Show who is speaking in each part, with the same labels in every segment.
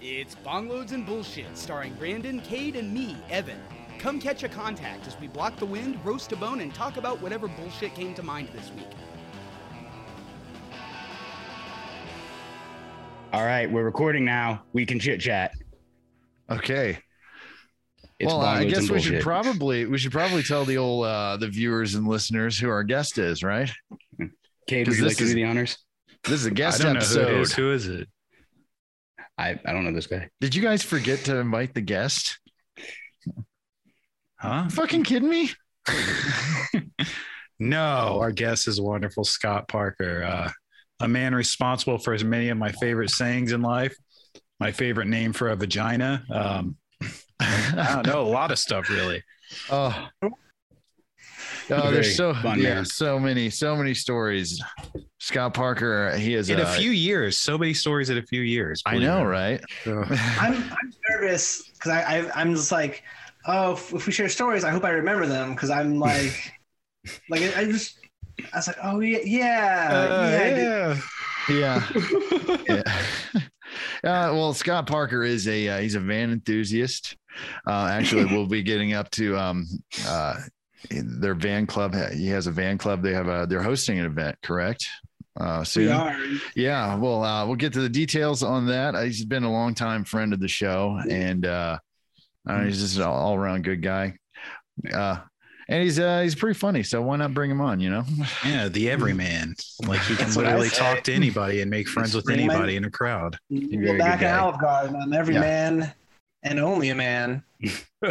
Speaker 1: It's Bongloads and Bullshit, starring Brandon, Cade, and me, Evan. Come catch a contact as we block the wind, roast a bone, and talk about whatever bullshit came to mind this week. All right, we're recording now. We can chit chat.
Speaker 2: Okay.
Speaker 1: It's
Speaker 2: well, I
Speaker 1: Bongloads
Speaker 2: guess
Speaker 1: and
Speaker 2: we should
Speaker 1: Bullshit.
Speaker 2: probably we should probably tell the old uh, the viewers and listeners who our guest is, right?
Speaker 1: Cade, would
Speaker 2: Because
Speaker 1: you like
Speaker 2: this
Speaker 1: to do
Speaker 2: is-
Speaker 1: the honors?
Speaker 2: This is a
Speaker 3: I
Speaker 2: guest
Speaker 3: don't know who it
Speaker 2: episode.
Speaker 3: is. Who is it?
Speaker 1: I, I don't know this guy.
Speaker 2: Did you guys forget to invite the guest?
Speaker 3: Huh?
Speaker 2: fucking kidding me?
Speaker 3: No, our guest is wonderful, Scott Parker, uh, a man responsible for as many of my favorite sayings in life. My favorite name for a vagina. Um, I don't know a lot of stuff really.
Speaker 2: Oh, oh there's so
Speaker 1: Very fun,
Speaker 2: yeah,
Speaker 1: man.
Speaker 2: so many so many stories. Scott Parker, he is
Speaker 3: In
Speaker 2: a,
Speaker 3: a few years, so many stories in a few years.
Speaker 2: I know, right?
Speaker 4: I'm, I'm nervous because I, I I'm just like, oh, if, if we share stories, I hope I remember them because I'm like, like I, I just I was like, oh yeah, yeah, yeah, I did.
Speaker 2: yeah. yeah. Uh, well, Scott Parker is a uh, he's a van enthusiast. Uh, actually, we'll be getting up to um, uh, their van club. He has a van club. They have a they're hosting an event, correct? Uh, soon.
Speaker 4: we are.
Speaker 2: Yeah, well, uh, we'll get to the details on that. Uh, He's been a longtime friend of the show, and uh,
Speaker 4: Hmm.
Speaker 2: uh, he's just an all around good guy. Uh, and he's uh, he's pretty funny, so why not bring him on? You know,
Speaker 3: Yeah, the everyman. Like he can
Speaker 4: That's what I
Speaker 3: literally
Speaker 4: say.
Speaker 3: talk to anybody and make friends with
Speaker 4: pretty much-
Speaker 3: anybody in a crowd.
Speaker 1: very
Speaker 4: We're
Speaker 1: good
Speaker 4: back in
Speaker 1: guy.
Speaker 4: Olive Garden. I'm every
Speaker 2: Yeah.
Speaker 4: man and only a man.
Speaker 2: yeah,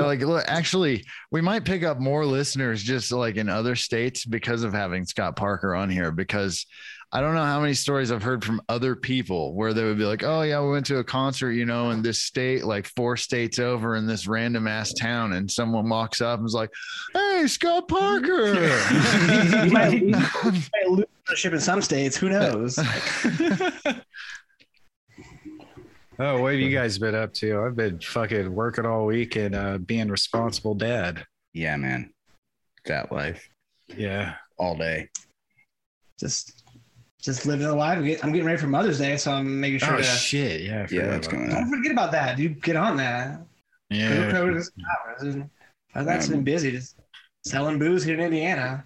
Speaker 2: like look, actually, we might pick up more listeners just like in other states because of having Scott Parker on here. Because I don't know how many stories I've heard from other people where they would be like, "Oh yeah, we went to a concert, you know, in this state, like four states over, in this random ass town," and someone walks up and is like, "Hey, Scott Parker."
Speaker 4: You might lose, you might lose ownership in some states. Who knows?
Speaker 3: Oh, what have you guys been up to? I've been fucking working all week and uh, being responsible dad.
Speaker 1: Yeah, man. That life
Speaker 3: Yeah.
Speaker 1: all day.
Speaker 4: just just living a life. I'm get- I'm getting ready for Mother's Day, so I'm making sure
Speaker 3: Oh
Speaker 4: to.
Speaker 3: shit! Yeah. I
Speaker 1: Yeah,
Speaker 3: forgot
Speaker 1: that's
Speaker 3: about
Speaker 1: going
Speaker 4: don't
Speaker 1: on.
Speaker 4: forget about that. dude. get on that.
Speaker 2: yeah.
Speaker 4: I've actually been busy just selling booze here in Indiana.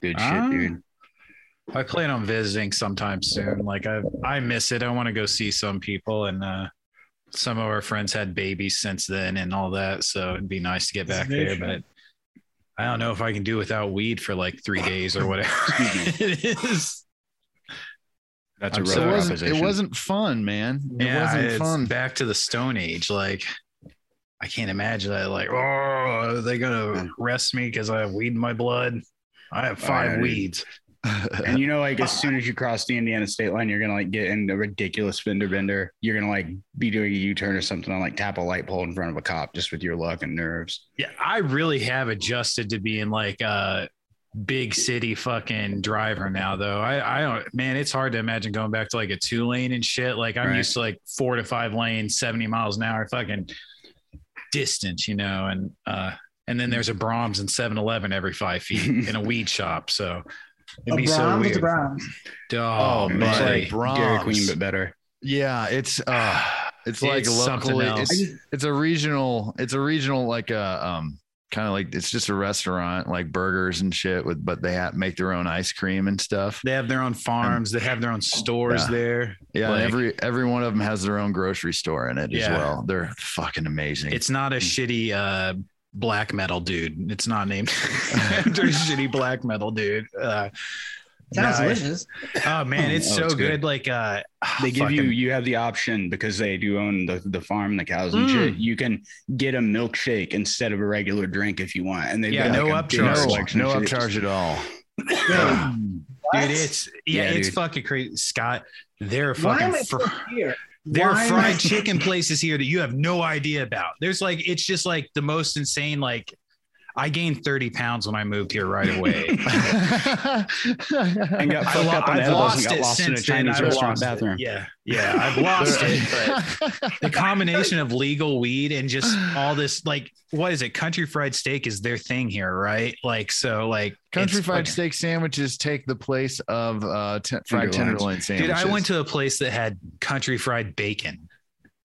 Speaker 1: Good
Speaker 3: Ah.
Speaker 1: shit, dude.
Speaker 3: that. I plan on visiting sometime soon. Like I, I miss it. I want to go see some people, and uh, some of our friends had babies since then and all that. So it'd be nice to get
Speaker 4: That's
Speaker 3: back
Speaker 4: very
Speaker 3: there,
Speaker 4: true.
Speaker 3: but. I don't know if I can do without weed for like three days or whatever it is.
Speaker 1: That's a rough
Speaker 2: it,
Speaker 3: I'm so- Other
Speaker 2: wasn't,
Speaker 1: proposition.
Speaker 2: it wasn't fun, man. It
Speaker 3: Yeah,
Speaker 2: wasn't
Speaker 3: it's
Speaker 2: fun.
Speaker 3: back to the Stone Age. Like, I can't imagine that. Like, oh, are they gonna arrest me because I have weed in my blood? I have
Speaker 1: Oh,
Speaker 3: five
Speaker 1: yeah, dude.
Speaker 3: weeds.
Speaker 1: And you know, like as soon as you cross the Indiana state line, you're gonna like get in a ridiculous fender bender. You're gonna like be doing a U-turn or something and like tap a light pole in front of a cop just with your luck and nerves.
Speaker 3: Yeah, I really have adjusted to being like a big city fucking driver now, though. I, I don't, man, it's hard to imagine going back to like a two lane and shit. Like, I'm
Speaker 1: Right.
Speaker 3: used to like four to five lanes, 70 miles an hour, fucking distance, you know, and, uh, and then there's a Brahms and 7-Eleven every five feet in a weed shop. So it'd
Speaker 4: A
Speaker 3: be so
Speaker 4: Brahms with
Speaker 3: weird.
Speaker 4: the Brahms.
Speaker 3: Oh,
Speaker 2: Oh,
Speaker 3: man.
Speaker 2: man.
Speaker 3: buddy.
Speaker 1: It's like Dairy Queen,
Speaker 2: Brahms.
Speaker 1: but better.
Speaker 2: yeah, it's uh, it's like
Speaker 3: It's something
Speaker 2: local.
Speaker 3: else.
Speaker 2: It's, it's a regional. It's a regional like a um kind of like it's just a restaurant like burgers and shit with but they have, make their own ice cream and stuff.
Speaker 3: They have their own farms. They have their own stores
Speaker 2: Yeah.
Speaker 3: there.
Speaker 2: Yeah, and
Speaker 3: Like-
Speaker 2: every every one of them has their own grocery store in it as
Speaker 3: Yeah.
Speaker 2: well. They're fucking amazing.
Speaker 3: It's not
Speaker 1: Hmm.
Speaker 3: a shitty uh, black metal dude. It's not named after a shitty black metal dude. Uh,
Speaker 4: Sounds
Speaker 3: no,
Speaker 4: delicious.
Speaker 3: Oh man, it's
Speaker 1: Oh,
Speaker 3: so
Speaker 1: it's
Speaker 3: good.
Speaker 1: good.
Speaker 3: Like uh,
Speaker 1: They give
Speaker 3: fucking-
Speaker 1: you you have the option because they do own the, the farm and the cows and
Speaker 3: Mm.
Speaker 1: shit. You can get a milkshake instead of a regular drink if you want. And they
Speaker 3: Yeah, no
Speaker 1: like a big
Speaker 3: upcharge.
Speaker 1: selection
Speaker 2: no
Speaker 1: of shit.
Speaker 2: upcharge at all.
Speaker 4: Yeah.
Speaker 3: dude. It's yeah,
Speaker 1: Yeah,
Speaker 3: it's
Speaker 1: dude.
Speaker 3: fucking crazy, Scott. There are
Speaker 4: Why am I
Speaker 3: fucking fr-
Speaker 4: still here?
Speaker 3: there are
Speaker 4: Why am
Speaker 3: fried
Speaker 4: I-
Speaker 3: chicken places here that you have no idea about. There's like it's just like the most insane. Like I gained thirty pounds when I moved here right away.
Speaker 1: And got
Speaker 3: I
Speaker 1: fucked
Speaker 3: lo-
Speaker 1: up on
Speaker 3: I've
Speaker 1: the edibles and
Speaker 3: lost
Speaker 1: got
Speaker 3: it
Speaker 1: lost in a
Speaker 3: since then.
Speaker 1: Chinese
Speaker 3: I've
Speaker 1: restaurant
Speaker 3: lost it.
Speaker 1: bathroom.
Speaker 3: Yeah, yeah, I've lost it. But the combination of legal weed and just all this, like, what is it? Country fried steak is their thing here, right? Like, so, like,
Speaker 2: Country
Speaker 3: it's
Speaker 2: fried
Speaker 3: fucking-
Speaker 2: steak sandwiches take the place of uh, t- fried
Speaker 1: Tenderloins.
Speaker 2: tenderloin
Speaker 3: Dude,
Speaker 2: sandwiches.
Speaker 3: I went to a place that had country fried bacon.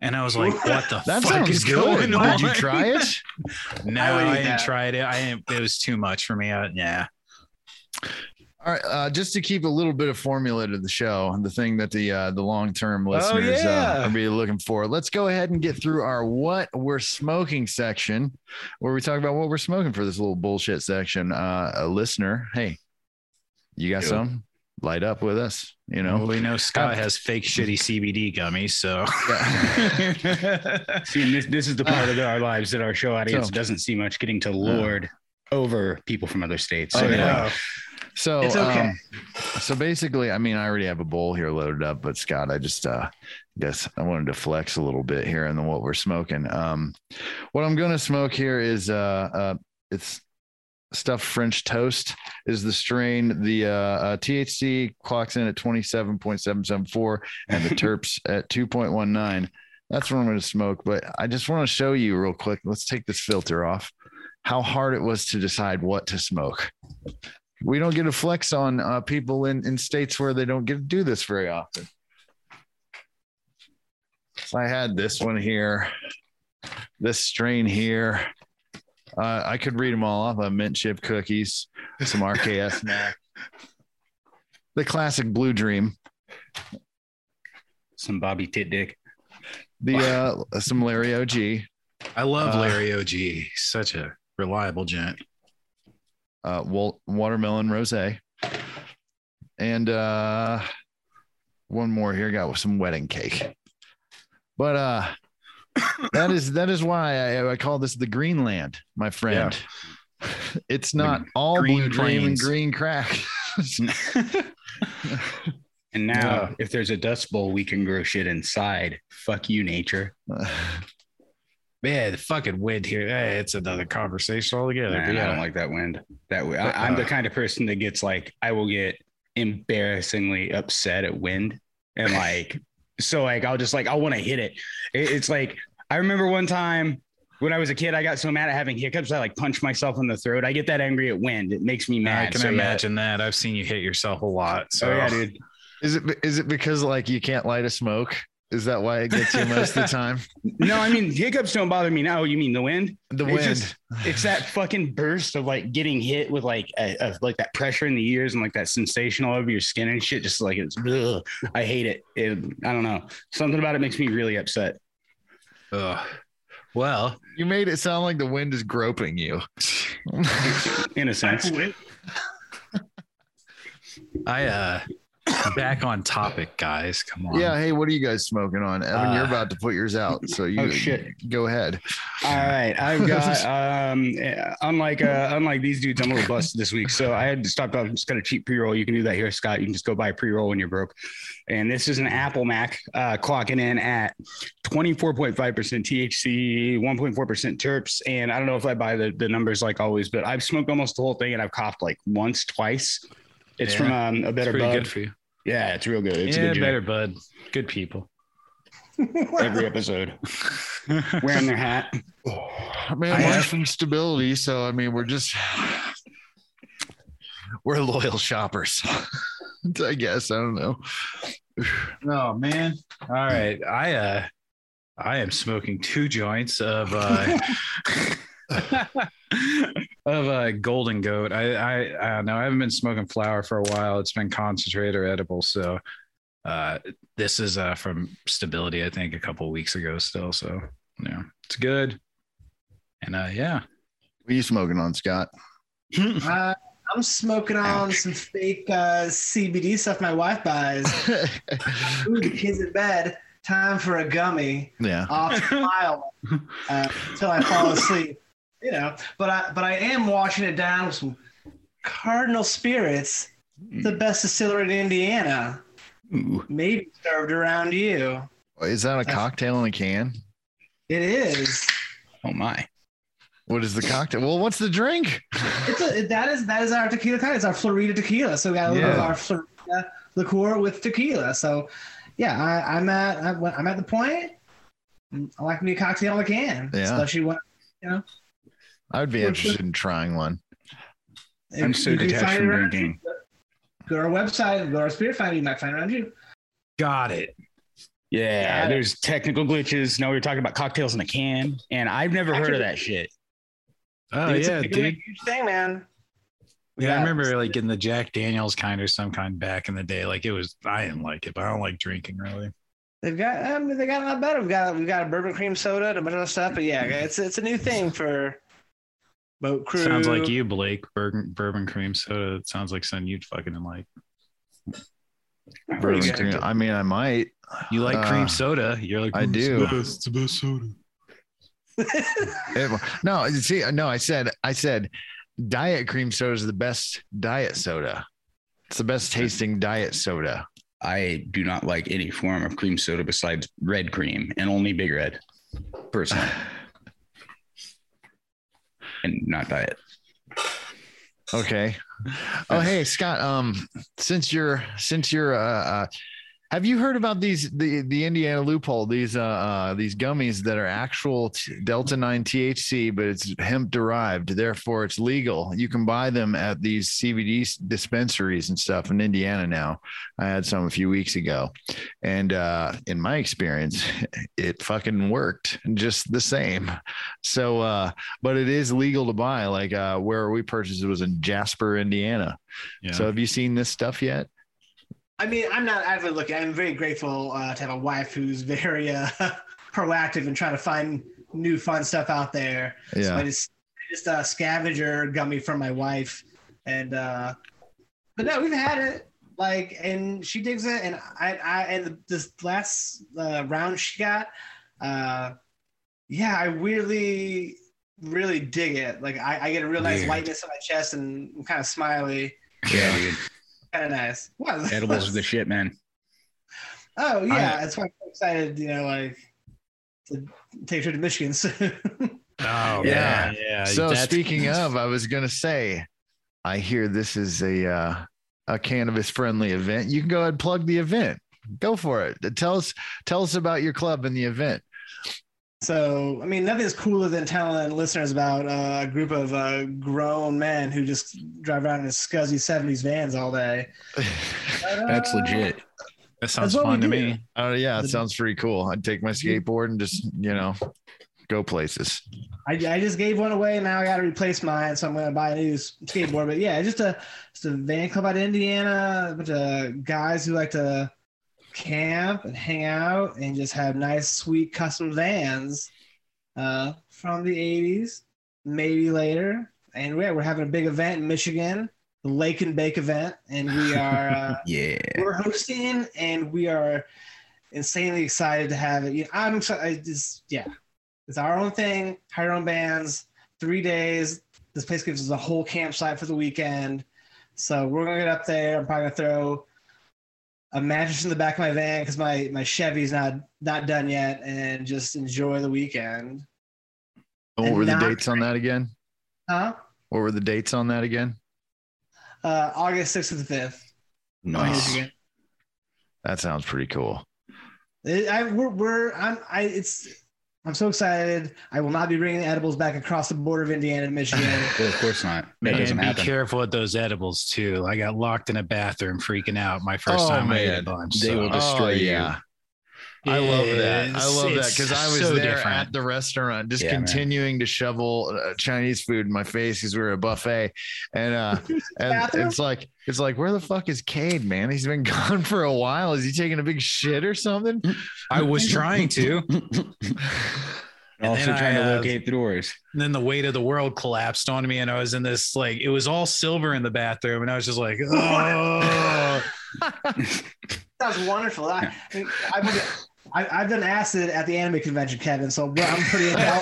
Speaker 3: And I was like, what the
Speaker 2: That
Speaker 3: fuck
Speaker 2: sounds
Speaker 3: is
Speaker 2: good.
Speaker 3: going on?
Speaker 2: Did you try it?
Speaker 3: No,
Speaker 4: I would eat
Speaker 3: I, didn't
Speaker 4: that.
Speaker 3: try it. I didn't, it was too much for me. I, yeah.
Speaker 2: All right, uh, just to keep a little bit of formula to the show, the thing that the uh, the long term listeners
Speaker 3: yeah.
Speaker 2: uh, are really looking for. Let's go ahead and get through our what we're smoking section, where we talk about what we're smoking for this little bullshit section. Uh, a listener, hey, you got
Speaker 1: Yo.
Speaker 2: some? Light up with us, you
Speaker 3: Well,
Speaker 2: know.
Speaker 3: we know Scott has fake shitty CBD gummies, so
Speaker 2: Oh,
Speaker 1: See, and this this is the part of our lives that our show audience
Speaker 2: So-
Speaker 1: doesn't see much getting to lord over people from other states.
Speaker 2: Oh,
Speaker 1: So,
Speaker 2: yeah.
Speaker 1: like,
Speaker 2: So
Speaker 4: It's okay.
Speaker 2: um, so basically, I mean, I already have a bowl here loaded up, but Scott, I just uh guess I wanted to flex a little bit here and then what we're smoking. Um what I'm gonna smoke here is uh uh it's stuffed French toast is the strain. The uh, uh THC clocks in at 27.774 and the terps at 2.19. That's what I'm gonna smoke, but I just want to show you real quick. Let's take this filter off. How hard it was to decide what to smoke we don't get a flex on uh, people in, in states where they don't get to do this very often. So I had this one here, this strain here. Uh, I could read them all off. Uh, mint chip cookies, some RKS Mac, the classic Blue Dream,
Speaker 1: some Bobby Tit Dick.
Speaker 2: the uh, some Larry OG,
Speaker 3: I love
Speaker 2: Uh,
Speaker 3: Larry OG. Such a reliable gent.
Speaker 2: uh, wal- watermelon rosé, and uh, one more here. Got some wedding cake, but uh, that is that is why I, I call this the Greenland, my friend. It's not all
Speaker 3: green
Speaker 2: blue dream and
Speaker 3: plains.
Speaker 2: green crack.
Speaker 1: And now, if there's a dust bowl, we can grow shit inside. Fuck you, nature.
Speaker 3: Man, the fucking wind here. Hey, it's another conversation altogether.
Speaker 1: Man,
Speaker 3: but
Speaker 1: I
Speaker 3: yeah.
Speaker 1: don't like that wind. That way, I, I'm the
Speaker 3: Uh.
Speaker 1: kind of person that gets like, I will get embarrassingly upset at wind, and like, so like, I'll just like, I want to hit it. it. It's like, I remember one time when I was a kid, I got so mad at having hiccups, I like punched myself in the throat. I get that angry at wind. It makes me mad.
Speaker 3: I can
Speaker 1: So, yeah.
Speaker 3: imagine that. I've seen you hit yourself a lot. So
Speaker 1: Oh yeah, dude.
Speaker 2: is it is it because like you can't light a smoke? Is that why it gets you most of the time?
Speaker 1: No, I mean hiccups don't bother me now. You mean the wind?
Speaker 2: The
Speaker 1: It's
Speaker 2: wind.
Speaker 1: just- It's that fucking burst of like getting hit with like a, of like that pressure in the ears and like that sensation all over your skin and shit. Just like it's, ugh, I hate it. It- I don't know. Something about it makes me really upset.
Speaker 3: Ugh. Well,
Speaker 2: you made it sound like the wind is groping you.
Speaker 1: In a sense,
Speaker 3: I uh back on topic, guys. Come on.
Speaker 2: Yeah. Hey, what are you guys smoking on? Evan, you're
Speaker 3: Um, Uh, oh,
Speaker 2: about to put yours out. So you
Speaker 1: shit.
Speaker 2: go ahead.
Speaker 1: all right. I've got um, unlike uh, unlike these dudes, I'm a little busted this week, so I had to stop. I'm just got a cheap pre roll. You can do that here, Scott. You can just go buy a pre roll when you're broke. And this is an Apple Mac uh, clocking in at 24.5% THC, 1.4% terps. And I don't know if I buy the, the numbers like always, but I've smoked almost the whole thing and I've coughed like once, twice. It's
Speaker 3: Yeah.
Speaker 1: from um, a
Speaker 3: It's
Speaker 1: better
Speaker 3: pretty
Speaker 1: bud.
Speaker 3: good for you.
Speaker 1: Yeah, it's real good. It's
Speaker 3: yeah,
Speaker 1: a good
Speaker 3: better bud. Good people.
Speaker 1: joke every episode. Wearing their hat.
Speaker 2: I mean,
Speaker 3: I
Speaker 2: mine's
Speaker 3: have-
Speaker 2: from stability. So, I mean, we're just, we're loyal shoppers, I guess. I don't know.
Speaker 3: Oh man. All right. I uh I am smoking two joints of uh of uh golden goat. I I I don't know. I haven't been smoking flower for a while. It's been concentrate or edible, so uh this is uh from stability, I think, a couple of weeks ago still. So yeah, it's good. And uh yeah.
Speaker 2: What are you smoking on, Scott?
Speaker 4: Uh, I'm smoking on some fake uh, CBD stuff my wife buys. Ooh, the kids in bed. Time for a gummy.
Speaker 2: yeah.
Speaker 4: Off smile uh, until I fall asleep. You know, but I but I am washing it down with some Cardinal Spirits, the
Speaker 2: Mm.
Speaker 4: best distillery in Indiana.
Speaker 1: Ooh.
Speaker 4: Maybe served around you.
Speaker 2: Is
Speaker 3: Uh,
Speaker 2: that a cocktail in a can?
Speaker 4: It is.
Speaker 1: Oh my.
Speaker 2: What is the cocktail? Well, what's the drink?
Speaker 4: It's a, that is that is our tequila kind. It's our Florida tequila. So we got a little bit
Speaker 2: Yeah.
Speaker 4: of our Florida liqueur with tequila. So yeah, I, I'm at I'm I'm at the point. I like me a cocktail in a can,
Speaker 2: Yeah.
Speaker 4: especially when
Speaker 2: I would be
Speaker 4: Well,
Speaker 2: interested in trying one.
Speaker 1: I'm so
Speaker 4: you can
Speaker 1: detached
Speaker 4: find it
Speaker 1: from
Speaker 4: around
Speaker 1: drinking.
Speaker 4: you. Go to our website, go to our spirit finder, you might find it around you.
Speaker 3: Got it.
Speaker 1: Yeah,
Speaker 4: Yeah.
Speaker 1: there's technical glitches. Now we were talking about cocktails in a can, and I've never heard of that shit.
Speaker 3: Oh
Speaker 1: It's a
Speaker 3: yeah,
Speaker 1: big
Speaker 3: dude.
Speaker 4: Huge thing, man.
Speaker 3: Yeah, I
Speaker 4: Yeah.
Speaker 3: remember like getting the Jack Daniels kind or some kind back in the day. Like it was, I didn't like it, but I don't like drinking really.
Speaker 4: They've got, I mean, they got a lot better. We've got, we've got a bourbon cream soda and a bunch of other stuff. But yeah, it's it's a new thing for boat crew.
Speaker 3: Sounds like you, Blake. Bourbon, bourbon cream soda. It sounds like something you'd fucking like.
Speaker 2: Bourbon cream- I mean, I might.
Speaker 3: You like
Speaker 2: Uh,
Speaker 3: cream soda. You're like,
Speaker 2: I
Speaker 3: "Ooh, it's
Speaker 2: do.
Speaker 3: the best- It's the best soda.
Speaker 2: It- no, you see, no, I said, I said, diet cream soda is the best diet soda. It's the best tasting diet soda.
Speaker 1: I do not like any form of cream soda besides red cream and only Big Red, personally, and not diet.
Speaker 2: Okay. Oh, hey, Scott. Um, since you're since you're uh, uh have you heard about these the the Indiana loophole these uh, uh these gummies that are actual t- delta nine THC but it's hemp derived therefore it's legal you can buy them at these CBD s- dispensaries and stuff in Indiana now I had some a few weeks ago and uh, in my experience it fucking worked just the same so uh, but it is legal to buy like uh, where we purchased it was in Jasper Indiana
Speaker 3: Yeah.
Speaker 2: so have you seen this stuff yet
Speaker 4: I mean, I'm not actively looking. I'm very grateful uh, to have a wife who's very uh, proactive and trying to find new fun stuff out there. So I just I just uh, scavenger gummy from my wife, and uh, but no, we've had it like, and she digs it, and I I and this last uh, round she got, uh, yeah, I weirdly really dig it. Like I, I get a real nice
Speaker 1: Weird.
Speaker 4: lightness on my chest, and I'm kind of smiley,
Speaker 1: Yeah, dude,
Speaker 4: kind of nice. What
Speaker 1: edibles are the shit, man.
Speaker 4: Oh yeah, that's why I'm so excited. You know, like to take a trip to Michigan soon.
Speaker 3: Oh
Speaker 2: Yeah.
Speaker 3: yeah, yeah.
Speaker 2: so
Speaker 3: That's-
Speaker 2: speaking of, I was gonna say, I hear this is a uh, a cannabis friendly event. You can go ahead and plug the event. Go for it. Tell us tell us about your club and the event.
Speaker 4: so I mean, nothing's cooler than telling listeners about uh, a group of uh, grown men who just drive around in scuzzy '70s vans all day. But, uh,
Speaker 1: That's legit.
Speaker 3: that sounds
Speaker 4: what we
Speaker 3: fun to
Speaker 4: do.
Speaker 3: me.
Speaker 2: Oh yeah, it sounds pretty cool. I'd take my skateboard and just you know go places.
Speaker 4: I, I just gave one away. Now I got to replace mine, so I'm going to buy a new s- skateboard. But yeah, just a just a van club out of Indiana, a bunch of guys who like to camp and hang out and just have nice, sweet custom vans uh, from the '80s, maybe later. And yeah, we're having a big event in Michigan, the Lake and Bake event, and we are. Uh,
Speaker 1: Yeah.
Speaker 4: we're hosting and we are insanely excited to have it. You know, I'm excited. Just yeah, it's our own thing, hire our own bands, three days. This place gives us a whole campsite for the weekend, so we're gonna get up there. I'm probably gonna throw a mattress in the back of my van because my my Chevy's not not done yet, and just enjoy the weekend.
Speaker 2: And what
Speaker 4: And
Speaker 2: were the
Speaker 4: not-
Speaker 2: dates on that again?
Speaker 4: Huh?
Speaker 2: What were the dates on that again?
Speaker 4: Uh, August sixth to the fifth.
Speaker 1: Nice.
Speaker 2: That sounds pretty cool.
Speaker 4: It, I we're, we're I'm I it's I'm so excited. I will not be bringing the edibles back across the border of Indiana and Michigan.
Speaker 1: Well, of course not. That
Speaker 3: Man,
Speaker 1: doesn't
Speaker 3: be
Speaker 1: happen.
Speaker 3: careful with those edibles too. I got locked in a bathroom, freaking out my first
Speaker 2: Oh,
Speaker 3: time. I ate
Speaker 2: man.
Speaker 3: a bunch.
Speaker 1: They will
Speaker 3: so-
Speaker 1: destroy
Speaker 2: oh,
Speaker 1: you.
Speaker 2: yeah. I love that. I
Speaker 3: It's-
Speaker 2: love that
Speaker 3: it's
Speaker 2: because I was
Speaker 3: so
Speaker 2: there
Speaker 3: different.
Speaker 2: at the restaurant, just
Speaker 1: Yeah, man.
Speaker 2: continuing to shovel uh, Chinese food in my face because we were at a buffet, and uh, and
Speaker 4: Bathroom?
Speaker 2: it's like it's like where the fuck is Cade, man? He's been gone for a while. Is he taking a big shit or something?
Speaker 3: I was trying to.
Speaker 1: And also
Speaker 3: then I
Speaker 1: trying to
Speaker 3: have-
Speaker 1: locate the doors.
Speaker 3: And then the weight of the world collapsed on me, and I was in this like it was all silver in the bathroom, and I was just like, oh,
Speaker 4: Sounds wonderful. I, I mean, I've, been- I, I've done acid at the anime convention, Kevin. So we're- I'm pretty. I'll-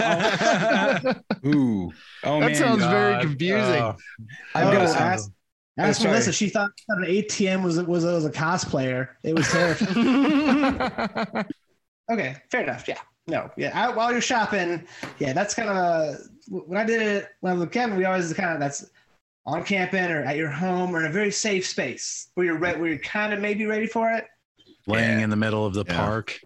Speaker 4: I'll-
Speaker 1: Ooh. Oh
Speaker 2: That
Speaker 1: man.
Speaker 2: sounds- very
Speaker 3: God.
Speaker 2: confusing.
Speaker 3: Oh.
Speaker 1: I've got
Speaker 4: Oh,
Speaker 1: a
Speaker 4: I-
Speaker 1: sound. Oh,
Speaker 4: Ask
Speaker 1: sorry.
Speaker 4: Melissa. She thought an ATM was was was a cosplayer. It was terrifying. okay, fair enough. Yeah, no, yeah. I, while you're shopping, yeah, that's kind of a, when I did it when I was with Kevin. We always kind of that's on camping or at your home or in a very safe space where you're re- where you're kind of maybe ready for it.
Speaker 3: laying in the middle of the
Speaker 2: Yeah.
Speaker 3: park.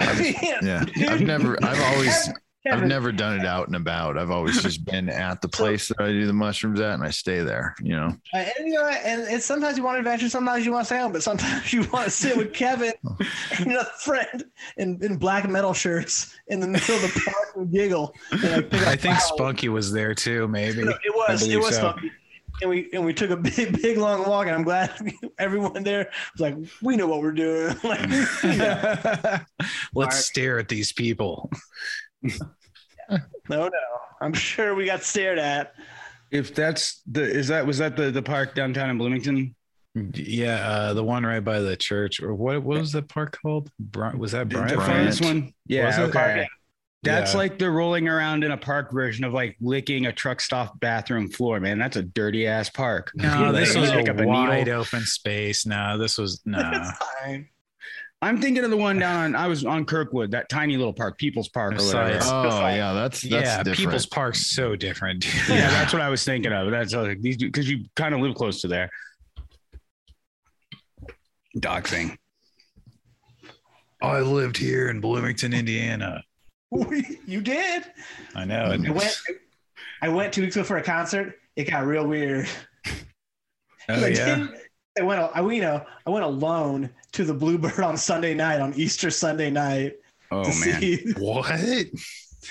Speaker 2: Yeah, I've never. I've always. I've never done it out and about. I've always just been at the place that I do the mushrooms at, and I stay there. You know,
Speaker 4: Uh, and you know, what? and it's sometimes you want adventure, sometimes you want to stay home, but sometimes you want to sit with Kevin and a friend in, in black metal shirts in the middle of the park and giggle. And like, pick up
Speaker 3: I think
Speaker 4: flowers.
Speaker 3: Spunky was there too, maybe.
Speaker 4: No, it was it
Speaker 3: believe
Speaker 4: was
Speaker 3: so.
Speaker 4: funky. And we and we took a big big long walk, and I'm glad everyone there was like, we know what we're doing. like, you know.
Speaker 3: Let's stare at these people.
Speaker 4: no, no, I'm sure we got stared at.
Speaker 1: If that's the is that was that the the park downtown in Bloomington?
Speaker 3: Yeah, uh, the one right by the church, or what, what was the park called? Bri- was that Bryant?
Speaker 1: The
Speaker 2: Bryant.
Speaker 3: Farm?
Speaker 1: famous one. Yeah.
Speaker 3: Was it?
Speaker 1: okay. That's
Speaker 3: Yeah.
Speaker 1: like the rolling around in a park version of like licking a truck stop bathroom floor, man. That's a dirty ass park.
Speaker 3: No, this
Speaker 1: You
Speaker 3: was
Speaker 1: pick
Speaker 3: a
Speaker 1: up a
Speaker 3: wide
Speaker 1: needle.
Speaker 3: open space. No, this was no.
Speaker 4: It's fine.
Speaker 1: I'm thinking of the one down on I was on Kirkwood, that tiny little park, People's Park or
Speaker 3: I saw
Speaker 1: whatever.
Speaker 3: it.
Speaker 2: oh yeah, that's that's
Speaker 3: yeah,
Speaker 2: different.
Speaker 3: People's Park's so different. dude.
Speaker 1: Yeah, that's what I was thinking of. That's I was like these because you kind of live close to there. Doxing.
Speaker 3: I lived here in Bloomington, Indiana.
Speaker 4: We, you did.
Speaker 3: I know.
Speaker 4: I
Speaker 3: and-
Speaker 4: went. I went two weeks ago for a concert. It got real weird.
Speaker 3: oh
Speaker 4: Like,
Speaker 3: yeah.
Speaker 4: I went. I you know. I went alone to the Bluebird on Sunday night, on Easter Sunday night,
Speaker 1: Oh
Speaker 4: to
Speaker 1: man.
Speaker 4: see
Speaker 3: What?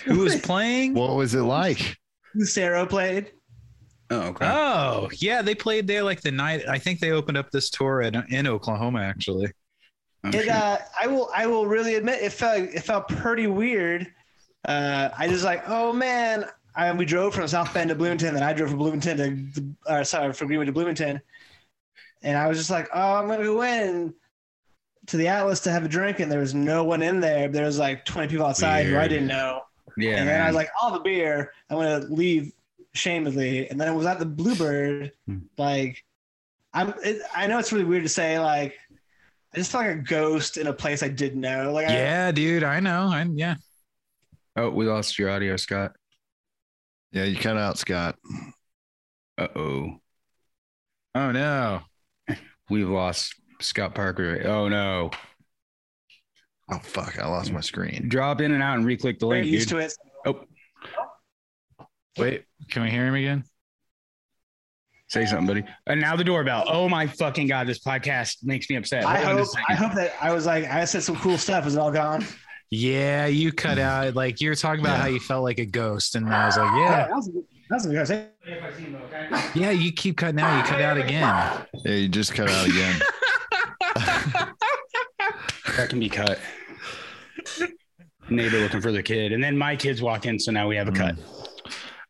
Speaker 3: Who was playing?
Speaker 2: What was it like?
Speaker 4: who Sarah played.
Speaker 1: Oh okay.
Speaker 3: Oh yeah, they played there like the night. I think they opened up this tour in, in Oklahoma actually.
Speaker 1: Oh,
Speaker 4: It.
Speaker 1: shit.
Speaker 4: Uh, I will. I will really admit it felt. It felt pretty weird. Uh, I just like. Oh man. I, we drove from South Bend to Bloomington, and I drove from Bloomington to, or sorry, from Greenwood to Bloomington, and I was just like, oh, I'm gonna go in to the Atlas to have a drink, and there was no one in there. There was like 20 people outside who I
Speaker 3: Weird.
Speaker 4: didn't know.
Speaker 1: yeah.
Speaker 4: and then
Speaker 1: man.
Speaker 4: I was like, I'll have a beer. I'm gonna leave shamedly. And then it was at the Bluebird.
Speaker 3: Hmm.
Speaker 4: Like, I'm. It, I know it's really weird to say. Like, I just felt like a ghost in a place I didn't know. Like,
Speaker 3: Yeah, dude, I know. I yeah.
Speaker 1: oh, we lost your audio, Scott.
Speaker 2: Yeah, you cut out, Scott.
Speaker 1: Uh oh.
Speaker 3: Oh no.
Speaker 1: We've lost Scott Parker. Oh no.
Speaker 2: Oh fuck, I lost my screen.
Speaker 1: Drop in and out and re-click the
Speaker 4: I, we're
Speaker 1: link,
Speaker 4: used
Speaker 1: dude.
Speaker 4: to it.
Speaker 3: Wait, can we hear him again?
Speaker 1: Say something, buddy. And now the doorbell. Oh my fucking god, this podcast makes me upset.
Speaker 4: I
Speaker 1: Hold on a
Speaker 4: hope. I
Speaker 1: second.
Speaker 4: hope that I was like, I said some cool stuff. Is it all gone?
Speaker 3: Yeah, you cut out. Like you were talking about
Speaker 2: Yeah.
Speaker 3: how you felt like a ghost, and I was like, yeah,
Speaker 4: That was, that was a good conversation.
Speaker 3: yeah. You keep cutting out. You cut out again.
Speaker 2: Yeah, you just cut out again.
Speaker 1: That can be cut. Neighbor looking for the kid, and then my kids walk in, so now we have a cut.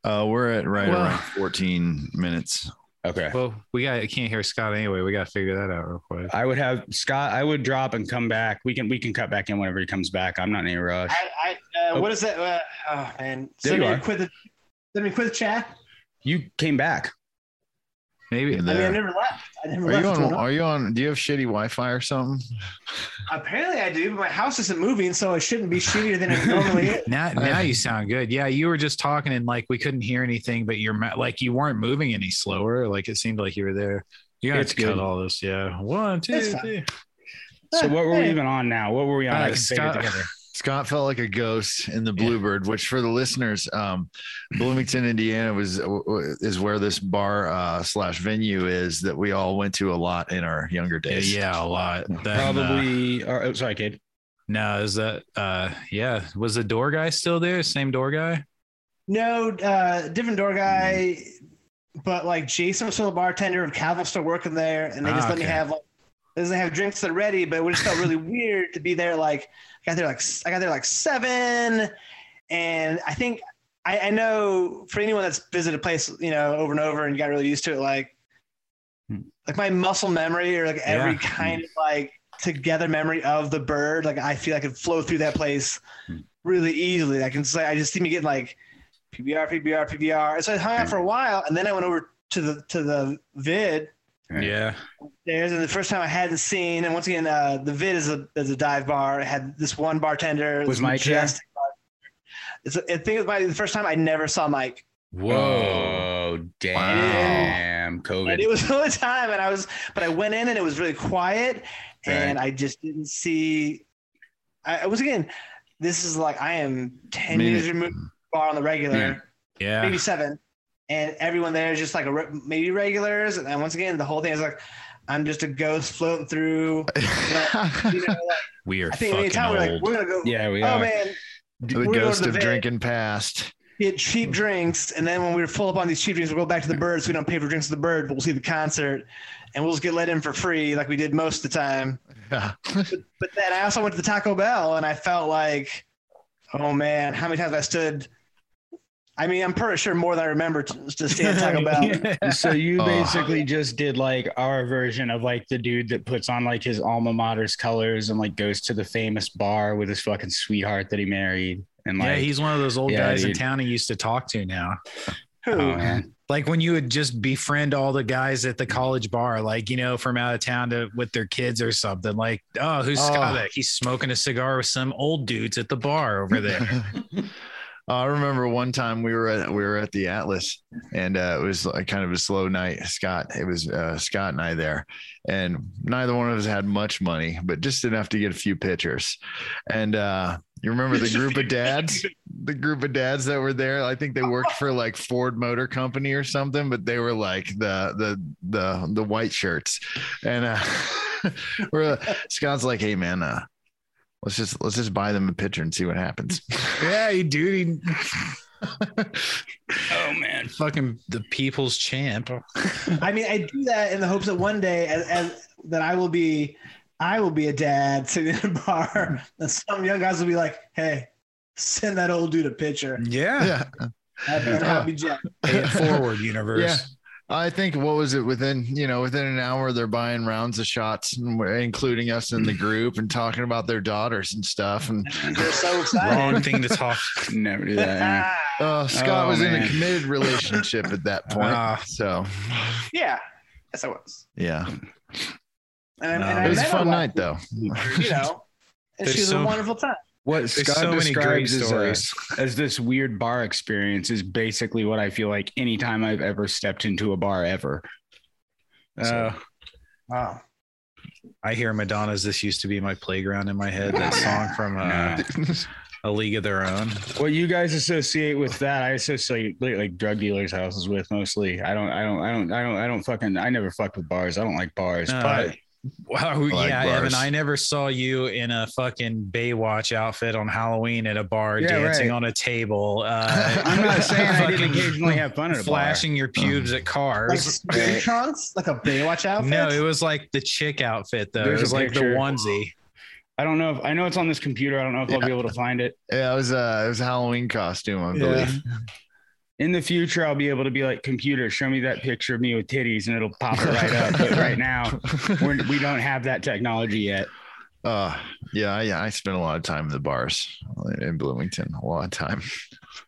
Speaker 2: Uh, we're at right
Speaker 3: Well-
Speaker 2: around 14 minutes.
Speaker 1: Okay.
Speaker 3: Well, we got. I can't hear Scott anyway. We got to figure that out real quick.
Speaker 1: I would have Scott. I would drop and come back. We can we can cut back in whenever he comes back. I'm not in any rush.
Speaker 4: I, I, uh, What is that? Uh, oh man.
Speaker 1: There
Speaker 4: Somebody
Speaker 1: you are.
Speaker 4: quit the. Let me quit the chat.
Speaker 1: You came back.
Speaker 3: Maybe.
Speaker 2: You're
Speaker 4: I mean, I
Speaker 2: there.
Speaker 4: never left. I never
Speaker 2: Are
Speaker 4: left.
Speaker 2: you
Speaker 4: What's going
Speaker 2: on?
Speaker 4: on?
Speaker 2: Are you on? Do you have shitty Wi-Fi or something?
Speaker 4: Apparently, I do, but my house isn't moving, so it shouldn't be shittier than it normally is.
Speaker 3: Now, now you sound good. Yeah, you were just talking and like we couldn't hear anything, but you're ma- like you weren't moving any slower. Like it seemed like you were there. You got
Speaker 1: It's
Speaker 3: to cut
Speaker 1: good.
Speaker 3: all this. Yeah, one, two,
Speaker 4: It's fine.
Speaker 3: three.
Speaker 1: So what were we
Speaker 4: Ah, Hey.
Speaker 1: even on now? What were we on?
Speaker 3: Uh,
Speaker 1: I can save it
Speaker 3: Scott-
Speaker 1: together.
Speaker 2: Scott felt like a ghost in the
Speaker 1: Yeah.
Speaker 2: Bluebird, which for the listeners, um, Bloomington, Indiana was uh, is where this bar uh, slash venue is that we all went to a lot in our younger days.
Speaker 3: Yeah, a lot. Then, Uh,
Speaker 1: Probably. or, oh, sorry, kid.
Speaker 3: no, is that? Uh, yeah, was the door guy still there? Same door guy.
Speaker 4: No, uh, different door guy, but like Jason was still a bartender and Calvin was still working there, and they just
Speaker 3: Ah,
Speaker 4: let me
Speaker 3: okay.
Speaker 4: have like, they just let me have drinks that are ready. But it just felt really weird to be there. Like I got there like s- I got there like seven, and I think I, I know for anyone that's visited a place you know over and over and got really used to it, like like my muscle memory or like every
Speaker 3: Yeah.
Speaker 4: kind of like together memory of the bird, like I feel I could flow through that place really easily. I can say I just seem to get like PBR, PBR, PBR. And so I hung out for a while, and then I went over to the to the vid.
Speaker 1: Yeah.
Speaker 3: Yeah.
Speaker 4: There's and the first time I hadn't seen, and once again, uh, the vid is a is a dive bar. It had this one bartender.
Speaker 1: Was
Speaker 4: this
Speaker 1: Mike there?
Speaker 4: majestic bartender. It's, I think it might be the first time I never saw Mike.
Speaker 3: Whoa.
Speaker 1: Oh damn!
Speaker 4: And
Speaker 1: COVID.
Speaker 4: it was the only time, and I was, but I went in and it was really quiet,
Speaker 1: Right.
Speaker 4: and I just didn't see. I, I was again, This is like I am ten
Speaker 2: Minute.
Speaker 4: years removed from bar on the regular,
Speaker 1: Yeah.
Speaker 3: Yeah.
Speaker 4: maybe seven, and everyone there is just like a re- maybe regulars, and then once again the whole thing is like I'm just a ghost floating through. You know, like,
Speaker 3: We are
Speaker 4: I think
Speaker 3: fucking
Speaker 4: anytime we're like
Speaker 3: old.
Speaker 4: we're gonna go.
Speaker 1: Yeah, we
Speaker 4: oh
Speaker 1: are.
Speaker 4: man,
Speaker 2: the
Speaker 4: we're going
Speaker 2: ghost
Speaker 4: to
Speaker 2: of
Speaker 4: bed.
Speaker 2: drinking past.
Speaker 4: get cheap drinks, and then when we're full up on these cheap drinks, we'll go back to the bird. So we don't pay for drinks at the bird, but we'll see the concert, and we'll just get let in for free, like we did most of the time.
Speaker 2: Yeah.
Speaker 4: But then I also went to the Taco Bell, and I felt like, oh man, how many times I stood. I mean, I'm pretty sure more than I remember to, to stand at Taco Bell.
Speaker 1: So you
Speaker 2: Oh.
Speaker 1: basically just did like our version of like the dude that puts on like his alma mater's colors and like goes to the famous bar with his fucking sweetheart that he married and like
Speaker 3: yeah, he's one of those old
Speaker 1: Yeah,
Speaker 3: guys in
Speaker 1: dude.
Speaker 3: town he used to talk to now.
Speaker 4: Who?
Speaker 1: oh, man.
Speaker 3: Like when you would just befriend all the guys at the college bar, like, you know, from out of town to with their kids or something. Like, oh, who's
Speaker 2: Oh.
Speaker 3: Scott? He's smoking a cigar with some old dudes at the bar over there.
Speaker 2: Uh, I remember one time we were at we were at the Atlas, and uh, it was like kind of a slow night. Scott, it was uh, Scott and I there, and neither one of us had much money, but just enough to get a few pictures. And uh, you remember the group of dads, the group of dads that were there. I think they worked for like Ford Motor Company or something, but they were like the the the the white shirts, and uh, we're, Scott's like, "Hey man, uh, let's just let's just buy them a picture and see what happens."
Speaker 3: yeah, you dude. he-
Speaker 1: Oh man.
Speaker 3: fucking the people's champ.
Speaker 4: I mean, I do that in the hopes that one day, as, as that I will be, I will be a dad sitting in a bar, and some young guys will be like, "Hey, send that old dude a picture."
Speaker 3: Yeah.
Speaker 2: yeah.
Speaker 4: That better not be Jack.
Speaker 3: Pay it forward, universe.
Speaker 2: Yeah. I think what was it within you know within an hour they're buying rounds of shots and we're including us in the group and talking about their daughters and stuff and
Speaker 4: They're so excited.
Speaker 3: Wrong thing to talk.
Speaker 1: Never do that. yeah.
Speaker 4: Ah,
Speaker 2: uh, Scott
Speaker 1: Oh,
Speaker 2: was in a
Speaker 1: man. Uh-huh.
Speaker 2: committed relationship at that point
Speaker 3: Ah.
Speaker 2: so
Speaker 4: yeah, yes, I was.
Speaker 2: yeah
Speaker 4: And, I- and
Speaker 3: No.
Speaker 4: I
Speaker 2: it was a
Speaker 4: met her
Speaker 2: fun
Speaker 4: one-
Speaker 2: night though
Speaker 4: You know, and
Speaker 3: There's
Speaker 4: she was
Speaker 3: so-
Speaker 4: a wonderful time.
Speaker 1: What
Speaker 3: There's
Speaker 1: Scott
Speaker 3: so many great
Speaker 1: describes as, a-
Speaker 3: stories.
Speaker 1: as this weird bar experience is basically what I feel like anytime I've ever stepped into a bar ever.
Speaker 2: Oh.
Speaker 3: So-
Speaker 4: Wow.
Speaker 3: I hear Madonna's "This Used to Be My Playground" in my head. That song from uh, A League of Their Own.
Speaker 1: what you guys associate with that i associate like, like drug dealers houses with mostly i don't i don't i don't i don't i don't fucking i never fucked with bars i don't like bars
Speaker 3: No,
Speaker 1: but
Speaker 3: Wow,
Speaker 2: like
Speaker 3: yeah,
Speaker 2: bars.
Speaker 3: Evan. I never saw you in a fucking Baywatch outfit on Halloween at a bar,
Speaker 1: Yeah,
Speaker 3: dancing
Speaker 1: right.
Speaker 3: on a table. Uh,
Speaker 1: i'm not saying i
Speaker 3: fucking
Speaker 1: didn't occasionally have fun at a
Speaker 3: flashing your pubes at
Speaker 4: Like
Speaker 3: cars.
Speaker 4: spin trunks, like a Baywatch outfit.
Speaker 3: No, it was like the chick outfit though.
Speaker 1: There's
Speaker 3: it was
Speaker 1: a
Speaker 3: like the
Speaker 1: picture.
Speaker 3: onesie.
Speaker 1: bar i don't know if i know it's on this computer i don't know if i'll be able to find it
Speaker 2: yeah it was uh it was a Halloween costume I
Speaker 3: Yeah.
Speaker 2: believe
Speaker 1: in the future i'll be able to be like computer show me that picture of me with titties and it'll pop it right up but right now we're, we don't have that technology yet
Speaker 2: uh yeah yeah I spent a lot of time in the bars in Bloomington a lot of time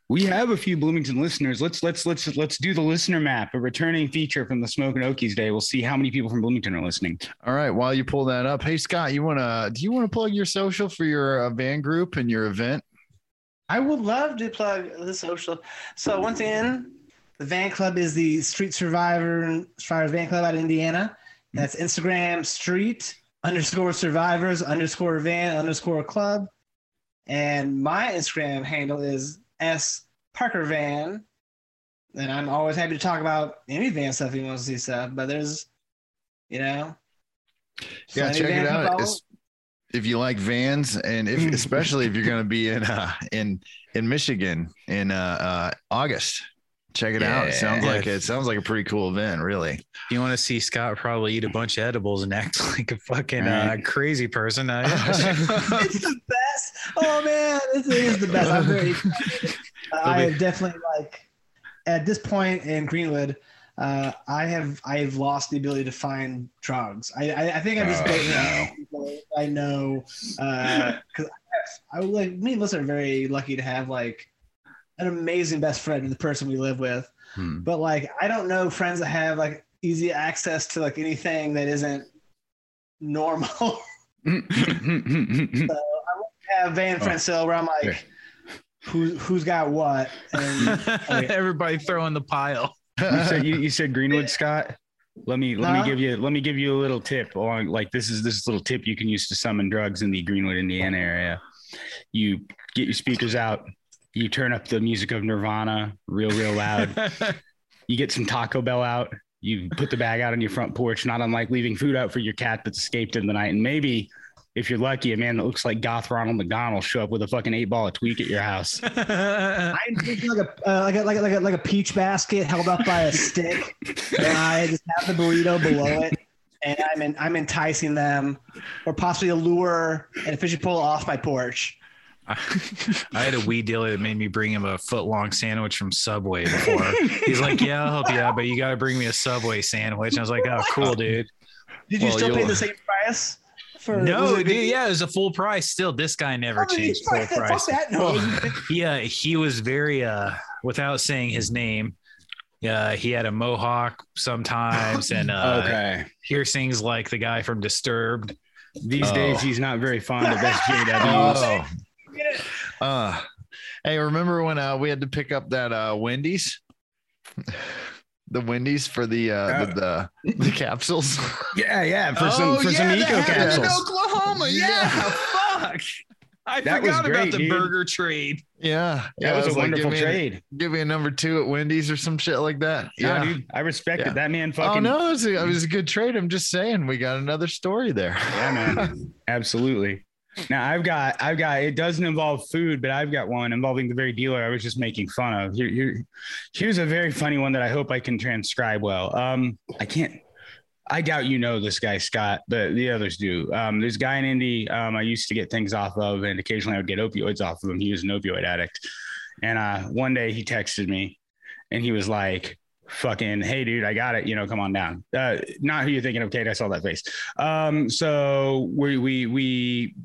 Speaker 1: we have a few bloomington listeners let's let's let's let's do the listener map a returning feature from the smoke and okies day we'll see how many people from bloomington are listening
Speaker 2: All right. While you pull that up, hey Scott, you wanna do you wanna plug your social for your uh, band group and your event?
Speaker 4: I would love to plug the social. So once again, the Van Club is the Street Survivor Survivor Van Club out of Indiana. That's Instagram Street underscore Survivors underscore Van underscore Club, and my Instagram handle is s Parker Van. And I'm always happy to talk about any van stuff you want to see stuff. But there's, you know,
Speaker 2: Yeah,
Speaker 4: plenty
Speaker 2: check
Speaker 4: van
Speaker 2: it
Speaker 4: to
Speaker 2: out.
Speaker 4: follow.
Speaker 2: It's- if you like vans and if especially if you're gonna be in uh, in in Michigan in uh, uh, August, check it out. It sounds
Speaker 3: Yeah.
Speaker 2: like it sounds like a pretty cool event, really.
Speaker 3: You want to see Scott probably eat a bunch of edibles and act like a fucking uh,
Speaker 1: Right.
Speaker 3: crazy person? Uh, yeah.
Speaker 4: it's the best. Oh man, this is the best. I'm very excited. I have definitely like at this point in Greenwood, uh, I have I have lost the ability to find drugs. I I, I think I'm just
Speaker 1: Oh,
Speaker 4: dating
Speaker 1: no.
Speaker 4: people I know because I, have- I like me and Melissa are very lucky to have like an amazing best friend and the person we live with.
Speaker 3: Hmm.
Speaker 4: But like I don't know friends that have like easy access to like anything that isn't normal. have Van
Speaker 1: Oh.
Speaker 4: Francil where I'm like,
Speaker 1: Okay.
Speaker 4: who who's got what? And
Speaker 3: Um, Everybody throwing the pile.
Speaker 1: you said you, you said Greenwood Scott. Let me let
Speaker 4: Huh?
Speaker 1: me give you let me give you a little tip on like this is this little tip you can use to summon drugs in the Greenwood, Indiana area. You get your speakers out, you turn up the music of Nirvana real real loud. you get some Taco Bell out. You put the bag out on your front porch, not unlike leaving food out for your cat that's escaped in the night. And maybe if you're lucky, a man that looks like Goth Ronald McDonald will show up with a fucking eight ball of tweak at your house.
Speaker 4: I'm thinking like a, uh, like a like a like a like a peach basket held up by a stick, and I just have the burrito below it, and I'm in, I'm enticing them, or possibly a lure and a fishing pole off my porch.
Speaker 3: I had a weed dealer that made me bring him a foot long sandwich from Subway before. He's like, "Yeah, I'll help you out, but you got to bring me a Subway sandwich." And I was like, "Oh, cool, dude."
Speaker 4: Did you
Speaker 2: Well,
Speaker 4: still pay
Speaker 2: you'll-
Speaker 4: the same price? For was
Speaker 3: No,
Speaker 4: it-
Speaker 3: dude, yeah, it was a full price. Still, this guy never
Speaker 4: Oh, you-
Speaker 3: changed full
Speaker 4: fuck, that, fuck
Speaker 3: price.
Speaker 4: that no.
Speaker 3: Yeah, he was very uh without saying his name. Uh, he had a mohawk sometimes, and uh,
Speaker 1: okay.
Speaker 3: here sings like the guy from Disturbed.
Speaker 1: These
Speaker 2: Oh.
Speaker 1: days, he's not very fond of SJWs.
Speaker 2: Oh. Uh, hey, remember when uh, we had to pick up that uh, Wendy's? The Wendy's for the uh, the, the the capsules
Speaker 1: yeah, yeah. For some for some eco capsules.
Speaker 3: Oh
Speaker 2: Oklahoma.
Speaker 3: fuck. I
Speaker 1: That was
Speaker 3: forgot
Speaker 1: great,
Speaker 3: about the
Speaker 1: dude.
Speaker 3: burger trade.
Speaker 2: yeah,
Speaker 1: That
Speaker 2: yeah. I
Speaker 1: was, a
Speaker 2: like,
Speaker 1: wonderful
Speaker 2: give me a-
Speaker 1: trade.
Speaker 2: give me a number two at Wendy's or some shit like that.
Speaker 1: yeah,
Speaker 2: Yeah.
Speaker 1: dude. I respect
Speaker 2: Yeah.
Speaker 1: it. That man fucking
Speaker 2: Oh no, it was, a, it was a good trade. I'm just saying, we got another story there.
Speaker 1: Yeah, man. Absolutely. Now I've got I've got it doesn't involve food, but I've got one involving the very dealer I was just making fun of. Here, here- here's a very funny one that I hope I can transcribe well. Um, I can't. I doubt you know this guy Scott, but the others do. Um, there's a guy in Indy um, I used to get things off of, and occasionally I would get opioids off of him. He was an opioid addict, and uh, one day he texted me, and he was like, "Fucking hey, dude, I got it. You know, come on down." Uh, not who you're thinking of, Kate. I saw that face. Um, so we we we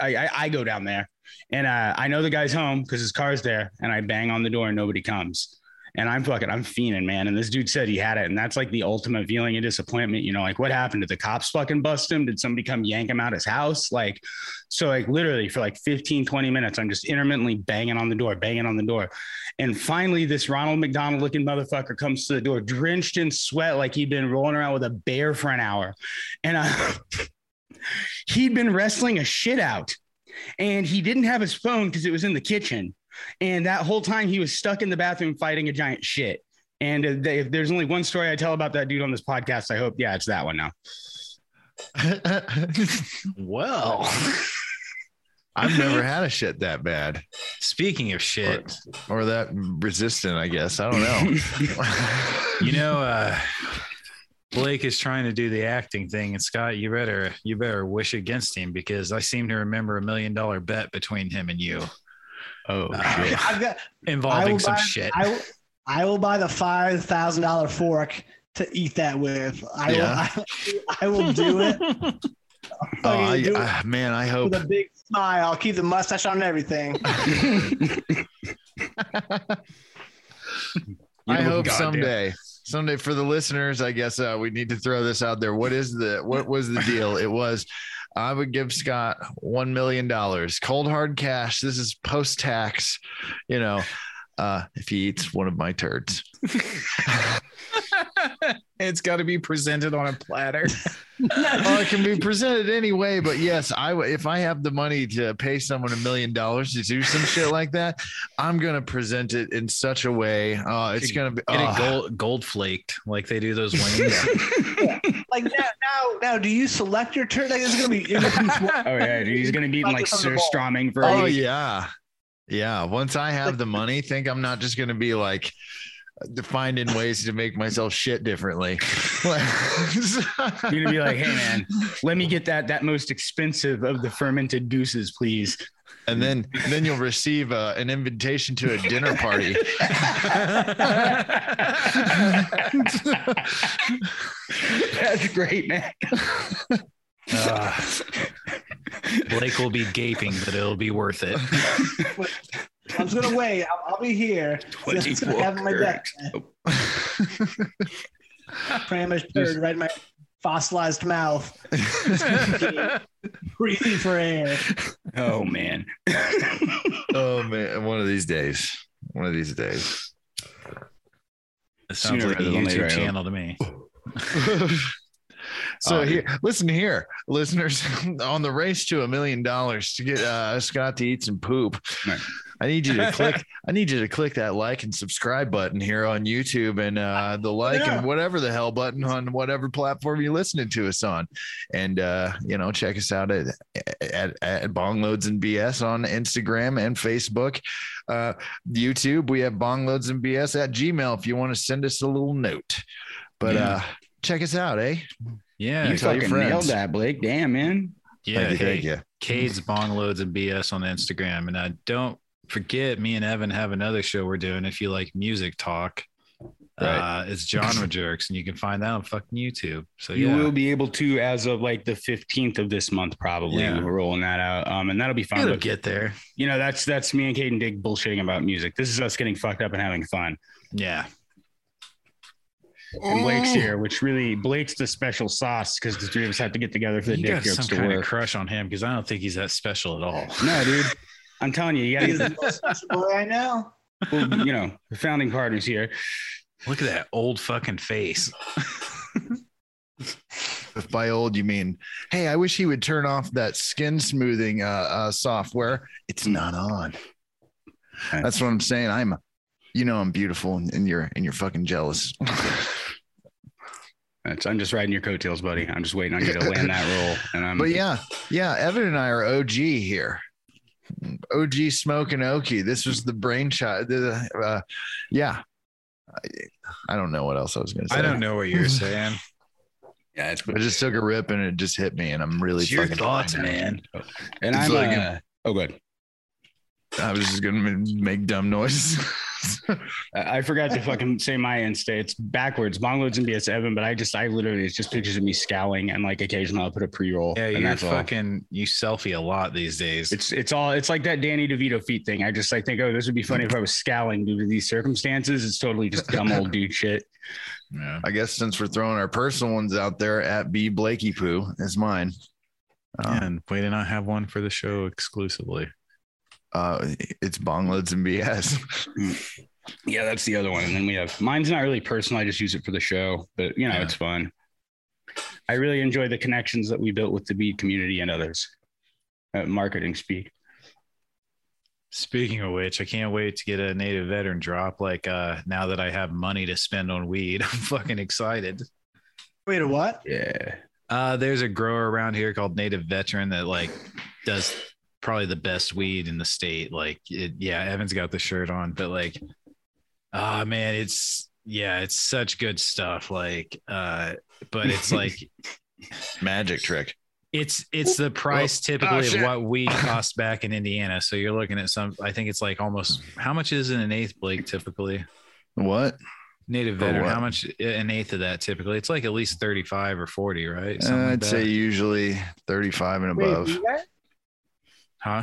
Speaker 1: I, I, I go down there and uh, I know the guy's home because his car's there and I bang on the door and nobody comes. And I'm fucking, I'm fiending, man. And this dude said he had it. And that's like the ultimate feeling of disappointment. You know, like what happened? Did the cops fucking bust him? Did somebody come yank him out his house? Like, so like literally for like 15, 20 minutes, I'm just intermittently banging on the door, banging on the door. And finally, this Ronald McDonald looking motherfucker comes to the door, drenched in sweat, like he'd been rolling around with a bear for an hour and uh, he'd been wrestling a shit out and he didn't have his phone because it was in the kitchen and that whole time he was stuck in the bathroom fighting a giant shit and uh, they, if there's only one story i tell about that dude on this podcast i hope yeah it's that one now
Speaker 3: Well,
Speaker 2: I've never had a shit that bad
Speaker 3: speaking of shit,
Speaker 2: or that resistant. I guess I don't know.
Speaker 3: you know, uh, Blake is trying to do the acting thing, and Scott, you better you better wish against him because I seem to remember a million dollar bet between him and you
Speaker 1: oh
Speaker 3: shit.
Speaker 4: I've got. I
Speaker 3: involving
Speaker 4: will
Speaker 3: some
Speaker 4: buy-
Speaker 3: shit.
Speaker 4: I will, I will buy the five thousand dollar fork to eat that with. I
Speaker 2: Yeah.
Speaker 4: will. I, I will do it. I'll fucking
Speaker 2: Oh, I,
Speaker 4: do it
Speaker 2: I- man, I hope
Speaker 4: with a big smile. I'll keep the mustache on and everything.
Speaker 2: I
Speaker 3: know,
Speaker 2: hope
Speaker 3: goddamn.
Speaker 2: someday, someday for the listeners, I guess uh, we need to throw this out there. What is the what was the deal? It was I would give Scott one million dollars, cold hard cash. This is post tax, you know. Uh, if he eats one of my turds,
Speaker 3: it's got to be presented on a platter.
Speaker 2: well, it can be presented anyway. But yes, I w- if I have the money to pay someone a million dollars to do some shit like that, I'm gonna present it in such a way. Oh, it's gonna be
Speaker 3: Get
Speaker 2: oh.
Speaker 3: it gold gold flaked like they do those wings.
Speaker 4: Like now, now, now, do you select your turn? Like it's gonna be. It's gonna be
Speaker 1: oh yeah dude he's gonna be eating like
Speaker 4: Focus on the
Speaker 1: sir
Speaker 4: ball.
Speaker 1: Stroming for
Speaker 2: Oh
Speaker 1: a week.
Speaker 2: yeah, yeah. Once I have the money, think I'm not just gonna be like finding ways to make myself shit differently. Like-
Speaker 1: You're gonna be like, hey man, let me get that that most expensive of the fermented gooses, please.
Speaker 2: and then then you'll receive uh, an invitation to a dinner party.
Speaker 1: That's great, man.
Speaker 3: Uh, Blake will be gaping, but it'll be worth it.
Speaker 4: I'm just gonna wait. I'll, I'll be here. Just gonna have it in my deck. Cram a turd right in my fossilized mouth, breathing for air.
Speaker 1: Oh man.
Speaker 2: oh man, one of these days. One of these days.
Speaker 3: It sounds
Speaker 1: Sooner
Speaker 3: like a
Speaker 1: rather than
Speaker 3: YouTube
Speaker 1: later, I hope.
Speaker 3: channel to me.
Speaker 2: So here, listen here, listeners, on the race to a million dollars to get uh, Scott to eat some poop.
Speaker 1: Right.
Speaker 2: I need you to click. I need you to click that like and subscribe button here on YouTube and uh, the like
Speaker 3: Yeah.
Speaker 2: and whatever the hell button on whatever platform you're listening to us on, and uh, you know check us out at at, at Bongloads and BS on Instagram and Facebook, uh, YouTube. We have Bongloads and BS at Gmail if you want to send us a little note. But
Speaker 3: Yeah.
Speaker 2: uh, check us out, eh?
Speaker 3: Yeah.
Speaker 1: You
Speaker 2: tell your
Speaker 1: fucking
Speaker 2: friends.
Speaker 1: nailed that, Blake. Damn, man.
Speaker 3: yeah.
Speaker 2: thank you,
Speaker 3: hey,
Speaker 2: thank you.
Speaker 3: Cade's bong loads and BS on Instagram. And uh, don't forget, me and Evan have another show we're doing if you like music talk. Uh, it's Genre Jerks, and you can find that on fucking YouTube. So,
Speaker 1: You
Speaker 3: yeah.
Speaker 1: will be able to as of like the 15th of this month, probably.
Speaker 3: Yeah.
Speaker 1: We're rolling that out. Um, and that'll be fun.
Speaker 3: It'll
Speaker 1: But,
Speaker 3: get there.
Speaker 1: you know, that's that's me and Caden Dig bullshitting about music. This is us getting fucked up and having fun.
Speaker 3: Yeah.
Speaker 1: And Blake's here, which really Blake's the special sauce because the three of us have to get together for the
Speaker 3: you
Speaker 1: dick
Speaker 3: got
Speaker 1: jokes
Speaker 3: some
Speaker 1: to
Speaker 3: kind of
Speaker 1: work.
Speaker 3: crush on him because I don't think he's that special at all.
Speaker 1: No, dude. I'm telling you, you
Speaker 4: He's
Speaker 1: gotta
Speaker 4: the most special boy I know.
Speaker 1: well, you know, the founding partners here.
Speaker 3: Look at that old fucking face.
Speaker 2: If by old you mean, hey, I wish he would turn off that skin smoothing uh, uh, software. It's
Speaker 3: Hmm.
Speaker 2: not on.
Speaker 1: Okay.
Speaker 2: That's what I'm saying. I'm, you know, I'm beautiful, and, and you're and you're fucking jealous.
Speaker 1: That's, I'm just riding your coattails, buddy. I'm just waiting on you to land that role. And I'm
Speaker 2: but yeah, yeah, Evan and I are OG here. OG Smoke and Okie. This was the brainchild. The, uh, yeah, I, I don't know what else I was gonna say.
Speaker 3: I don't know what you're saying.
Speaker 1: yeah, it's
Speaker 2: I just took a rip and it just hit me, and I'm really
Speaker 3: It's your
Speaker 2: fucking
Speaker 3: thoughts, man.
Speaker 1: and
Speaker 2: it's
Speaker 1: I'm
Speaker 2: like
Speaker 1: uh, oh good.
Speaker 2: I was just gonna ma- make dumb noises.
Speaker 1: I I forgot to fucking say my end state. It's backwards. Bongloads and BS Evan, but I just I literally it's just pictures of me scowling and like occasionally I'll put a pre-roll.
Speaker 3: Yeah,
Speaker 1: and
Speaker 3: you're
Speaker 1: that's all.
Speaker 3: fucking, you selfie a lot these days.
Speaker 1: It's it's all it's like that Danny DeVito feet thing. I just like think, oh, this would be funny if I was scowling due to these circumstances. It's totally just dumb old dude shit.
Speaker 3: yeah.
Speaker 2: I guess since we're throwing our personal ones out there, at B Blakey Poo is mine. Uh,
Speaker 3: And we did not have one for the show exclusively.
Speaker 2: uh, it's bongloads and BS.
Speaker 1: Yeah, that's the other one. And then we have mine's not really personal. I just use it for the show, but you know,
Speaker 3: Yeah.
Speaker 1: it's fun. I really enjoy the connections that we built with the bead community and others. Uh, marketing speak.
Speaker 3: Speaking of which, I can't wait to get a native veteran drop. Like uh now that I have money to spend on weed, I'm fucking excited.
Speaker 4: Wait, a what?
Speaker 1: Yeah.
Speaker 3: Uh there's a grower around here called Native Veteran that like does probably the best weed in the state. Like it, yeah, Evan's got the shirt on, but like ah man, it's yeah, it's such good stuff. Like uh but it's like
Speaker 2: Magic trick.
Speaker 3: it's it's the price
Speaker 2: Oh,
Speaker 3: typically
Speaker 2: shit.
Speaker 3: of what weed cost back in Indiana. So you're looking at some I think it's like almost how much is in an eighth Blake typically?
Speaker 2: What?
Speaker 3: Native
Speaker 2: For
Speaker 3: veteran,
Speaker 2: what?
Speaker 3: how much uh, an eighth of that typically? It's like at least 35 or 40, right?
Speaker 2: Uh,
Speaker 3: Something like
Speaker 2: I'd
Speaker 3: that.
Speaker 2: say usually 35 and above.
Speaker 4: Wait, you guys?
Speaker 3: huh?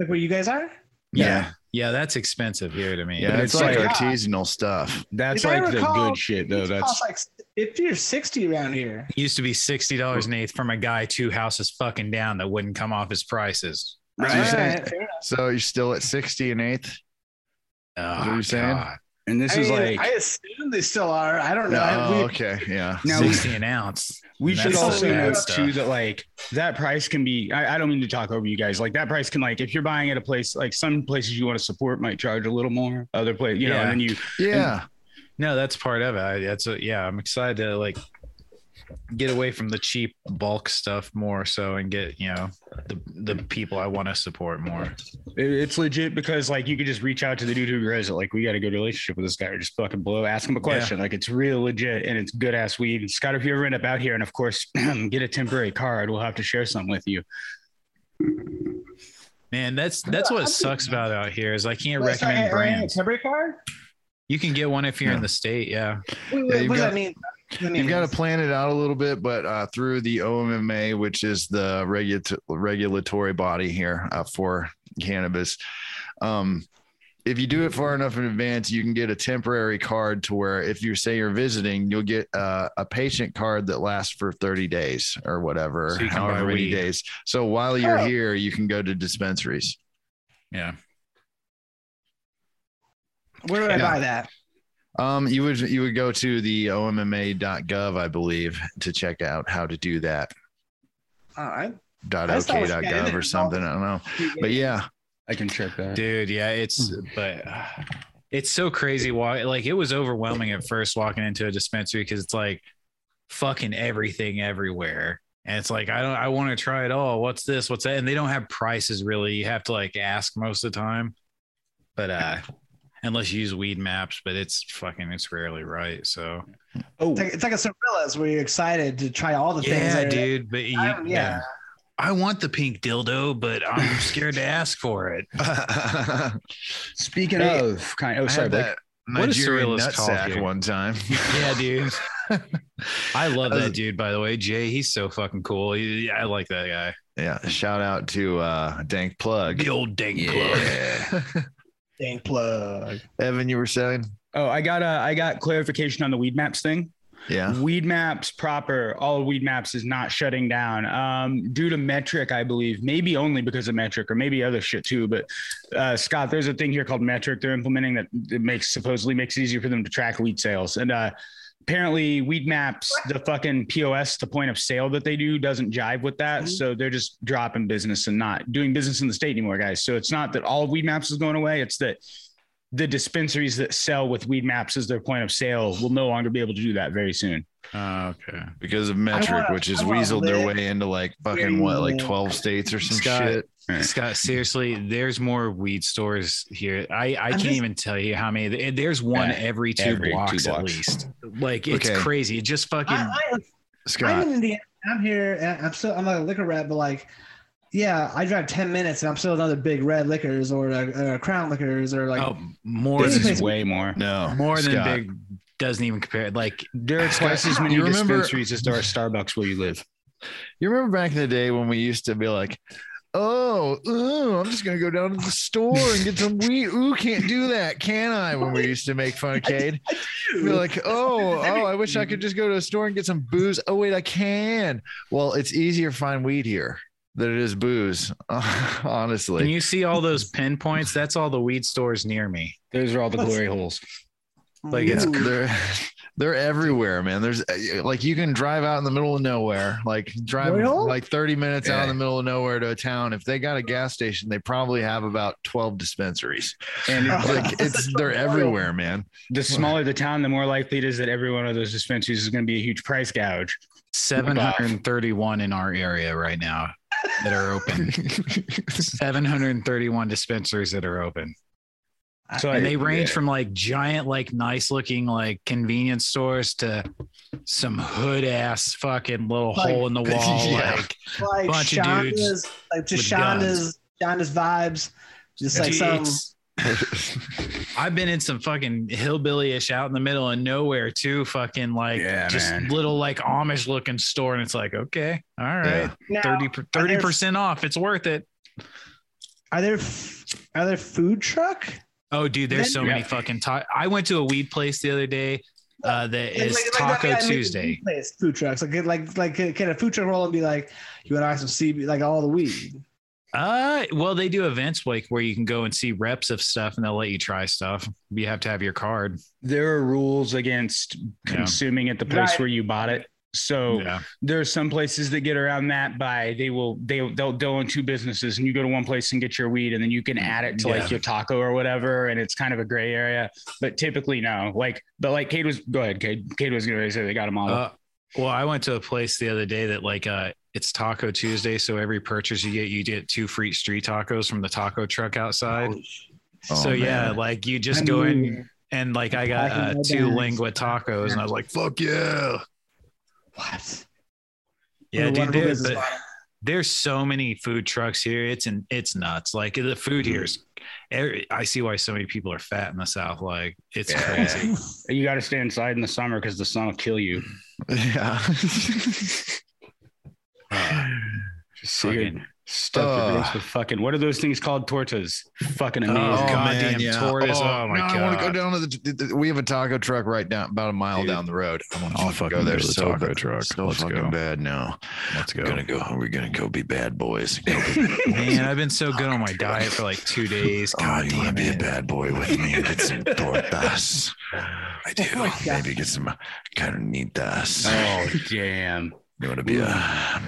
Speaker 4: Like where you guys are?
Speaker 3: Yeah.
Speaker 2: Yeah.
Speaker 3: yeah. that's expensive here to me.
Speaker 2: yeah,
Speaker 1: But
Speaker 2: it's,
Speaker 1: it's
Speaker 2: like,
Speaker 1: like-
Speaker 2: artisanal stuff.
Speaker 1: That's
Speaker 4: If I
Speaker 1: like the
Speaker 4: recall,
Speaker 1: good shit though.
Speaker 4: it
Speaker 1: Oh, That's
Speaker 4: costs like fifty or sixty around here.
Speaker 3: It used to be $60 an eighth from a guy two houses fucking down that wouldn't come off his prices.
Speaker 2: Right.
Speaker 4: All
Speaker 2: saying-
Speaker 4: fair enough.
Speaker 2: So you're still at 60 and eighth.
Speaker 3: Oh,
Speaker 2: you're saying?
Speaker 3: God.
Speaker 1: and this
Speaker 4: I
Speaker 1: is
Speaker 4: mean,
Speaker 1: like
Speaker 4: I assume they still are. I don't know. I-
Speaker 2: No,
Speaker 4: we-
Speaker 2: Oh, okay. Yeah.
Speaker 1: Now we-
Speaker 3: 60 an ounce.
Speaker 1: we
Speaker 3: And
Speaker 1: should
Speaker 4: that's the
Speaker 1: also
Speaker 4: bad
Speaker 1: note
Speaker 3: stuff.
Speaker 1: too that like that price can be I, I don't mean to talk over you guys like that price can like if you're buying at a place like some places you want to support might charge a little more other place you know
Speaker 3: Yeah.
Speaker 1: and then you
Speaker 2: Yeah.
Speaker 3: No, that's part of it. I, that's a, yeah, I'm excited to like get away from the cheap bulk stuff more so and get, you know, the the people I want to support more.
Speaker 1: it- it's legit because like you could just reach out to the dude who grows it like we got a good relationship with this guy or just fucking blow ask him a question like it's real legit and it's good ass weed and Scott if you ever end up out here and of course get a temporary card we'll have to share some with you
Speaker 3: Man, that's that's what sucks about out here is I can't
Speaker 4: Wait, sorry,
Speaker 3: recommend
Speaker 4: are you getting
Speaker 3: brands.
Speaker 4: A temporary card?
Speaker 3: You can get one if you're
Speaker 2: Yeah.
Speaker 3: in the state. Yeah.
Speaker 2: Yeah,
Speaker 4: Wait, wait,
Speaker 2: you've
Speaker 4: what does
Speaker 2: got-
Speaker 4: that mean? What does that
Speaker 2: You've
Speaker 4: mean?
Speaker 2: got to plan it out a little bit, but uh, through the OMMA, which is the regula- regulatory body here uh, for cannabis, um, if you do it far enough in advance, you can get a temporary card to where if you say you're visiting, you'll get uh, a patient card that lasts for 30 days or whatever,
Speaker 3: So you can buy
Speaker 2: however many
Speaker 3: weed.
Speaker 2: days. So while you're
Speaker 4: Oh.
Speaker 2: here, you can go to dispensaries.
Speaker 3: Yeah.
Speaker 4: Where do I
Speaker 2: Yeah.
Speaker 4: buy that?
Speaker 2: Um, you would you would go to the omma.gov, I believe, to check out how to do that.
Speaker 4: Uh, I,
Speaker 2: Dot
Speaker 4: That's not what you got in
Speaker 2: .ok.gov
Speaker 4: there.
Speaker 2: or something. I don't know. But yeah,
Speaker 1: I can check that.
Speaker 3: dude yeah it's but uh, it's so crazy why like it was overwhelming at first walking into a dispensary because it's like fucking everything everywhere and it's like i don't i want to try it all what's this what's that and they don't have prices really you have to like ask most of the time but uh unless you use weed maps but it's fucking it's rarely right so
Speaker 1: Oh,
Speaker 4: it's, like, it's like a Cirillas where you're excited to try all the things.
Speaker 3: yeah
Speaker 4: that are-
Speaker 3: dude but you,
Speaker 4: Um, yeah.
Speaker 3: yeah i want the pink dildo but i'm scared to ask for it
Speaker 2: Oh,
Speaker 1: speaking
Speaker 2: Hey,
Speaker 1: of kind. Oh,
Speaker 2: I
Speaker 1: sorry,
Speaker 2: had
Speaker 1: Blake.
Speaker 2: that
Speaker 3: What is
Speaker 2: Nigerian
Speaker 3: Cyril's called
Speaker 2: nutsack
Speaker 3: here?
Speaker 2: one time.
Speaker 3: Yeah, dude. I love
Speaker 2: That was-
Speaker 3: that dude, by the way. Jay, he's so fucking cool. He- I like that guy.
Speaker 2: Yeah, shout out to uh, Dank Plug.
Speaker 3: The old dank plug.
Speaker 2: Yeah.
Speaker 4: Dang plug.
Speaker 2: Evan, you were saying?
Speaker 1: Oh, I got uh, I got clarification on the weed maps thing.
Speaker 2: Yeah.
Speaker 1: Weed Maps proper, all of Weed Maps is not shutting down um, due to metric, I believe. Maybe only because of metric, or maybe other shit too. But uh, Scott, there's a thing here called metric they're implementing that, that makes supposedly makes it easier for them to track weed sales. And uh, apparently, Weed Maps, the fucking POS, the point of sale that they do, doesn't jive with that. So they're just dropping business and not doing business in the state anymore, guys. So it's not that all of Weed Maps is going away; it's that the dispensaries that sell with Weed Maps as their point of sale will no longer be able to do that very soon.
Speaker 3: Oh, okay.
Speaker 2: Because of metric,
Speaker 4: wanna-
Speaker 2: which has
Speaker 4: I wanna
Speaker 2: weaseled their
Speaker 4: live
Speaker 2: way into like
Speaker 4: where
Speaker 2: fucking
Speaker 4: you
Speaker 2: what, like
Speaker 4: live.
Speaker 2: 12 states or some
Speaker 3: Scott,
Speaker 2: shit.
Speaker 3: Scott, seriously, there's more weed stores here. I, I can't
Speaker 4: just-
Speaker 3: even tell you how many. There- There's one
Speaker 1: Yeah,
Speaker 3: every, two,
Speaker 1: every two
Speaker 3: blocks at
Speaker 1: blocks.
Speaker 3: least. Like, it's
Speaker 2: Okay.
Speaker 3: crazy. It just fucking.
Speaker 4: I, I, I'm
Speaker 2: Scott,
Speaker 4: in Indiana. I'm here, and I'm still. I'm not a liquor rat, but like, yeah, I drive ten minutes, and I'm still another big red liquors or uh, uh, Crown liquors or like.
Speaker 3: oh, more
Speaker 1: This
Speaker 4: This
Speaker 3: than,
Speaker 1: is
Speaker 4: is
Speaker 1: way more.
Speaker 2: no.
Speaker 3: more than
Speaker 2: Scott.
Speaker 3: big. Doesn't even compare. Like,
Speaker 1: There are twice as many
Speaker 2: you remember-
Speaker 1: dispensaries as there are Starbucks where you live.
Speaker 2: You remember back in the day when we used to be like, oh, ooh, I'm just going to go down to the store and get some weed. Ooh, can't do that, can I? When we used to make Funcade. Be like, oh, oh, I wish I could just go to a store and get some booze. Oh, wait, I can. Well, it's easier to find weed here than it is booze,
Speaker 3: can
Speaker 2: honestly.
Speaker 3: you see all those pinpoints? That's all the weed stores near me.
Speaker 1: Those are all the
Speaker 4: What's-
Speaker 1: glory holes.
Speaker 3: like, it's
Speaker 2: Yeah,
Speaker 4: Ooh.
Speaker 2: they're, they're everywhere, man. There's uh, like you can drive out in the middle of nowhere, like drive
Speaker 4: Really?
Speaker 2: like 30 minutes out
Speaker 1: Yeah.
Speaker 2: in the middle of nowhere to a town. If they got a gas station, they probably have about 12 dispensaries.
Speaker 1: And
Speaker 2: Like it's they're everywhere, man.
Speaker 1: the smaller the town, the more likely it is that every one of those dispensaries is going to be a huge price gouge.
Speaker 3: 731 in our area right now that are open. 731 dispensaries that are open.
Speaker 1: So
Speaker 3: And they
Speaker 1: I-
Speaker 3: range from like giant, like nice looking, like convenience stores to some hood ass fucking little
Speaker 4: Like-
Speaker 3: hole in the wall.
Speaker 2: Yeah.
Speaker 3: Like,
Speaker 4: like
Speaker 3: bunch of dudes
Speaker 4: Shonda's, like just
Speaker 3: with guns.
Speaker 4: Shonda's, Shonda's vibes, just like
Speaker 3: dude,
Speaker 4: some.
Speaker 3: it's- I've been in some fucking hillbilly ish out in the middle of nowhere too, fucking like
Speaker 1: Yeah,
Speaker 3: just
Speaker 1: man.
Speaker 3: little like Amish looking store. And it's like, okay, all right,
Speaker 2: Yeah.
Speaker 4: Now,
Speaker 3: 30 30% off. It's worth it.
Speaker 4: are there f- are there food truck?
Speaker 3: Oh, dude, there's
Speaker 4: Then-
Speaker 3: so many
Speaker 1: Yeah.
Speaker 3: fucking. Ta- I went to a weed place the other day. Uh, that
Speaker 4: Like-
Speaker 3: is
Speaker 4: like- like that
Speaker 3: Taco
Speaker 4: guy made the
Speaker 3: Tuesday.
Speaker 4: food place, food trucks, like like like can a food truck roll and be like, you want to have some CB, like all the weed?
Speaker 3: Uh, well, they do events like where you can go and see reps of stuff, and they'll let you try stuff. You have to have your card.
Speaker 1: there are rules against
Speaker 3: Yeah.
Speaker 1: consuming at the place
Speaker 4: Right.
Speaker 1: where you bought it.
Speaker 2: Oh.
Speaker 1: So
Speaker 3: yeah.
Speaker 1: there are some places that get around that by they will they they'll they'll own two businesses and you go to one place and get your weed and then you can add it to
Speaker 3: Yeah.
Speaker 1: like your taco or whatever and it's kind of a gray area. But typically no, like but like Cade was go ahead, Cade. Cade was going to say they got them all.
Speaker 3: Uh, well, I went to a place the other day that like uh, it's Taco Tuesday, so every purchase you get, you get two free street tacos from the taco truck outside.
Speaker 2: Oh,
Speaker 3: so yeah,
Speaker 2: man.
Speaker 3: like you just
Speaker 4: I
Speaker 3: go in
Speaker 4: mean,
Speaker 3: and like I got
Speaker 4: Packing
Speaker 3: uh,
Speaker 4: my
Speaker 3: two
Speaker 4: bags.
Speaker 3: lingua tacos, and I was like, fuck yeah,
Speaker 4: What?
Speaker 3: yeah,
Speaker 4: What a
Speaker 3: dude.
Speaker 4: wonderful
Speaker 3: there-
Speaker 4: business
Speaker 3: but-
Speaker 4: model.
Speaker 3: there's so many food trucks here. It's and it's nuts. Like the food
Speaker 1: Mm-hmm.
Speaker 3: here is. every- I see why so many people are fat in the South. Like it's
Speaker 2: Yeah.
Speaker 3: crazy.
Speaker 1: You got to stay inside in the summer because the sun will kill you.
Speaker 2: Yeah.
Speaker 3: Uh,
Speaker 1: Just
Speaker 3: fucking-
Speaker 1: fucking stuff your face with fucking. What are those things called? Tortas. Fucking
Speaker 3: Oh,
Speaker 1: amazing.
Speaker 3: God. goddamn tortoise. Oh, my
Speaker 2: no, I want to go
Speaker 3: God.
Speaker 2: down to the, the- the- We have a taco truck right down about a mile
Speaker 3: Dude.
Speaker 2: down the road. I want
Speaker 3: I'll fucking go to the taco
Speaker 2: bad-
Speaker 3: truck.
Speaker 2: So
Speaker 3: Let's
Speaker 2: fucking
Speaker 3: go.
Speaker 2: bad now.
Speaker 3: let's
Speaker 2: We're gonna go. We're gonna go be bad boys. Go be
Speaker 3: Man, I've been so good on my diet for like two days.
Speaker 2: Oh,
Speaker 3: God
Speaker 2: you want
Speaker 3: damn
Speaker 2: to be a
Speaker 3: it. Oh,
Speaker 2: bad boy with me and get some tortas? I do.
Speaker 4: my God.
Speaker 2: Maybe get some kind of need this.
Speaker 1: Oh damn!
Speaker 2: You want to be a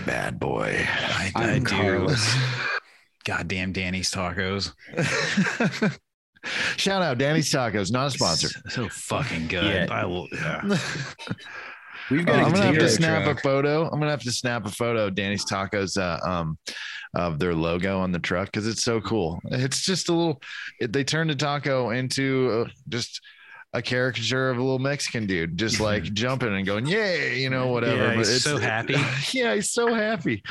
Speaker 2: bad boy.
Speaker 3: I,
Speaker 1: I'm
Speaker 3: I do.
Speaker 1: Carlos.
Speaker 3: Goddamn Danny's tacos.
Speaker 2: Shout out Danny's Tacos, not a sponsor.
Speaker 3: S- So fucking good.
Speaker 1: Yeah.
Speaker 3: I will. Yeah.
Speaker 1: We've
Speaker 2: Uh,
Speaker 1: got.
Speaker 2: I'm
Speaker 1: a
Speaker 2: gonna have to
Speaker 1: potato
Speaker 2: snap
Speaker 1: truck.
Speaker 2: a photo. I'm gonna have to snap a photo of Danny's Tacos uh, um, of their logo on the truck because it's so cool. It's just a little. it- They turned a taco into uh, just a caricature of a little Mexican dude, just like jumping and going, "Yay!" You know, whatever.
Speaker 3: Yeah, he's
Speaker 2: it's
Speaker 3: so happy.
Speaker 2: yeah, he's so happy.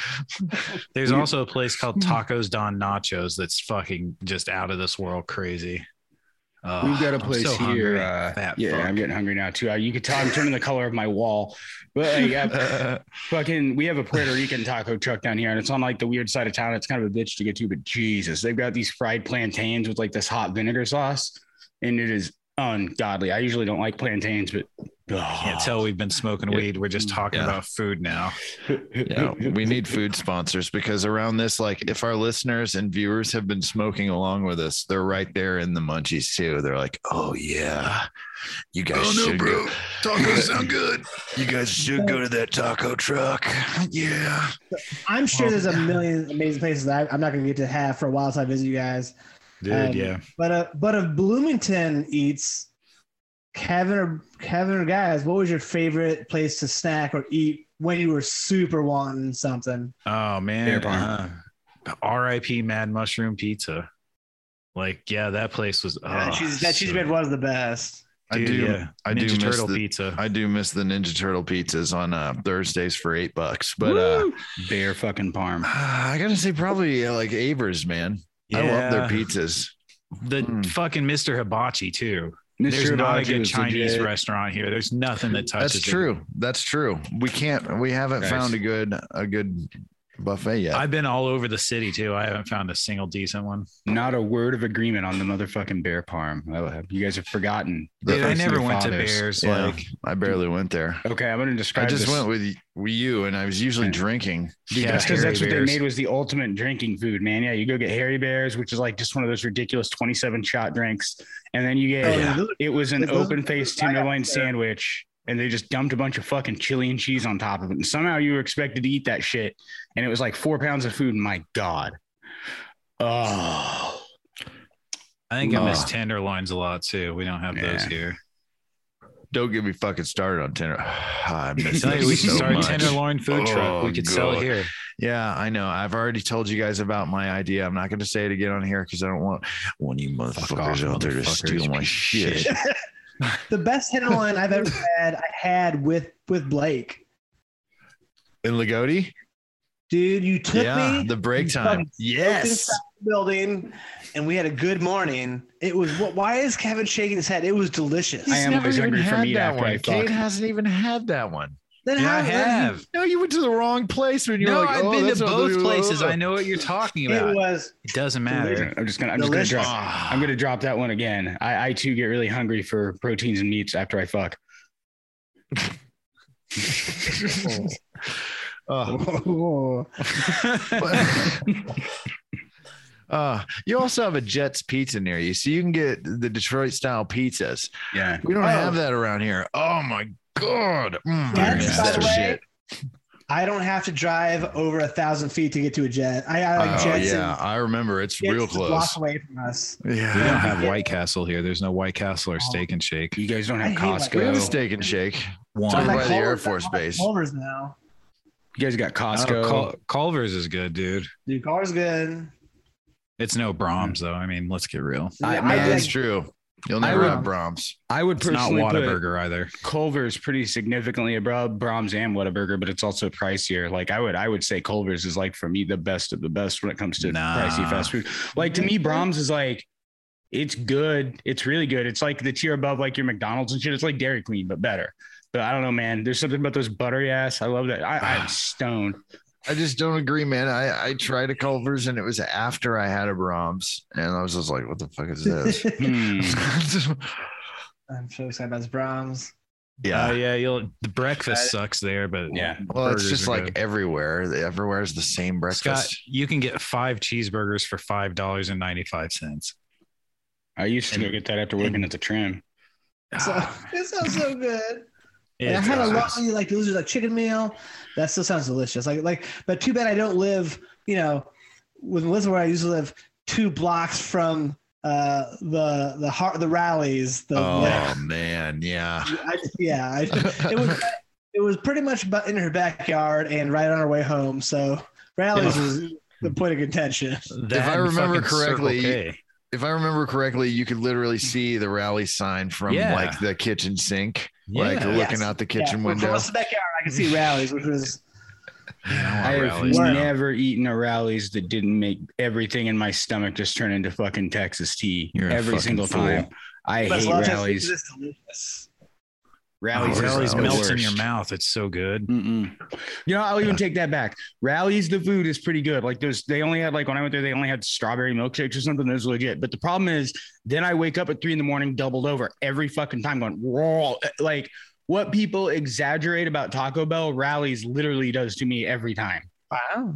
Speaker 3: There's also a place called
Speaker 2: Hmm.
Speaker 3: Tacos Don Nachos that's fucking just out of this world crazy. Oh,
Speaker 1: We've got a
Speaker 3: I'm
Speaker 1: place
Speaker 3: so
Speaker 1: here.
Speaker 3: hungry.
Speaker 1: Uh,
Speaker 3: Fat
Speaker 1: yeah,
Speaker 3: fuck.
Speaker 1: I'm getting hungry now too. Uh, you can tell I'm turning the color of my wall, but like, uh, fucking, we have a Puerto Rican taco truck down here, and it's on like the weird side of town. It's kind of a bitch to get to, but Jesus, they've got these fried plantains with like this hot vinegar sauce, and it is ungodly. I usually don't like plantains, but oh.
Speaker 3: Can't tell we've been smoking
Speaker 2: Yeah.
Speaker 3: weed. We're just talking
Speaker 2: Yeah.
Speaker 3: about food now.
Speaker 2: yeah, we need food sponsors because around this, like, if our listeners and viewers have been smoking along with us, they're right there in the munchies too. They're like, "Oh yeah, you guys should go.
Speaker 3: Oh, Tacos
Speaker 2: sound
Speaker 3: good.
Speaker 2: You guys should go to that taco truck. Yeah,
Speaker 4: I'm sure there's a million amazing places that I, I'm not going to get to have for a while until I visit you guys.
Speaker 3: Dude,
Speaker 4: Um,
Speaker 3: yeah.
Speaker 4: But uh, but if Bloomington eats, Kevin or Kevin or guys, what was your favorite place to snack or eat when you were super wanting something?
Speaker 3: Oh
Speaker 1: Bear
Speaker 3: man.
Speaker 1: barn.
Speaker 3: uh, R.I.P. Mad Mushroom Pizza. Like, yeah, that place was.
Speaker 4: that
Speaker 3: oh,
Speaker 4: cheese, that cheese
Speaker 3: so-
Speaker 4: bread was the best.
Speaker 2: I
Speaker 3: dude,
Speaker 2: do.
Speaker 3: Yeah.
Speaker 2: I do
Speaker 3: Ninja
Speaker 2: miss
Speaker 3: Turtle
Speaker 2: the-
Speaker 3: Pizza.
Speaker 2: I do miss the Ninja Turtle pizzas on uh, Thursdays for eight bucks, but uh,
Speaker 1: Woo! bear fucking parm.
Speaker 2: I gotta say, probably uh, like Avers, man. I love their
Speaker 3: Yeah.
Speaker 2: pizzas.
Speaker 3: The
Speaker 2: Mm.
Speaker 3: fucking Mr. Hibachi too. There's
Speaker 1: Mr.
Speaker 3: not a
Speaker 1: Rogers
Speaker 3: good
Speaker 1: is
Speaker 3: Chinese
Speaker 1: legit.
Speaker 3: restaurant here. There's nothing that touches.
Speaker 2: That's
Speaker 3: it.
Speaker 2: true. That's true. We can't. We haven't
Speaker 1: Nice.
Speaker 2: found a good a good buffet yet.
Speaker 3: I've been all over the city too. I haven't found a single decent one.
Speaker 1: Not a word of agreement on the motherfucking bear parm. I- You guys have forgotten.
Speaker 2: Dude,
Speaker 3: I
Speaker 1: First
Speaker 3: never
Speaker 1: of
Speaker 3: went to
Speaker 1: fathers.
Speaker 3: Bears.
Speaker 2: Yeah.
Speaker 3: Like,
Speaker 2: I barely went there.
Speaker 1: Okay, I'm gonna
Speaker 2: I
Speaker 1: describe.
Speaker 2: just
Speaker 1: this.
Speaker 2: went with, y- with you, and I was usually
Speaker 1: Yeah.
Speaker 2: drinking.
Speaker 1: Dude, that's because
Speaker 3: Harry
Speaker 1: that's what
Speaker 3: Bears.
Speaker 1: they made was the ultimate drinking food, man. Yeah, you go get Harry Bears, which is like just one of those ridiculous 27 shot drinks. And then you get
Speaker 4: Oh, those are-
Speaker 1: it was an
Speaker 4: It was-
Speaker 1: open faced
Speaker 4: I got
Speaker 1: tenderloin
Speaker 4: there.
Speaker 1: sandwich, and they just dumped a bunch of fucking chili and cheese on top of it. And somehow you were expected to eat that shit, and it was like four pounds of food. My God. Oh
Speaker 3: I think I miss
Speaker 2: Ugh.
Speaker 3: tenderloins a lot too. We don't have those
Speaker 1: Yeah.
Speaker 3: here.
Speaker 2: Don't get me fucking started on tender. I
Speaker 3: I
Speaker 2: miss
Speaker 3: tell you,
Speaker 2: those
Speaker 3: we should
Speaker 2: so
Speaker 3: start a
Speaker 2: much.
Speaker 3: tenderloin food truck.
Speaker 2: Oh,
Speaker 3: We could sell it
Speaker 2: God.
Speaker 3: here.
Speaker 2: Yeah, I know. I've already told you guys about my idea. I'm not going to say it again on here because I don't want one of you
Speaker 3: Fuck off,
Speaker 2: motherfuckers out there to
Speaker 3: motherfuckers.
Speaker 2: steal my shit.
Speaker 4: The best head line I've ever had, I had with with Blake.
Speaker 2: In Lagodi?
Speaker 4: Dude, you took
Speaker 2: Yeah,
Speaker 4: me
Speaker 2: the break
Speaker 4: You
Speaker 2: time.
Speaker 4: fucking
Speaker 2: Yes.
Speaker 4: inside the building, and we had a good morning. It was what? Why is Kevin shaking his head? It was delicious.
Speaker 1: I am always hungry for meat
Speaker 2: that
Speaker 1: after I
Speaker 2: one. Kate
Speaker 1: fuck.
Speaker 2: hasn't even had that one.
Speaker 4: Then
Speaker 3: Yeah, I
Speaker 4: how-
Speaker 3: have.
Speaker 2: No, you went to the wrong place when you
Speaker 3: no,
Speaker 2: were like,
Speaker 3: I've
Speaker 2: oh,
Speaker 3: been
Speaker 2: that's
Speaker 3: to
Speaker 2: what-
Speaker 3: both places. I know what you're talking
Speaker 4: It
Speaker 3: about. It,
Speaker 4: was
Speaker 3: doesn't
Speaker 1: I'm
Speaker 3: matter.
Speaker 1: just gonna I'm just gonna
Speaker 4: Delicious.
Speaker 1: drop
Speaker 3: Ah.
Speaker 1: I'm gonna drop that one again. I, I too get really hungry for proteins and meats after I fuck.
Speaker 2: Oh. Uh, you also have a Jets pizza near you, so you can get the Detroit style pizzas.
Speaker 1: Yeah.
Speaker 2: We don't
Speaker 4: Oh.
Speaker 2: have that around here. Oh my god! Mm, I
Speaker 4: Jets,
Speaker 2: miss
Speaker 4: by
Speaker 2: that
Speaker 4: the way,
Speaker 2: shit.
Speaker 4: I don't have to drive over a thousand feet to get to a jet. I, I like
Speaker 2: oh,
Speaker 4: jets.
Speaker 2: yeah,
Speaker 4: and-
Speaker 2: I remember. It's
Speaker 4: jets
Speaker 2: real
Speaker 4: is a block
Speaker 2: close.
Speaker 4: away from us.
Speaker 3: We don't
Speaker 2: Yeah,
Speaker 3: have White Castle here. There's no White Castle or Steak and Shake.
Speaker 1: You guys don't
Speaker 4: I
Speaker 1: have
Speaker 4: hate like-
Speaker 2: we have a
Speaker 1: Costco.
Speaker 2: steak and shake.
Speaker 4: I
Speaker 2: Over
Speaker 3: One.
Speaker 2: by
Speaker 4: like
Speaker 2: the Air
Speaker 4: Culver's-
Speaker 2: Force
Speaker 4: I like
Speaker 2: Base.
Speaker 4: Culver's now,
Speaker 1: You guys got
Speaker 3: Oh,
Speaker 1: Costco.
Speaker 3: Cul- Culver's is good, dude.
Speaker 4: dude. Culver's good.
Speaker 3: It's no Brahms though. I mean, let's get real.
Speaker 1: I-
Speaker 4: I
Speaker 1: man,
Speaker 4: like-
Speaker 2: That's true. You'll
Speaker 1: I
Speaker 2: never
Speaker 1: would-
Speaker 2: have Brahms.
Speaker 1: I would
Speaker 3: It's not
Speaker 1: personally put
Speaker 3: Whataburger either.
Speaker 1: Culver's pretty significantly above Brahms and Whataburger, but it's also pricier. Like I would, I would say Culver's is like for me the best of the best when it comes to
Speaker 3: Nah.
Speaker 1: pricey fast food. Like to me, Brahms is like it's good. It's really good. It's like the tier above like your McDonald's and shit. It's like Dairy Queen, but better. But I don't know, man. There's something about those buttery ass. I love that. I, I'm stoned.
Speaker 2: I just don't agree, man. I, I tried a Culver's and it was after I had a Brahms, and I was just like, "What the fuck is this?"
Speaker 1: Hmm.
Speaker 4: I'm so excited about this Brahms.
Speaker 3: Oh
Speaker 2: yeah,
Speaker 3: yeah, you'll the breakfast sucks there, but
Speaker 1: Yeah.
Speaker 2: well, it's
Speaker 3: burgers
Speaker 2: just
Speaker 3: are
Speaker 2: like
Speaker 3: good.
Speaker 2: everywhere. Everywhere is the same breakfast.
Speaker 3: Scott, you can get five cheeseburgers for five dollars and ninety five cents.
Speaker 1: I used to go get that after working at the trim.
Speaker 4: So
Speaker 3: Ah,
Speaker 2: Ah.
Speaker 4: it sounds so good. And I had a lovely like those are like chicken meal. That still sounds delicious. Like like, but too bad I don't live. You know, with Elizabeth where I used to live, two blocks from uh, the the heart the rallies. The,
Speaker 2: oh
Speaker 4: the-
Speaker 2: man, yeah.
Speaker 4: I, yeah, I, it was it was pretty much bu- in her backyard and right on her way home. So rallies
Speaker 2: Yeah.
Speaker 4: was the point of contention.
Speaker 3: That
Speaker 2: If I
Speaker 3: and
Speaker 2: remember
Speaker 3: fucking Circle
Speaker 2: correctly,
Speaker 3: K.
Speaker 2: If I remember correctly, you could literally see the rally sign from
Speaker 3: Yeah.
Speaker 2: like the kitchen sink, like
Speaker 3: Yeah.
Speaker 2: looking
Speaker 4: Yes.
Speaker 2: out the
Speaker 4: Yeah,
Speaker 2: kitchen
Speaker 4: from
Speaker 2: window.
Speaker 4: across the backyard, I could see rallies, which was
Speaker 1: I
Speaker 2: Yeah, I want
Speaker 1: have
Speaker 2: rallies now.
Speaker 1: never eaten a rallies that didn't make everything in my stomach just turn into fucking Texas tea
Speaker 2: You're a
Speaker 1: every
Speaker 2: fucking
Speaker 1: single
Speaker 2: fool.
Speaker 1: time. I
Speaker 4: but a
Speaker 1: hate
Speaker 4: lot of times
Speaker 1: rallies.
Speaker 4: it's delicious.
Speaker 1: Rallies, is
Speaker 3: Oh, rallies
Speaker 1: the
Speaker 3: melts in
Speaker 1: worst. Mm,
Speaker 3: your mouth. It's so good.
Speaker 1: Mm-mm. You know, I'll even
Speaker 2: Yeah.
Speaker 1: take that back. Rallies, the food is pretty good. Like those, they only had like when I went there, they only had strawberry milkshakes or something. Those were legit. But the problem is, then I wake up at three in the morning, doubled over every fucking time, going raw. Eh, Like what people exaggerate about Taco Bell rallies literally does to me every time.
Speaker 4: Wow.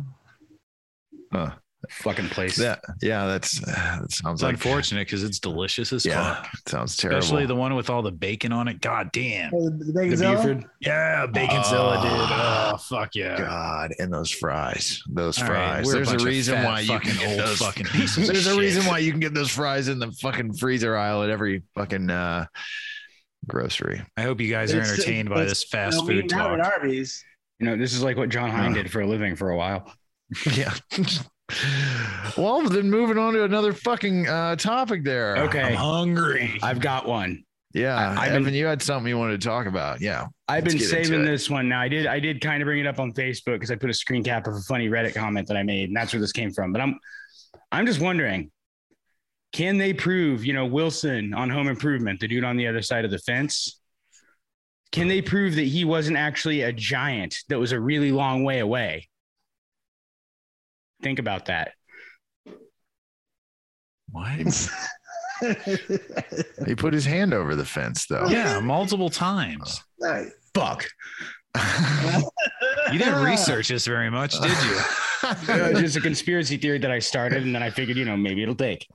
Speaker 2: Huh.
Speaker 1: Fucking place.
Speaker 2: That, yeah, that's that sounds
Speaker 3: It's
Speaker 2: like
Speaker 3: unfortunate because it's delicious as
Speaker 2: Yeah,
Speaker 3: fuck.
Speaker 2: sounds terrible.
Speaker 3: Especially the one with all the bacon on it. God damn.
Speaker 4: The, the
Speaker 1: The
Speaker 4: bacon zella?
Speaker 1: Buford.
Speaker 3: Yeah, bacon zilla, dude.
Speaker 2: Ah.
Speaker 3: Oh, fuck yeah.
Speaker 2: God, and those fries, those
Speaker 3: All
Speaker 2: fries.
Speaker 3: right, we're a
Speaker 2: There's a
Speaker 3: bunch of
Speaker 2: reason
Speaker 3: fat
Speaker 2: why you
Speaker 3: fucking
Speaker 2: can get
Speaker 3: old
Speaker 2: those.
Speaker 3: fucking pieces.
Speaker 2: There's
Speaker 3: of
Speaker 2: a reason
Speaker 3: shit.
Speaker 2: why you can get those fries in the fucking freezer aisle at every fucking uh, grocery.
Speaker 3: I hope you guys are
Speaker 4: It's-
Speaker 3: entertained by
Speaker 4: it's-
Speaker 3: this fast
Speaker 4: No, we
Speaker 3: food
Speaker 4: eat now
Speaker 3: talk.
Speaker 4: at Arby's.
Speaker 1: You know, this is like what John Hine
Speaker 2: Yeah.
Speaker 1: did for a living for a while.
Speaker 2: Yeah. well, then moving on to another fucking uh, topic there.
Speaker 1: Okay.
Speaker 3: I'm hungry.
Speaker 1: I've got one.
Speaker 2: Yeah,
Speaker 1: I- I've
Speaker 2: Evan,
Speaker 1: been-
Speaker 2: you had something you wanted to talk about. Yeah.
Speaker 1: I've
Speaker 2: Let's
Speaker 1: been
Speaker 2: get into
Speaker 1: saving
Speaker 2: it.
Speaker 1: this one. Now I did I did kind of bring it up on Facebook because I put a screen cap of a funny Reddit comment that I made, and that's where this came from. But I'm I'm just wondering, can they prove, you know, Wilson on home improvement, the dude on the other side of the fence? Can they prove that he wasn't actually a giant that was a really long way away? Think about that.
Speaker 3: What?
Speaker 2: He put his hand over the fence, though.
Speaker 3: Yeah, multiple times.
Speaker 4: Nice.
Speaker 1: Fuck.
Speaker 3: You didn't research this very much, did you?
Speaker 1: Uh, just a conspiracy theory that I started, and then I figured, you know, maybe it'll take.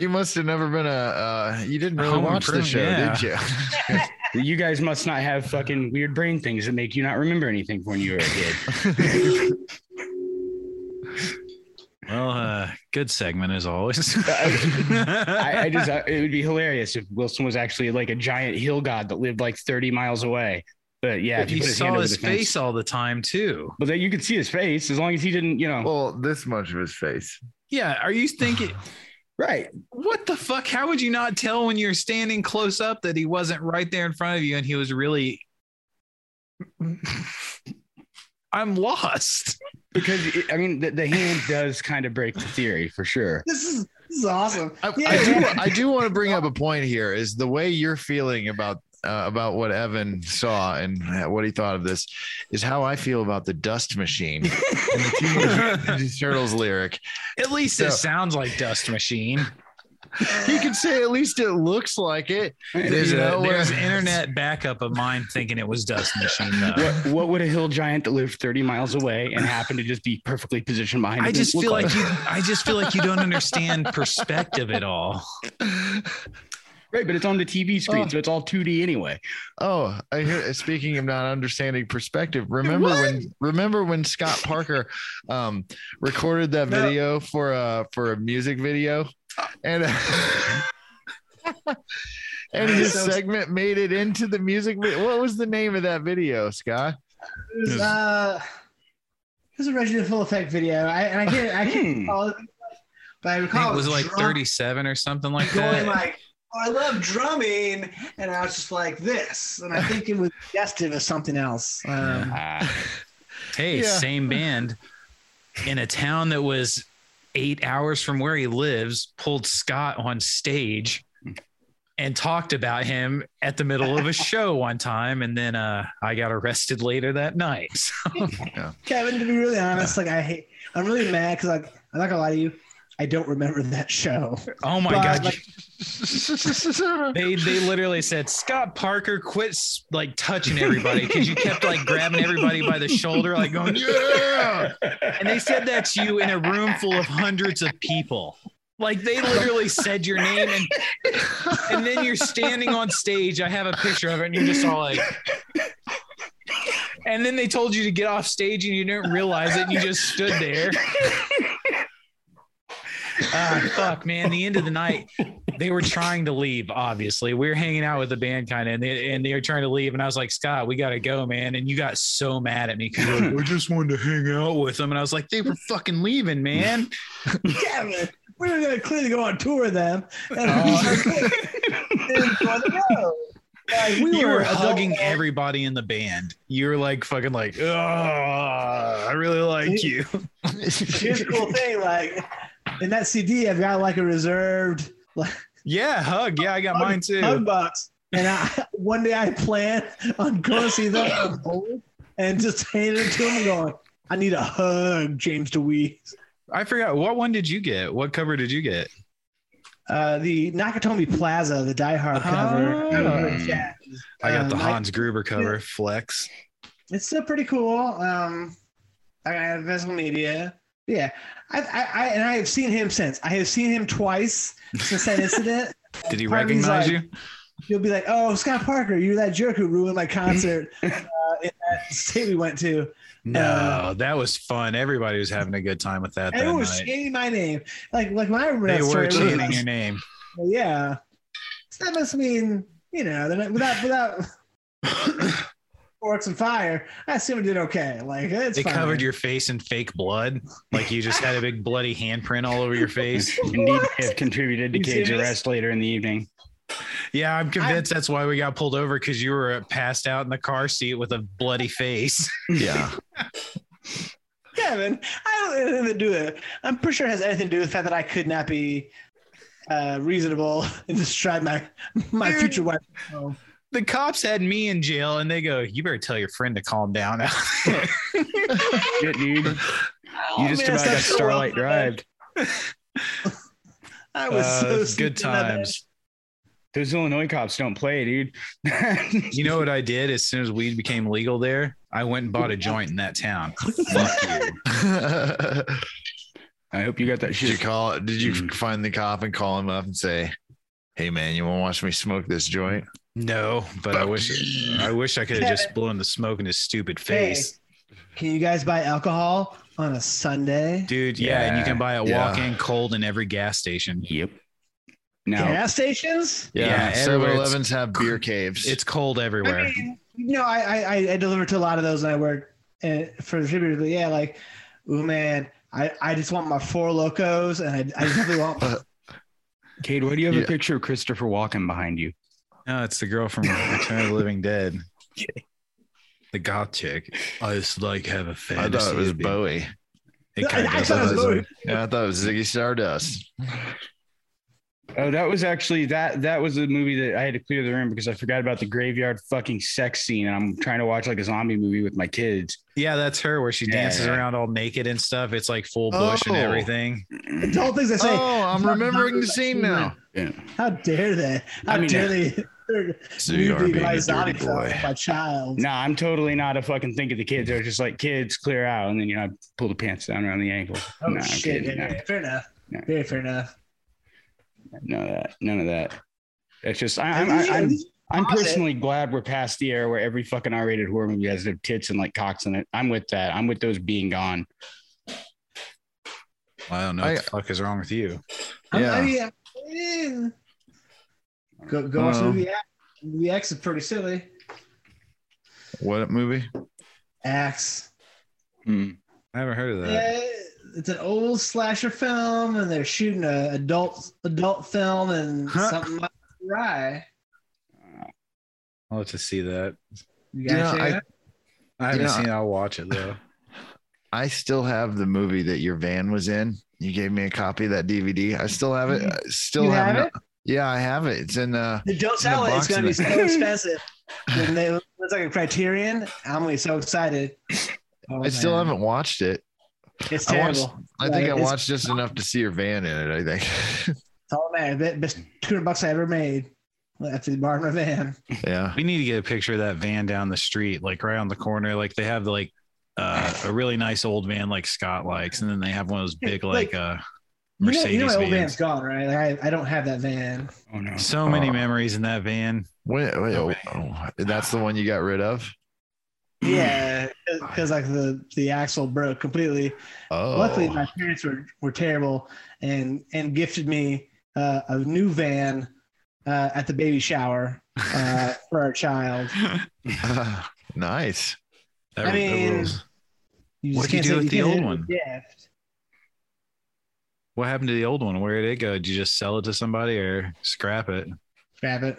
Speaker 2: you must have never been a. Uh, you didn't really
Speaker 3: Home
Speaker 2: watch the
Speaker 3: improvement,
Speaker 2: show,
Speaker 3: yeah.
Speaker 2: did you?
Speaker 1: You guys must not have fucking weird brain things that make you not remember anything from when you were a kid.
Speaker 3: Well, uh, good segment as always.
Speaker 1: I, I just I, it would be hilarious if Wilson was actually like a giant hill god that lived like 30 miles away. But yeah, if
Speaker 3: you
Speaker 1: put
Speaker 3: saw
Speaker 1: over
Speaker 3: his
Speaker 1: the fence-
Speaker 3: face all the time too.
Speaker 1: But then you could see his face as long as he didn't, you know.
Speaker 2: well, this much of his face.
Speaker 3: Yeah, are you thinking
Speaker 1: right.
Speaker 3: what the fuck? How would you not tell when you're standing close up that he wasn't right there in front of you and he was really? I'm lost.
Speaker 1: Because it, I mean, the, the hand does kind of break the theory for sure.
Speaker 4: This is this is awesome.
Speaker 2: I,
Speaker 4: Yeah,
Speaker 2: I do.
Speaker 4: yeah.
Speaker 2: I do want to bring up a point here. Is the way you're feeling about uh, about what Evan saw and what he thought of this is how I feel about the dust machine and the Teenage Mutant
Speaker 3: At
Speaker 2: Ninja Turtles lyric.
Speaker 3: least
Speaker 2: So-
Speaker 3: it sounds like Dust Machine.
Speaker 2: You could say at least it looks like it.
Speaker 3: There's,
Speaker 2: You
Speaker 3: a,
Speaker 2: know,
Speaker 3: uh,
Speaker 2: whereas-
Speaker 3: there's internet backup of mine thinking it was Dust Machine though.
Speaker 1: What, what would a hill giant that lived 30 miles away and happened to just be perfectly positioned behind?
Speaker 3: I
Speaker 1: him
Speaker 3: just
Speaker 1: look
Speaker 3: feel like you. I just feel like you don't understand perspective at all.
Speaker 1: right, but it's on the TV screen,
Speaker 3: Uh.
Speaker 2: Oh.
Speaker 1: so it's all 2D anyway.
Speaker 2: Oh, I hear, speaking of not understanding perspective, remember when remember when Scott Parker um, recorded that
Speaker 4: No.
Speaker 2: video for a for a music video, and and his
Speaker 4: So-
Speaker 2: segment made it into the music. vi- What was the name of that video, Scott?
Speaker 4: It was, uh, it was a Resident Full Effect video. I and I can't I can't
Speaker 1: Hmm.
Speaker 4: recall it, but I
Speaker 3: I think
Speaker 4: recall
Speaker 3: it was like
Speaker 4: drunk,
Speaker 3: 37 or something Oh, like
Speaker 4: going
Speaker 3: that.
Speaker 4: like, oh, I love drumming, and I was just like this, and I think it was suggestive of something else. Um,
Speaker 1: Ah,
Speaker 3: Hey,
Speaker 2: Yeah.
Speaker 3: same band in a town that was eight hours from where he lives, pulled Scott on stage and talked about him at the middle of a show one time. And then uh, I got arrested later that night.
Speaker 4: Kevin, to be really honest, like I hate, I'm really mad because like I'm not gonna lie to you, I don't remember that show.
Speaker 3: oh my
Speaker 4: But,
Speaker 3: God.
Speaker 4: like-
Speaker 3: they, they literally said Scott Parker quit like touching everybody because you kept like grabbing everybody by the shoulder like going yeah and they said that to you in a room full of hundreds of people
Speaker 5: Like they literally said your name, and and then you're standing on stage. I have a picture of it, and you're just all like. And then they told you to get off stage, and you didn't realize it. And you just stood there. Ah, fuck, man. The end of the night, they were trying to leave. Obviously, we were hanging out with the band, kind of, and they, and they were trying to leave. And I was like, Scott, we gotta go, man. And you got so mad at me. 'cause you were like, I just wanted to hang out with them, and I was like, they were fucking leaving, man.
Speaker 4: Damn it. We were going to clearly go on tour with them. And
Speaker 5: Oh.
Speaker 4: Like, we
Speaker 5: you were,
Speaker 4: adult-
Speaker 5: hugging everybody in the band. You were like fucking like, oh, I really like you.
Speaker 4: Here's the cool thing, like in that CD, I've got like a reserved like,
Speaker 5: Yeah, hug. Yeah, I got mine
Speaker 4: hug
Speaker 5: too.
Speaker 4: box, and I, one day I plan on going to see them and just handing it to him, going, "I need a hug, James DeWeese."
Speaker 5: I forgot what one did you get? What cover did you get?
Speaker 4: Uh, the Nakatomi Plaza, the Die Hard cover.
Speaker 5: Oh.
Speaker 4: Yeah.
Speaker 3: I got the
Speaker 4: Um,
Speaker 3: Hans Gruber cover, Flex.
Speaker 4: it's still pretty cool. Um, I have Invisible Media. Yeah, I, I, I and I have seen him since. I have seen him twice since that incident.
Speaker 3: Did he
Speaker 4: Part of me's
Speaker 3: recognize
Speaker 4: like-
Speaker 3: you?
Speaker 4: You'll be like, "Oh, Scott Parker, you're that jerk who ruined my concert uh, in that state we went to."
Speaker 3: No, that was fun. Everybody was having a good time with that. that
Speaker 4: Everyone Uh, was
Speaker 3: night.
Speaker 4: chanting my name. Like, like when I remember
Speaker 3: They
Speaker 4: that
Speaker 3: were
Speaker 4: story, it was
Speaker 3: chanting
Speaker 4: like,
Speaker 3: your name.
Speaker 4: yeah, so that must mean you know, they're not, without without forks and fire, I assume it did okay. Like, it's
Speaker 3: They
Speaker 4: fine.
Speaker 3: covered your face in fake blood, like you just had a big bloody handprint all over your face.
Speaker 1: Indeed, may have contributed to
Speaker 4: You
Speaker 1: Cade's
Speaker 4: serious?
Speaker 1: arrest later in the evening.
Speaker 3: Yeah, I'm convinced that's why we got pulled over because you were passed out in the car seat with a bloody face.
Speaker 2: yeah.
Speaker 4: Kevin, I don't have anything to do with it. I'm pretty sure it has anything to do with the fact that I could not be uh, reasonable and describe my my
Speaker 5: Dude.
Speaker 4: future wife.
Speaker 5: The cops had me in jail and they go, You better tell your friend to calm down.
Speaker 1: Shit, dude. You
Speaker 4: Oh,
Speaker 1: just about
Speaker 4: man, that's
Speaker 1: got
Speaker 4: so
Speaker 1: Starlight
Speaker 4: well
Speaker 1: Drive.
Speaker 4: I was
Speaker 3: Uh,
Speaker 4: so
Speaker 3: good
Speaker 4: sleepy in that bed.
Speaker 3: times.
Speaker 1: Those Illinois cops don't play, dude.
Speaker 3: You know what I did as soon as weed became legal there? I went and bought a joint in that town.
Speaker 2: did
Speaker 1: I hope you got that
Speaker 2: you
Speaker 1: shit.
Speaker 2: call? Did you
Speaker 1: Mm.
Speaker 2: find the cop and call him up and say, "Hey, man, you want to watch me smoke this joint?"
Speaker 3: No, but I wish I wish I could have just blown the smoke in his stupid face.
Speaker 4: Can you guys buy alcohol on a Sunday?
Speaker 3: Dude, yeah, and you
Speaker 1: Yeah.
Speaker 3: can buy a
Speaker 2: Yeah.
Speaker 3: walk in cold in every gas station.
Speaker 1: Yep. Now,
Speaker 4: Gas stations?
Speaker 3: Yeah,
Speaker 2: Seven
Speaker 3: everywhere.
Speaker 2: Elevens have beer caves.
Speaker 3: It's cold
Speaker 4: I
Speaker 3: everywhere.
Speaker 4: mean, you know, I, I I- I deliver to a lot of those, and I work uh, for distributors. But yeah, like, oh man, I, I just want my four locos, and I, I definitely want
Speaker 1: Cade, why do you have
Speaker 2: Yeah.
Speaker 1: a picture of Christopher Walken behind you?
Speaker 3: No, it's the girl from Return of the Living Dead. The goth chick. I just like have a
Speaker 2: I
Speaker 3: fantasy.
Speaker 2: thought it was
Speaker 3: of being-
Speaker 2: Bowie.
Speaker 3: It kinda
Speaker 4: I- I
Speaker 3: does
Speaker 4: thought it
Speaker 3: look
Speaker 4: was
Speaker 3: like-
Speaker 4: Bowie.
Speaker 2: Yeah, I thought it was Ziggy Stardust.
Speaker 1: Oh, that was actually that that was the movie that I had to clear the room because I forgot about the graveyard fucking sex scene and I'm trying to watch like a zombie movie with my kids.
Speaker 3: Yeah, that's her where she
Speaker 1: Yeah,
Speaker 3: dances
Speaker 1: yeah.
Speaker 3: around all naked and stuff. It's like full bush and
Speaker 2: Oh.
Speaker 3: everything.
Speaker 4: the whole things I say.
Speaker 2: oh, I'm remembering the scene now.
Speaker 4: How dare they? How
Speaker 1: I mean,
Speaker 4: dare they? They're
Speaker 2: So you are being a dirty boy.
Speaker 4: My child.
Speaker 1: No, I'm totally not a fucking think of the kids. I was just like kids clear out and then you know I pull the pants down around the ankles.
Speaker 4: oh
Speaker 1: no, I'm
Speaker 4: shit!
Speaker 1: kidding.
Speaker 4: yeah, yeah, fair enough.
Speaker 1: No.
Speaker 4: Very fair enough.
Speaker 1: No, none of that. None of that. It's just I, I'm I, I'm I'm
Speaker 4: Pause it.
Speaker 1: personally glad we're past the era where every fucking R-rated horror movie has their tits and like cocks in it. I'm with that. I'm with those being gone.
Speaker 3: I don't know
Speaker 2: I-
Speaker 3: what the fuck is wrong with you.
Speaker 4: I'm-
Speaker 2: Yeah.
Speaker 4: I mean, yeah. Go go watch
Speaker 2: Um,
Speaker 4: movie X. Movie X is pretty silly.
Speaker 2: What movie?
Speaker 4: X.
Speaker 3: I haven't heard of that.
Speaker 4: Yeah, it's an old slasher film, and they're shooting a adult adult film, and
Speaker 3: Huh.
Speaker 4: something might be awry.
Speaker 3: I'll have to see that.
Speaker 4: You guys
Speaker 2: Yeah,
Speaker 4: check
Speaker 2: I-
Speaker 4: it out?
Speaker 3: I haven't
Speaker 2: Yeah.
Speaker 3: seen it. I'll watch it though.
Speaker 2: I still have the movie that your van was in. You gave me a copy of that DVD. I still have it. I still
Speaker 4: You
Speaker 2: have,
Speaker 4: have
Speaker 2: it. Yeah, I have it. It's in. uh
Speaker 4: Don't sell it.
Speaker 2: box
Speaker 4: It's gonna
Speaker 2: in
Speaker 4: be
Speaker 2: it.
Speaker 4: so expensive. When they, it's like a Criterion. I'm gonna be so excited. Oh,
Speaker 2: I still
Speaker 4: man.
Speaker 2: haven't watched it.
Speaker 4: It's
Speaker 2: I watched-
Speaker 4: terrible.
Speaker 2: I think I
Speaker 4: It's-
Speaker 2: watched just enough to see your van in it. I think.
Speaker 4: It's all man. The best two hundred bucks I ever made after the bar in my van.
Speaker 2: yeah.
Speaker 3: We need to get a picture of that van down the street, like right on the corner. Like they have like uh, a really nice old van, like Scott likes, and then they have one of those big, like,
Speaker 4: Like-
Speaker 3: uh,
Speaker 4: You know,
Speaker 3: Mercedes
Speaker 4: you know my old
Speaker 3: vans.
Speaker 4: van's gone, right? Like, I, I don't have that van.
Speaker 1: Oh no.
Speaker 3: So many
Speaker 2: Oh.
Speaker 3: memories in that van.
Speaker 2: Wait, wait,
Speaker 3: No
Speaker 2: oh,
Speaker 3: way.
Speaker 2: oh, that's the one you got rid of. Hmm.
Speaker 4: Yeah, because like the the axle broke completely.
Speaker 2: Oh,
Speaker 4: Luckily, my parents were, were terrible and and gifted me uh, a new van uh, at the baby shower uh, for our child.
Speaker 2: Oh. nice.
Speaker 3: That,
Speaker 4: I
Speaker 3: that
Speaker 4: mean-
Speaker 3: rules.
Speaker 4: You just
Speaker 3: What'd you
Speaker 4: can't
Speaker 3: do
Speaker 4: say-
Speaker 3: with the
Speaker 4: can't
Speaker 3: old
Speaker 4: say it was a
Speaker 3: one?
Speaker 4: gift.
Speaker 3: What happened to the old one? Where did it go? Did you just sell it to somebody or scrap it?
Speaker 4: Grab it.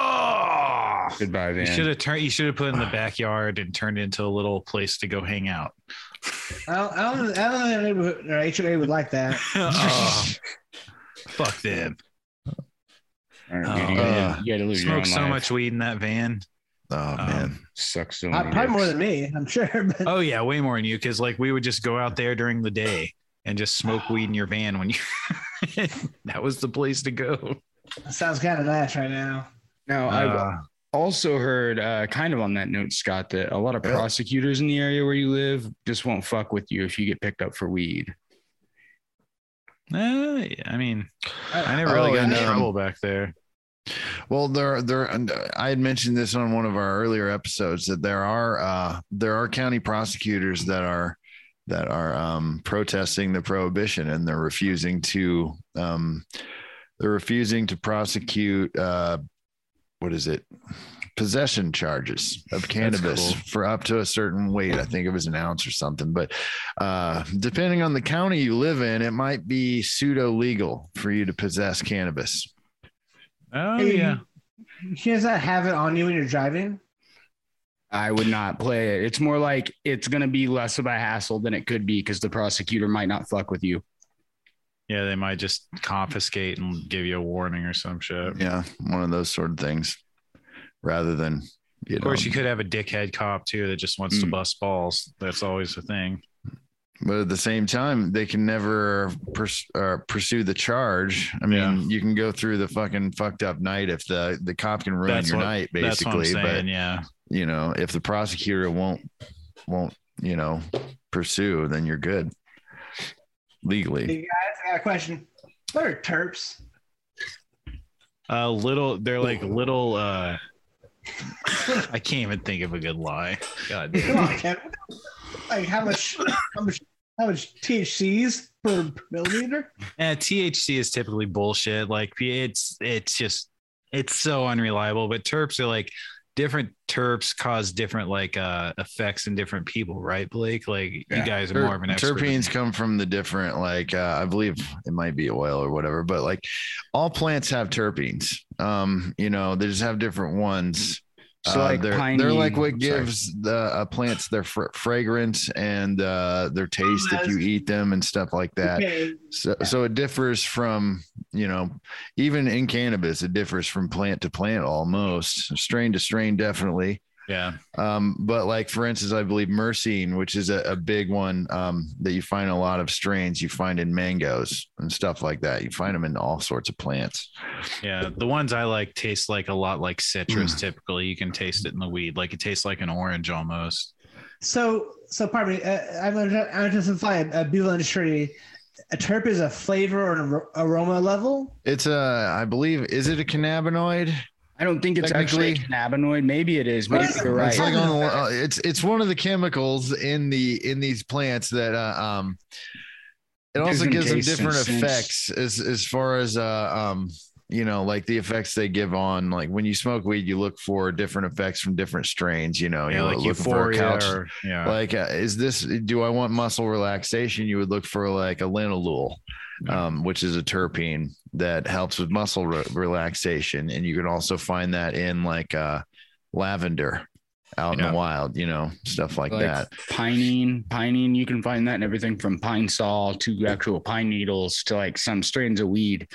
Speaker 3: Oh,
Speaker 1: Goodbye,
Speaker 3: you
Speaker 1: Van.
Speaker 3: should have turned. You should have put it in the backyard and turned it into a little place to go hang out.
Speaker 4: I don't, I don't, I don't know if neighborhood or HOA would like that.
Speaker 3: Oh, fuck them.
Speaker 1: All right, dude,
Speaker 3: Oh,
Speaker 1: you, gotta,
Speaker 2: uh,
Speaker 1: you gotta live your own
Speaker 3: Smoked so
Speaker 1: life.
Speaker 3: much weed in that van.
Speaker 2: Oh man.
Speaker 1: Sucks so
Speaker 4: Uh,
Speaker 1: many
Speaker 4: probably more
Speaker 1: dicks.
Speaker 4: than me, I'm sure. But
Speaker 3: Oh yeah, way more than you. Because like we would just go out there during the day and just smoke weed in your van when you. that was the place to go.
Speaker 4: it sounds kind of nice right now.
Speaker 1: Now, I've
Speaker 3: Uh,
Speaker 1: also heard, uh, kind of on that note, Scott, that a lot of
Speaker 2: Yeah.
Speaker 1: prosecutors in the area where you live just won't fuck with you if you get picked up for weed.
Speaker 3: eh, yeah, I mean, I never
Speaker 2: Oh,
Speaker 3: really got in
Speaker 2: and, um,
Speaker 3: trouble back there.
Speaker 2: Well, there, there. and I had mentioned this on one of our earlier episodes that there are, uh, there are county prosecutors that are, that are um, protesting the prohibition, and they're refusing to, um, they're refusing to prosecute. Uh, what is it? Possession charges of cannabis
Speaker 3: cool.
Speaker 2: for up to a certain weight. I think it was an ounce or something. But uh, depending on the county you live in, it might be pseudo legal for you to possess cannabis.
Speaker 3: Oh
Speaker 4: Hey,
Speaker 3: yeah,
Speaker 4: You guys not have it on you when you're driving?
Speaker 1: I would not play it. It's more like it's gonna be less of a hassle than it could be because the prosecutor might not fuck with you.
Speaker 3: yeah. They might just confiscate and give you a warning or some shit.
Speaker 2: yeah one of those sort of things rather than you
Speaker 3: Of course,
Speaker 2: know,
Speaker 3: you could have a dickhead cop too that just wants to
Speaker 1: Mm.
Speaker 3: bust balls. That's always the thing.
Speaker 2: but at the same time they can never pers- uh, pursue the charge i mean
Speaker 3: Yeah.
Speaker 2: you can go through the fucking fucked up night if the the cop can ruin
Speaker 3: That's
Speaker 2: your
Speaker 3: what-
Speaker 2: night
Speaker 3: That's what I'm
Speaker 2: basically but
Speaker 3: saying. yeah,
Speaker 2: you know if the prosecutor won't won't you know pursue then you're good legally
Speaker 4: I got a question. What are terps?
Speaker 3: uh, little. They're like little. uh I can't even think of a good lie. God damn.
Speaker 4: Come on, Kevin. Like how much, how much, how much THCs per milliliter?
Speaker 3: Eh, THC is typically bullshit. Like it's it's just it's so unreliable. But terps are like different terps cause different like uh effects in different people, right, Blake? Like
Speaker 1: Yeah.
Speaker 3: you guys are more of an expert.
Speaker 2: terpenes come from the different like uh, i believe it might be oil or whatever but like all plants have terpenes um you know they just have different ones
Speaker 1: So
Speaker 2: Uh,
Speaker 1: like
Speaker 2: they're,
Speaker 1: piney-
Speaker 2: they're like what
Speaker 1: sorry.
Speaker 2: gives the uh, plants their fr- fragrance and uh, their taste if you
Speaker 4: Aromas.
Speaker 2: eat them and stuff like that.
Speaker 4: Okay.
Speaker 2: So, so it differs from you know even in cannabis it differs from plant to plant almost strain to strain definitely.
Speaker 3: Yeah.
Speaker 2: Um, but like for instance, I believe myrcene, which is a, a big one um, that you find in a lot of strains, you find in mangoes and stuff like that. You find them in all sorts of plants.
Speaker 3: Yeah. The ones I like taste like a lot like citrus typically. You can taste it in the weed. Like it tastes like an orange almost.
Speaker 4: So, so pardon me. Uh, I'm going to I'm uh, simplify a Beulah industry. A terp is a flavor or an ar- aroma level.
Speaker 2: It's a, I believe, is it a cannabinoid?
Speaker 1: I don't think it's actually a
Speaker 2: Technically-
Speaker 1: cannabinoid. Maybe it is.
Speaker 4: What
Speaker 1: Maybe
Speaker 4: is it?
Speaker 1: you're right.
Speaker 2: It's like on the, uh, it's it's one of the chemicals in the in these plants that uh, um, it
Speaker 1: Gives
Speaker 2: also
Speaker 1: them
Speaker 2: gives them
Speaker 1: taste and
Speaker 2: different
Speaker 1: sense.
Speaker 2: effects as as far as uh um you know like the effects they give on like when you smoke weed you look for different effects from different strains you know
Speaker 3: Yeah,
Speaker 2: you're
Speaker 3: like
Speaker 2: Oh, looking for a
Speaker 3: euphoria
Speaker 2: couch
Speaker 3: or yeah.
Speaker 2: like uh, is this do i want muscle relaxation you would look for like a linalool um, which is a terpene that helps with muscle re- relaxation and you can also find that in like uh, lavender out in
Speaker 3: Yeah.
Speaker 2: the wild you know stuff like,
Speaker 1: Like
Speaker 2: that
Speaker 1: pinene, pinene. You can find that in everything from pine saw to actual pine needles to like some strains of weed.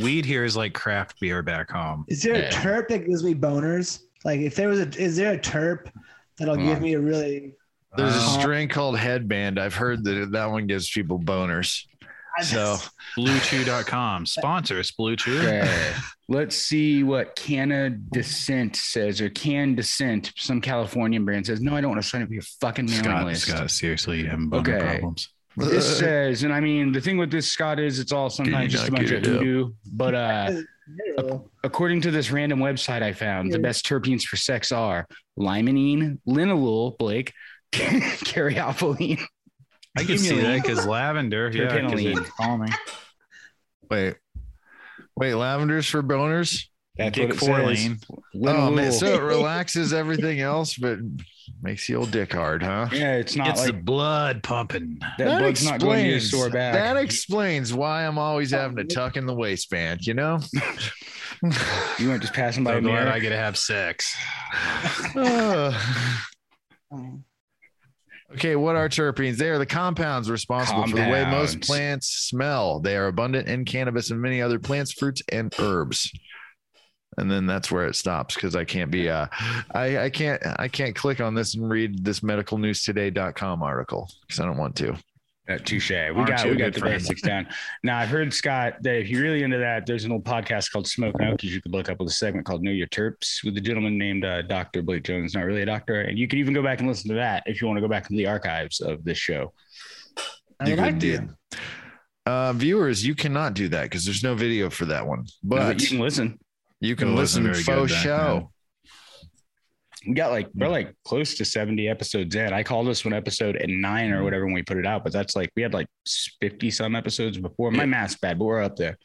Speaker 3: Weed here is like craft beer back home.
Speaker 4: Is there
Speaker 2: Yeah.
Speaker 4: a terp that gives me boners? Like, if there was a, is there a terp that'll
Speaker 1: Hold
Speaker 4: give
Speaker 1: on.
Speaker 4: me a really?
Speaker 2: there's a
Speaker 3: Uh,
Speaker 2: strain called headband i've heard that that one gives people boners so
Speaker 3: bluechew.com. Sponsor us, Blue Chew.
Speaker 1: Okay. Let's see what Canna Descent says or Can Descent, some Californian brand says, No, I don't want to sign up for your fucking mailing
Speaker 3: Scott,
Speaker 1: list.
Speaker 3: Scott, seriously, you having boner
Speaker 1: Okay.
Speaker 3: problems?
Speaker 1: This says, and I mean, the thing with this Scott is it's all sometimes
Speaker 2: you
Speaker 1: just a
Speaker 2: not
Speaker 1: bunch
Speaker 2: get
Speaker 1: of
Speaker 2: it up?
Speaker 1: voodoo. But uh,
Speaker 4: Ew.
Speaker 1: according to this random website I found, the best terpenes for sex are limonene, linalool, Blake, caryophylline,
Speaker 3: I can see
Speaker 1: Cumuline.
Speaker 3: that because lavender, yeah, 'cause
Speaker 1: terpenoline.
Speaker 3: it- calming.
Speaker 2: Wait, wait, lavenders for boners.
Speaker 1: That's
Speaker 3: Dick
Speaker 1: what it says.
Speaker 3: Forlane.
Speaker 2: Oh man,
Speaker 1: Linalool.
Speaker 2: so it relaxes everything else, but makes the old dick hard, huh?
Speaker 1: yeah, it's not
Speaker 3: It's
Speaker 1: like
Speaker 3: the blood pumping.
Speaker 1: that, blood's not going to your sore back.
Speaker 2: that explains why I'm always having to tuck in the waistband, you know?
Speaker 1: you weren't just passing by
Speaker 3: So
Speaker 1: a
Speaker 3: glad
Speaker 1: mirror.
Speaker 3: Oh, I get to have sex.
Speaker 2: Uh,
Speaker 4: Um,
Speaker 2: okay, what are terpenes? They are the compounds responsible for the way most
Speaker 1: Compounds.
Speaker 2: plants smell. They are abundant in cannabis and many other plants, fruits, and herbs. And then that's where it stops because I can't be uh I, I can't I can't click on this and read this medicalnewstoday.com article because I don't want to.
Speaker 1: Uh, touche. We
Speaker 3: Aren't
Speaker 1: got
Speaker 3: you
Speaker 1: we
Speaker 3: a
Speaker 1: got
Speaker 3: good
Speaker 1: the
Speaker 3: friend?
Speaker 1: basics down. Now I've heard Scott that if you're really into that, there's an old podcast called Smoke and Okies you could look up with a segment called Know Your Terps with a gentleman named uh, Dr. Blake Jones, not really a doctor, and you could even go back and listen to that if you want to go back to the archives of this show.
Speaker 4: I would like to.
Speaker 2: Uh, viewers, you cannot do that because there's no video for that one.
Speaker 1: But,
Speaker 2: But
Speaker 1: you can listen.
Speaker 2: you can
Speaker 3: It
Speaker 2: listen
Speaker 3: wasn't
Speaker 2: to
Speaker 3: very
Speaker 2: faux
Speaker 3: good back
Speaker 2: show.
Speaker 1: We got like we're like close to 70 episodes in. I called this one episode at nine or whatever when we put it out, but that's like we had like 50 some episodes before. My math's bad, but we're up there.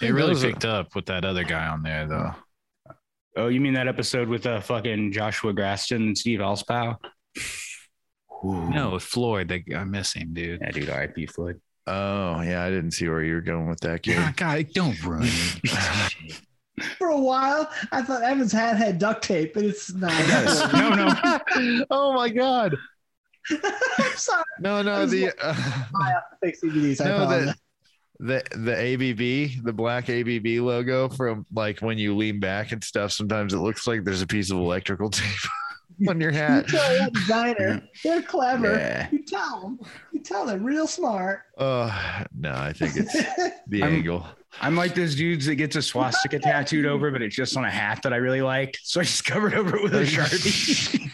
Speaker 3: It really
Speaker 2: Those are-
Speaker 3: picked up with that other guy on there, though.
Speaker 1: Oh, you mean that episode with uh fucking Joshua Graston and Steve Alspow?
Speaker 3: No, with Floyd, they, I miss him, dude.
Speaker 1: Yeah, dude, RIP Floyd.
Speaker 2: Oh yeah, I didn't see where you were going with that game.
Speaker 3: Yeah, God, don't ruin it.
Speaker 4: For a while, I thought Evan's hat had duct tape, but it's not.
Speaker 3: no, no.
Speaker 2: oh my god.
Speaker 4: I'm sorry.
Speaker 2: No, no, the uh,
Speaker 4: Fake CBDs. I
Speaker 2: no
Speaker 4: apologize.
Speaker 2: the the the ABB, the black ABB logo from like when you lean back and stuff. Sometimes it looks like there's a piece of electrical tape on your
Speaker 4: You
Speaker 2: hat.
Speaker 4: tell that designer, they're clever.
Speaker 1: Yeah.
Speaker 4: You tell them. You tell them, real smart.
Speaker 2: Uh, no, I think it's the
Speaker 1: I'm-
Speaker 2: angle.
Speaker 1: I'm like those dudes that gets a swastika tattooed over, but it's just on a hat that I really like. So I just covered over it with a sharpie.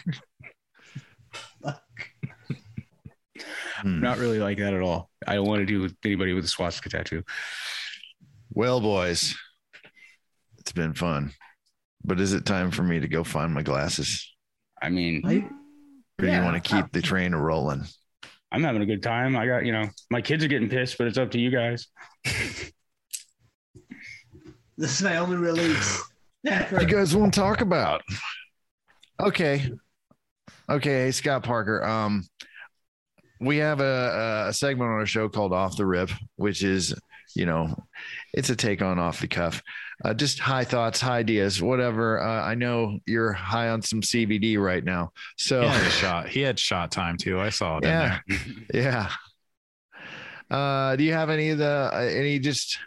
Speaker 2: Hmm.
Speaker 1: Not really like that at all. I don't want to do with anybody with a swastika tattoo.
Speaker 2: Well, boys, it's been fun. But is it time for me to go find my glasses?
Speaker 1: I mean,
Speaker 2: Or do
Speaker 4: Yeah.
Speaker 2: you want to keep the train rolling?
Speaker 1: I'm having a good time. I got, you know, my kids are getting pissed, but it's up to you guys.
Speaker 4: This is my only release.
Speaker 2: you guys won't talk about. Okay. Okay, hey, Scott Parker. Um, we have a, a segment on our show called Off the Rip, which is, you know, it's a take on off the cuff. Uh, just high thoughts, high ideas, whatever. Uh, I know you're high on some CBD right now. So,
Speaker 3: He had a shot. He had shot time too. I saw it. in
Speaker 2: yeah. Yeah. Uh, do you have any of the, uh, any just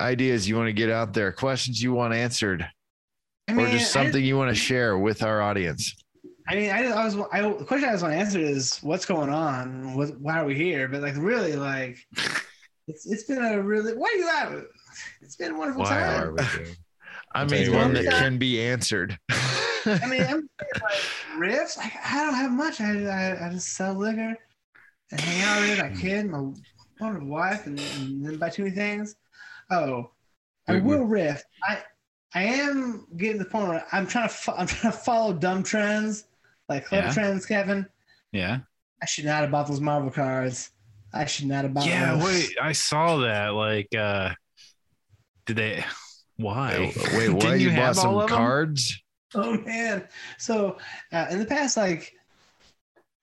Speaker 2: ideas you want to get out there, questions you want answered?
Speaker 4: I
Speaker 2: or just
Speaker 4: I-
Speaker 2: something you want to share with our audience.
Speaker 4: I mean, I just I was I, the question I just want to answer is what's going on? What, why are we here? But like, really, like, it's it's been a really why are you laughing? It's been a
Speaker 3: there.
Speaker 4: wonderful
Speaker 3: Why
Speaker 4: time.
Speaker 3: are we? Doing?
Speaker 2: I
Speaker 3: I'll
Speaker 2: mean,
Speaker 3: tell
Speaker 4: you
Speaker 2: one
Speaker 4: what.
Speaker 2: that can be answered.
Speaker 4: I mean, I'm thinking, like riffs. Like, I don't have much. I, I, I just sell liquor and hang out with
Speaker 3: Hmm.
Speaker 4: my kid, my wonderful wife, and, and then buy too many things. Oh, I
Speaker 1: Wait,
Speaker 4: will riff. I I am getting to the point where I'm trying to fo- I'm trying to follow dumb trends like club
Speaker 3: Yeah.
Speaker 4: trends, Kevin.
Speaker 3: Yeah.
Speaker 4: I should not have bought those Marvel cards. I should not have bought.
Speaker 3: Yeah.
Speaker 4: those.
Speaker 3: Wait, I saw that. Like, uh did they? Why?
Speaker 2: Wait, what?
Speaker 3: Didn't
Speaker 2: you, bought
Speaker 3: have all
Speaker 2: some
Speaker 3: of them?
Speaker 2: cards?
Speaker 4: Oh man! So uh, in the past like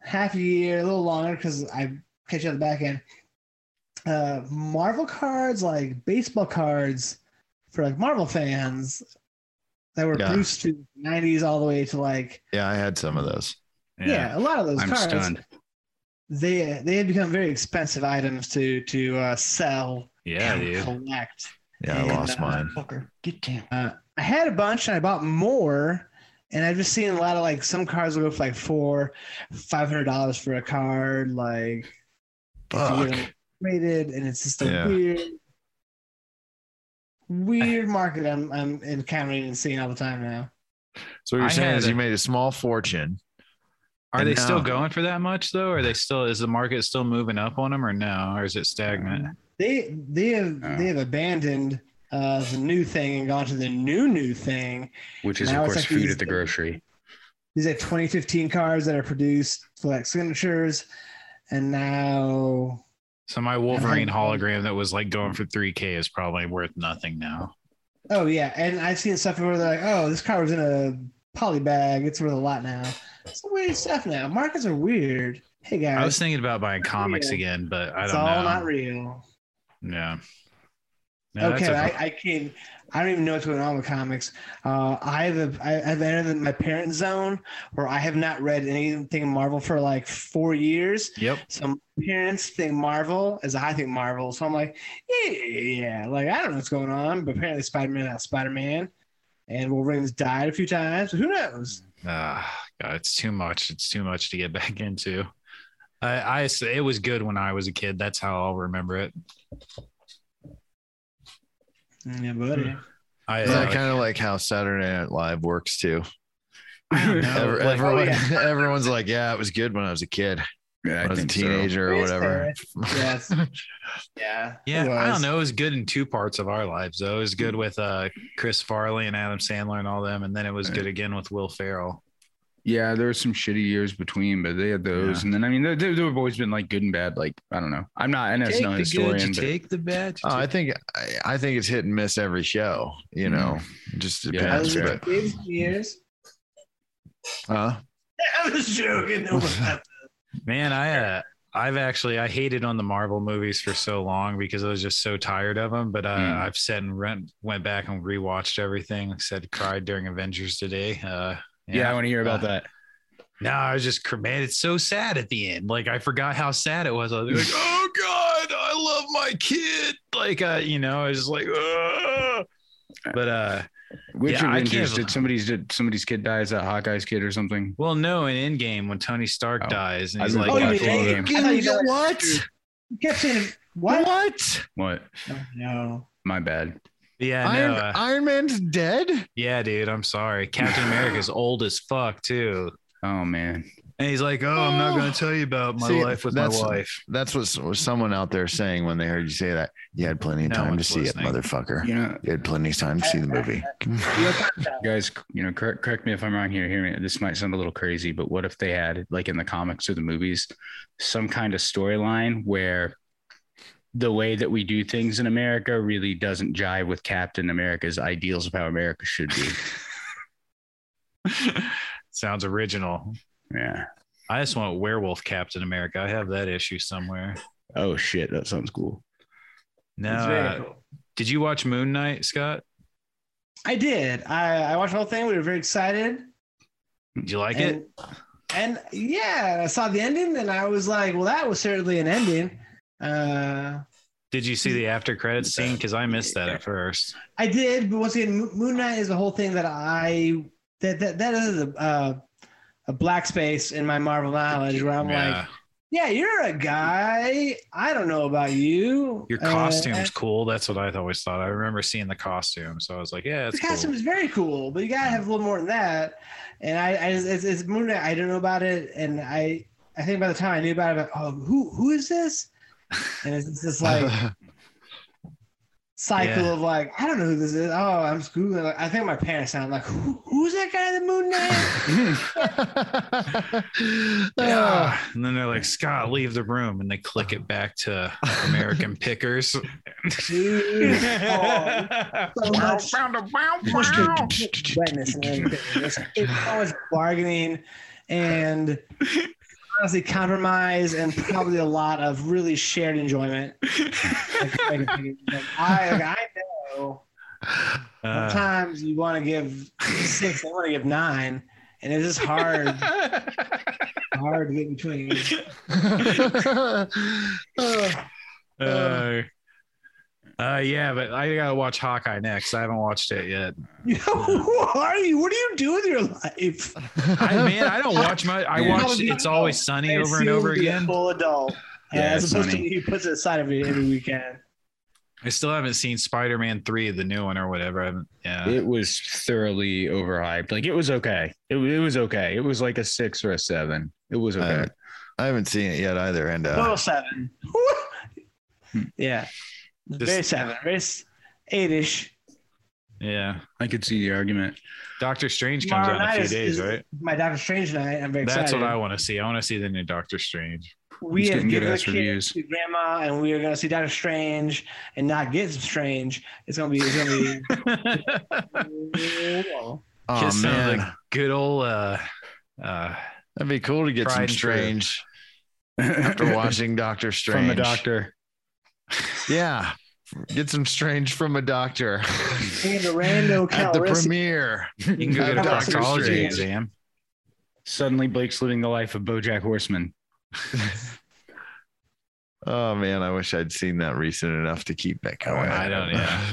Speaker 4: half a year, a little longer, because I catch you on the back end. Uh, Marvel cards, like baseball cards, for like Marvel fans that were
Speaker 2: Yeah.
Speaker 4: produced to '90s all the way to like
Speaker 2: Yeah, I had some of those.
Speaker 4: yeah, a lot of those
Speaker 1: I'm
Speaker 4: cards.
Speaker 1: stunned.
Speaker 4: They they had become very expensive items to to uh, sell
Speaker 3: Yeah,
Speaker 4: and
Speaker 3: dude.
Speaker 4: collect.
Speaker 2: Yeah, I
Speaker 4: And,
Speaker 2: lost
Speaker 4: uh,
Speaker 2: mine.
Speaker 1: Fucker, get down.
Speaker 4: Uh, I had a bunch and I bought more, and I've just seen a lot of like some cards will go for like four, five hundred dollars for a card, like
Speaker 2: Fuck.
Speaker 4: rated, and it's just a
Speaker 2: Yeah.
Speaker 4: weird, weird market I'm I'm encountering and seeing all the time now.
Speaker 2: So what
Speaker 3: I
Speaker 2: you're saying
Speaker 3: had
Speaker 2: is
Speaker 3: a-
Speaker 2: you made a small fortune
Speaker 3: Are
Speaker 2: And
Speaker 3: they still
Speaker 2: now-
Speaker 3: going for that much though? Are they still? Is the market still moving up on them, or no? Or is it stagnant?
Speaker 4: Uh, They they have
Speaker 1: Oh.
Speaker 4: they have abandoned uh, the new thing and gone to the new new thing.
Speaker 1: which is
Speaker 4: Now
Speaker 1: of
Speaker 4: it's
Speaker 1: course
Speaker 4: like
Speaker 1: food
Speaker 4: these-
Speaker 1: at the grocery.
Speaker 4: These are 2015 cars that are produced for like signatures, and now
Speaker 3: So my Wolverine hologram that was like going for three k is probably worth nothing now.
Speaker 4: oh yeah, and I've seen stuff where they're like, oh, this car was in a poly bag, it's worth a lot now. It's weird stuff now. Markets are weird. Hey
Speaker 3: I was
Speaker 4: guys,
Speaker 3: thinking about buying comics again, but I
Speaker 4: it's
Speaker 3: don't
Speaker 4: all
Speaker 3: know.
Speaker 4: not real.
Speaker 3: yeah. No, that's
Speaker 4: okay,
Speaker 3: a-
Speaker 4: I, I can't. I don't even know what's going on with comics. Uh, I have a, I, I've entered my parent zone where I have not read anything Marvel for like four years.
Speaker 3: Yep.
Speaker 4: So my parents think Marvel as I think Marvel. So I'm like, yeah, yeah, yeah. like I don't know what's going on, but apparently Spider Man not Spider Man, and Wolverine's died a few times. Who knows?
Speaker 3: Ah, God, it's too much. It's too much to get back into. I, I, it was good when I was a kid. That's how I'll remember it.
Speaker 4: Yeah, buddy.
Speaker 3: I,
Speaker 2: Yeah,
Speaker 3: uh,
Speaker 2: kind of like how Saturday Night Live works too.
Speaker 3: I don't know,
Speaker 2: Ever-
Speaker 3: like- oh,
Speaker 2: everyone, everyone's like, "Yeah, it was good when I was a kid,
Speaker 1: Yeah,
Speaker 2: when I was a teenager or whatever."
Speaker 4: Yeah, it's- yeah.
Speaker 3: yeah, I
Speaker 4: Otherwise-
Speaker 3: don't know. It was good in two parts of our lives, though. It was good with uh, Chris Farley and Adam Sandler and all them, and then it was good again with Will Ferrell.
Speaker 1: Yeah, there were some shitty years between, but they had those, and then I mean, there, there, there have always been like good and bad. Like I don't know, I'm not, and it's no historian, but
Speaker 3: take the bad.
Speaker 2: Oh, I think I, I think it's hit and miss every show. You
Speaker 3: Hmm.
Speaker 2: know, It just
Speaker 1: Yeah,
Speaker 4: That
Speaker 2: depends.
Speaker 4: was
Speaker 1: that's
Speaker 2: but,
Speaker 4: kids' years.
Speaker 2: huh?
Speaker 4: I was joking. No one laughed.
Speaker 3: Man, I uh, I've actually I hated on the Marvel movies for so long because I was just so tired of them. But uh,
Speaker 1: Mm.
Speaker 3: I've sat and rent, went back and rewatched everything. Said cried during Avengers today. Uh,
Speaker 1: yeah, Ah. I want to hear about that.
Speaker 3: No, I was just cr- man. It's so sad at the end. Like I forgot how sad it was. I was like, oh god, I love my kid. Like uh, you know, I was just like, Ugh. but uh,
Speaker 1: Which
Speaker 3: Yeah, I can't-
Speaker 1: Avengers did somebody's did somebody's kid die? Is that Hawkeye's kid or something?
Speaker 3: well, no, in Endgame when Tony Stark
Speaker 1: Oh.
Speaker 3: dies and
Speaker 1: I
Speaker 3: he's
Speaker 1: was
Speaker 3: like,
Speaker 1: like,
Speaker 3: I
Speaker 1: oh, you
Speaker 3: love
Speaker 1: mean
Speaker 3: him.
Speaker 4: Endgame? I thought you said-
Speaker 2: what?
Speaker 4: You kept saying
Speaker 2: What?
Speaker 4: what?
Speaker 1: What?
Speaker 4: Oh, no.
Speaker 1: My bad.
Speaker 3: yeah, no,
Speaker 2: Iron,
Speaker 3: uh,
Speaker 2: Iron Man's dead.
Speaker 3: yeah, dude, I'm sorry. Captain America's old as fuck too,
Speaker 1: Oh man.
Speaker 3: and he's like, oh, I'm not going to tell you about my
Speaker 2: See,
Speaker 3: life with my
Speaker 2: that's-
Speaker 3: wife.
Speaker 2: That's what s- was someone out there saying when they heard you say that. You had plenty of
Speaker 3: No
Speaker 2: time to
Speaker 3: one's
Speaker 2: see
Speaker 3: listening.
Speaker 2: it, motherfucker.
Speaker 1: You know,
Speaker 2: You had plenty of time to see the movie.
Speaker 4: Your contact.
Speaker 1: guys, you know, correct, correct me if I'm wrong here. Hear me. This might sound a little crazy, but what if they had, like in the comics or the movies, some kind of storyline where the way that we do things in America really doesn't jive with Captain America's ideals of how America should be?
Speaker 3: Sounds original.
Speaker 1: Yeah.
Speaker 3: I just want werewolf Captain America. I have that issue somewhere.
Speaker 1: Oh shit, that sounds cool.
Speaker 3: No,
Speaker 4: It's
Speaker 3: uh,
Speaker 4: very cool.
Speaker 3: Did you watch Moon Knight, Scott?
Speaker 4: I did. I, I watched the whole thing. We were very excited.
Speaker 3: Did you like
Speaker 4: and,
Speaker 3: it?
Speaker 4: and yeah, I saw the ending and I was like, well, that was certainly an ending. Uh,
Speaker 3: Did you see the after credits scene? Because I missed that at first.
Speaker 4: I did, but once again, Mo- Moon Knight is the whole thing that I that that, that is a uh, a black space in my Marvel knowledge where I'm like,
Speaker 3: yeah.
Speaker 4: yeah, you're a guy. I don't know about you.
Speaker 3: Your
Speaker 4: Uh,
Speaker 3: costume's cool. That's what I always thought. I remember seeing the costume, so I was like, "Yeah,
Speaker 4: the
Speaker 3: it's
Speaker 4: costume
Speaker 3: cool."
Speaker 4: is very cool, but you gotta have a little more than that. And I, I it's, it's- it's Moon Knight. I don't know about it, and I, I think by the time I knew about it, I'm like, oh, who, who is this? And it's, it's this like cycle
Speaker 3: Yeah.
Speaker 4: of like, I don't know who this is. Oh, I'm googling. Like, I think my parents sound like, who, who's that guy in the Moon Knight?
Speaker 3: Yeah. And then they're like, "Scott, leave the room," and they click it back to American Pickers.
Speaker 4: Dude, oh, so much- so much good wetness and everything. There's so much bargaining and honestly compromise and probably a lot of really shared enjoyment. Like, like, like, I, like, I know
Speaker 3: Uh,
Speaker 4: sometimes you want to give six, I want to give nine, and it's just hard, hard to get between.
Speaker 3: uh, uh, yeah, but I gotta watch Hawkeye next. I haven't watched it yet.
Speaker 4: You know, who are you? What do you do with your life?
Speaker 3: I man, I don't watch my. I
Speaker 1: Yeah.
Speaker 3: watch It's Always Sunny over and
Speaker 4: Assume
Speaker 3: over
Speaker 4: to be a
Speaker 3: again.
Speaker 4: Full adult.
Speaker 1: Yeah,
Speaker 4: as opposed
Speaker 1: Sunny.
Speaker 4: to he puts it aside every, every weekend.
Speaker 5: I still haven't seen Spider Man three, the new one or whatever. I haven't. Yeah.
Speaker 1: It was thoroughly overhyped. Like it was okay. It, it was okay. It was like a six or a seven. It was
Speaker 2: I
Speaker 1: okay.
Speaker 2: haven't, I haven't seen it yet either. And
Speaker 4: Total
Speaker 2: uh,
Speaker 4: seven. yeah. very seven. Very s- eight-ish.
Speaker 5: yeah.
Speaker 1: I could see the argument.
Speaker 5: Doctor Strange comes
Speaker 4: Tomorrow
Speaker 5: out in a
Speaker 4: night
Speaker 5: few
Speaker 4: is,
Speaker 5: days,
Speaker 4: is
Speaker 5: right?
Speaker 4: my Doctor Strange night. I'm very
Speaker 5: That's
Speaker 4: excited.
Speaker 5: what I want to see. I want to see the new Doctor Strange.
Speaker 4: we
Speaker 1: He's
Speaker 4: have
Speaker 1: getting
Speaker 4: given the
Speaker 1: good-ass
Speaker 4: kids
Speaker 1: reviews.
Speaker 4: to grandma, and we are going to see Doctor Strange and not get some Strange. It's going to be. It's going to be.
Speaker 2: oh,
Speaker 5: Kiss sounds
Speaker 2: man,
Speaker 5: like good old uh uh
Speaker 2: that'd be cool to get
Speaker 5: tried
Speaker 2: some
Speaker 5: and true.
Speaker 2: strange after watching Doctor Strange
Speaker 3: from the doctor.
Speaker 2: Yeah, get some strange from a doctor
Speaker 4: Being a random
Speaker 2: at the
Speaker 4: Calrissian.
Speaker 2: premiere.
Speaker 5: you can go
Speaker 2: I've
Speaker 5: get a
Speaker 2: got some
Speaker 5: proctology
Speaker 4: Uh, strange.
Speaker 5: exam.
Speaker 1: Suddenly, Blake's living the life of BoJack Horseman.
Speaker 2: Oh man, I wish I'd seen that recent enough to keep that
Speaker 1: Oh,
Speaker 2: going.
Speaker 5: Oh, I don't yeah.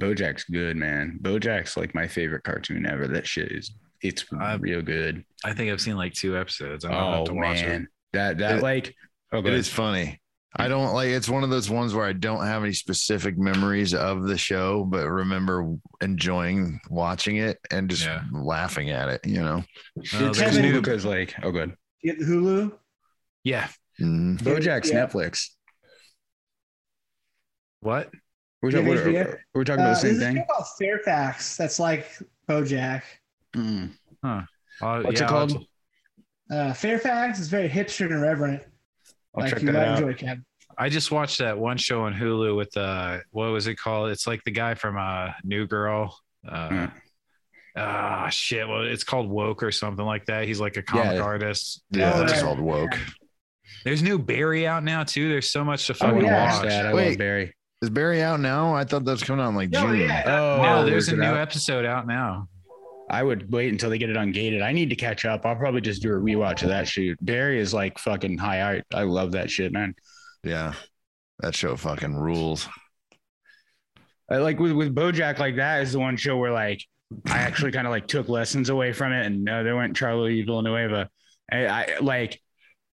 Speaker 1: BoJack's good, man. BoJack's like my favorite cartoon ever. That shit is it's
Speaker 5: I-
Speaker 1: real good.
Speaker 5: I think I've seen like two episodes. I'm gonna have
Speaker 1: Oh
Speaker 5: to watch
Speaker 1: man, that that
Speaker 2: It-
Speaker 1: like oh, go
Speaker 2: It
Speaker 1: ahead.
Speaker 2: is funny. I don't like it's one of those ones where I don't have any specific memories of the show, but remember enjoying watching it and just
Speaker 5: Yeah.
Speaker 2: laughing at it, you know.
Speaker 5: it.
Speaker 1: It's
Speaker 5: there's
Speaker 1: cool
Speaker 4: Kevin-
Speaker 5: new-
Speaker 1: because like oh good
Speaker 4: You get the Hulu.
Speaker 5: yeah.
Speaker 2: Mhm.
Speaker 1: BoJack's
Speaker 4: Yeah.
Speaker 1: Netflix.
Speaker 5: What?
Speaker 1: We're,
Speaker 4: Yeah,
Speaker 1: talking- we're-
Speaker 4: HBO.
Speaker 1: we're talking
Speaker 4: Uh,
Speaker 1: about the
Speaker 4: there's
Speaker 1: same
Speaker 4: a show
Speaker 1: thing.
Speaker 4: called Fairfax. That's like BoJack.
Speaker 1: Mm.
Speaker 5: Uh,
Speaker 1: What's
Speaker 5: yeah,
Speaker 1: it
Speaker 5: I'll-
Speaker 1: called?
Speaker 4: Uh, Fairfax is very hipster and irreverent.
Speaker 1: I'll
Speaker 4: like
Speaker 1: check
Speaker 4: you
Speaker 1: that
Speaker 4: might
Speaker 1: out.
Speaker 4: enjoy, Kevin.
Speaker 5: I just watched that one show on Hulu with uh what was it called? It's like the guy from uh New Girl. Uh
Speaker 1: Hmm.
Speaker 5: ah shit. Well, it's called Woke or something like that. He's like a comic
Speaker 1: Yeah.
Speaker 5: artist.
Speaker 2: Yeah,
Speaker 4: Oh,
Speaker 2: that's
Speaker 4: yeah.
Speaker 2: called woke.
Speaker 5: There's new Barry out now too. There's so much to
Speaker 1: I
Speaker 5: fucking
Speaker 1: want to
Speaker 4: yeah.
Speaker 1: watch
Speaker 5: watch.
Speaker 1: Oh, that. I
Speaker 2: Wait.
Speaker 1: love Barry.
Speaker 2: Is Barry out now? I thought that was coming out in like
Speaker 4: No,
Speaker 2: June.
Speaker 4: yeah.
Speaker 1: Oh,
Speaker 5: No,
Speaker 1: I'll
Speaker 5: there's a
Speaker 1: look
Speaker 5: new
Speaker 1: it up.
Speaker 5: episode out now.
Speaker 1: I would wait until they get it ungated. I need to catch up. I'll probably just do a rewatch of that shoot. Barry is like fucking high art. I love that shit, man.
Speaker 2: Yeah. That show fucking rules.
Speaker 1: I Uh, like with, with Bojack, like that is the one show where like I actually kind of like took lessons away from it. And no, there went Charlie Villanueva. I, I like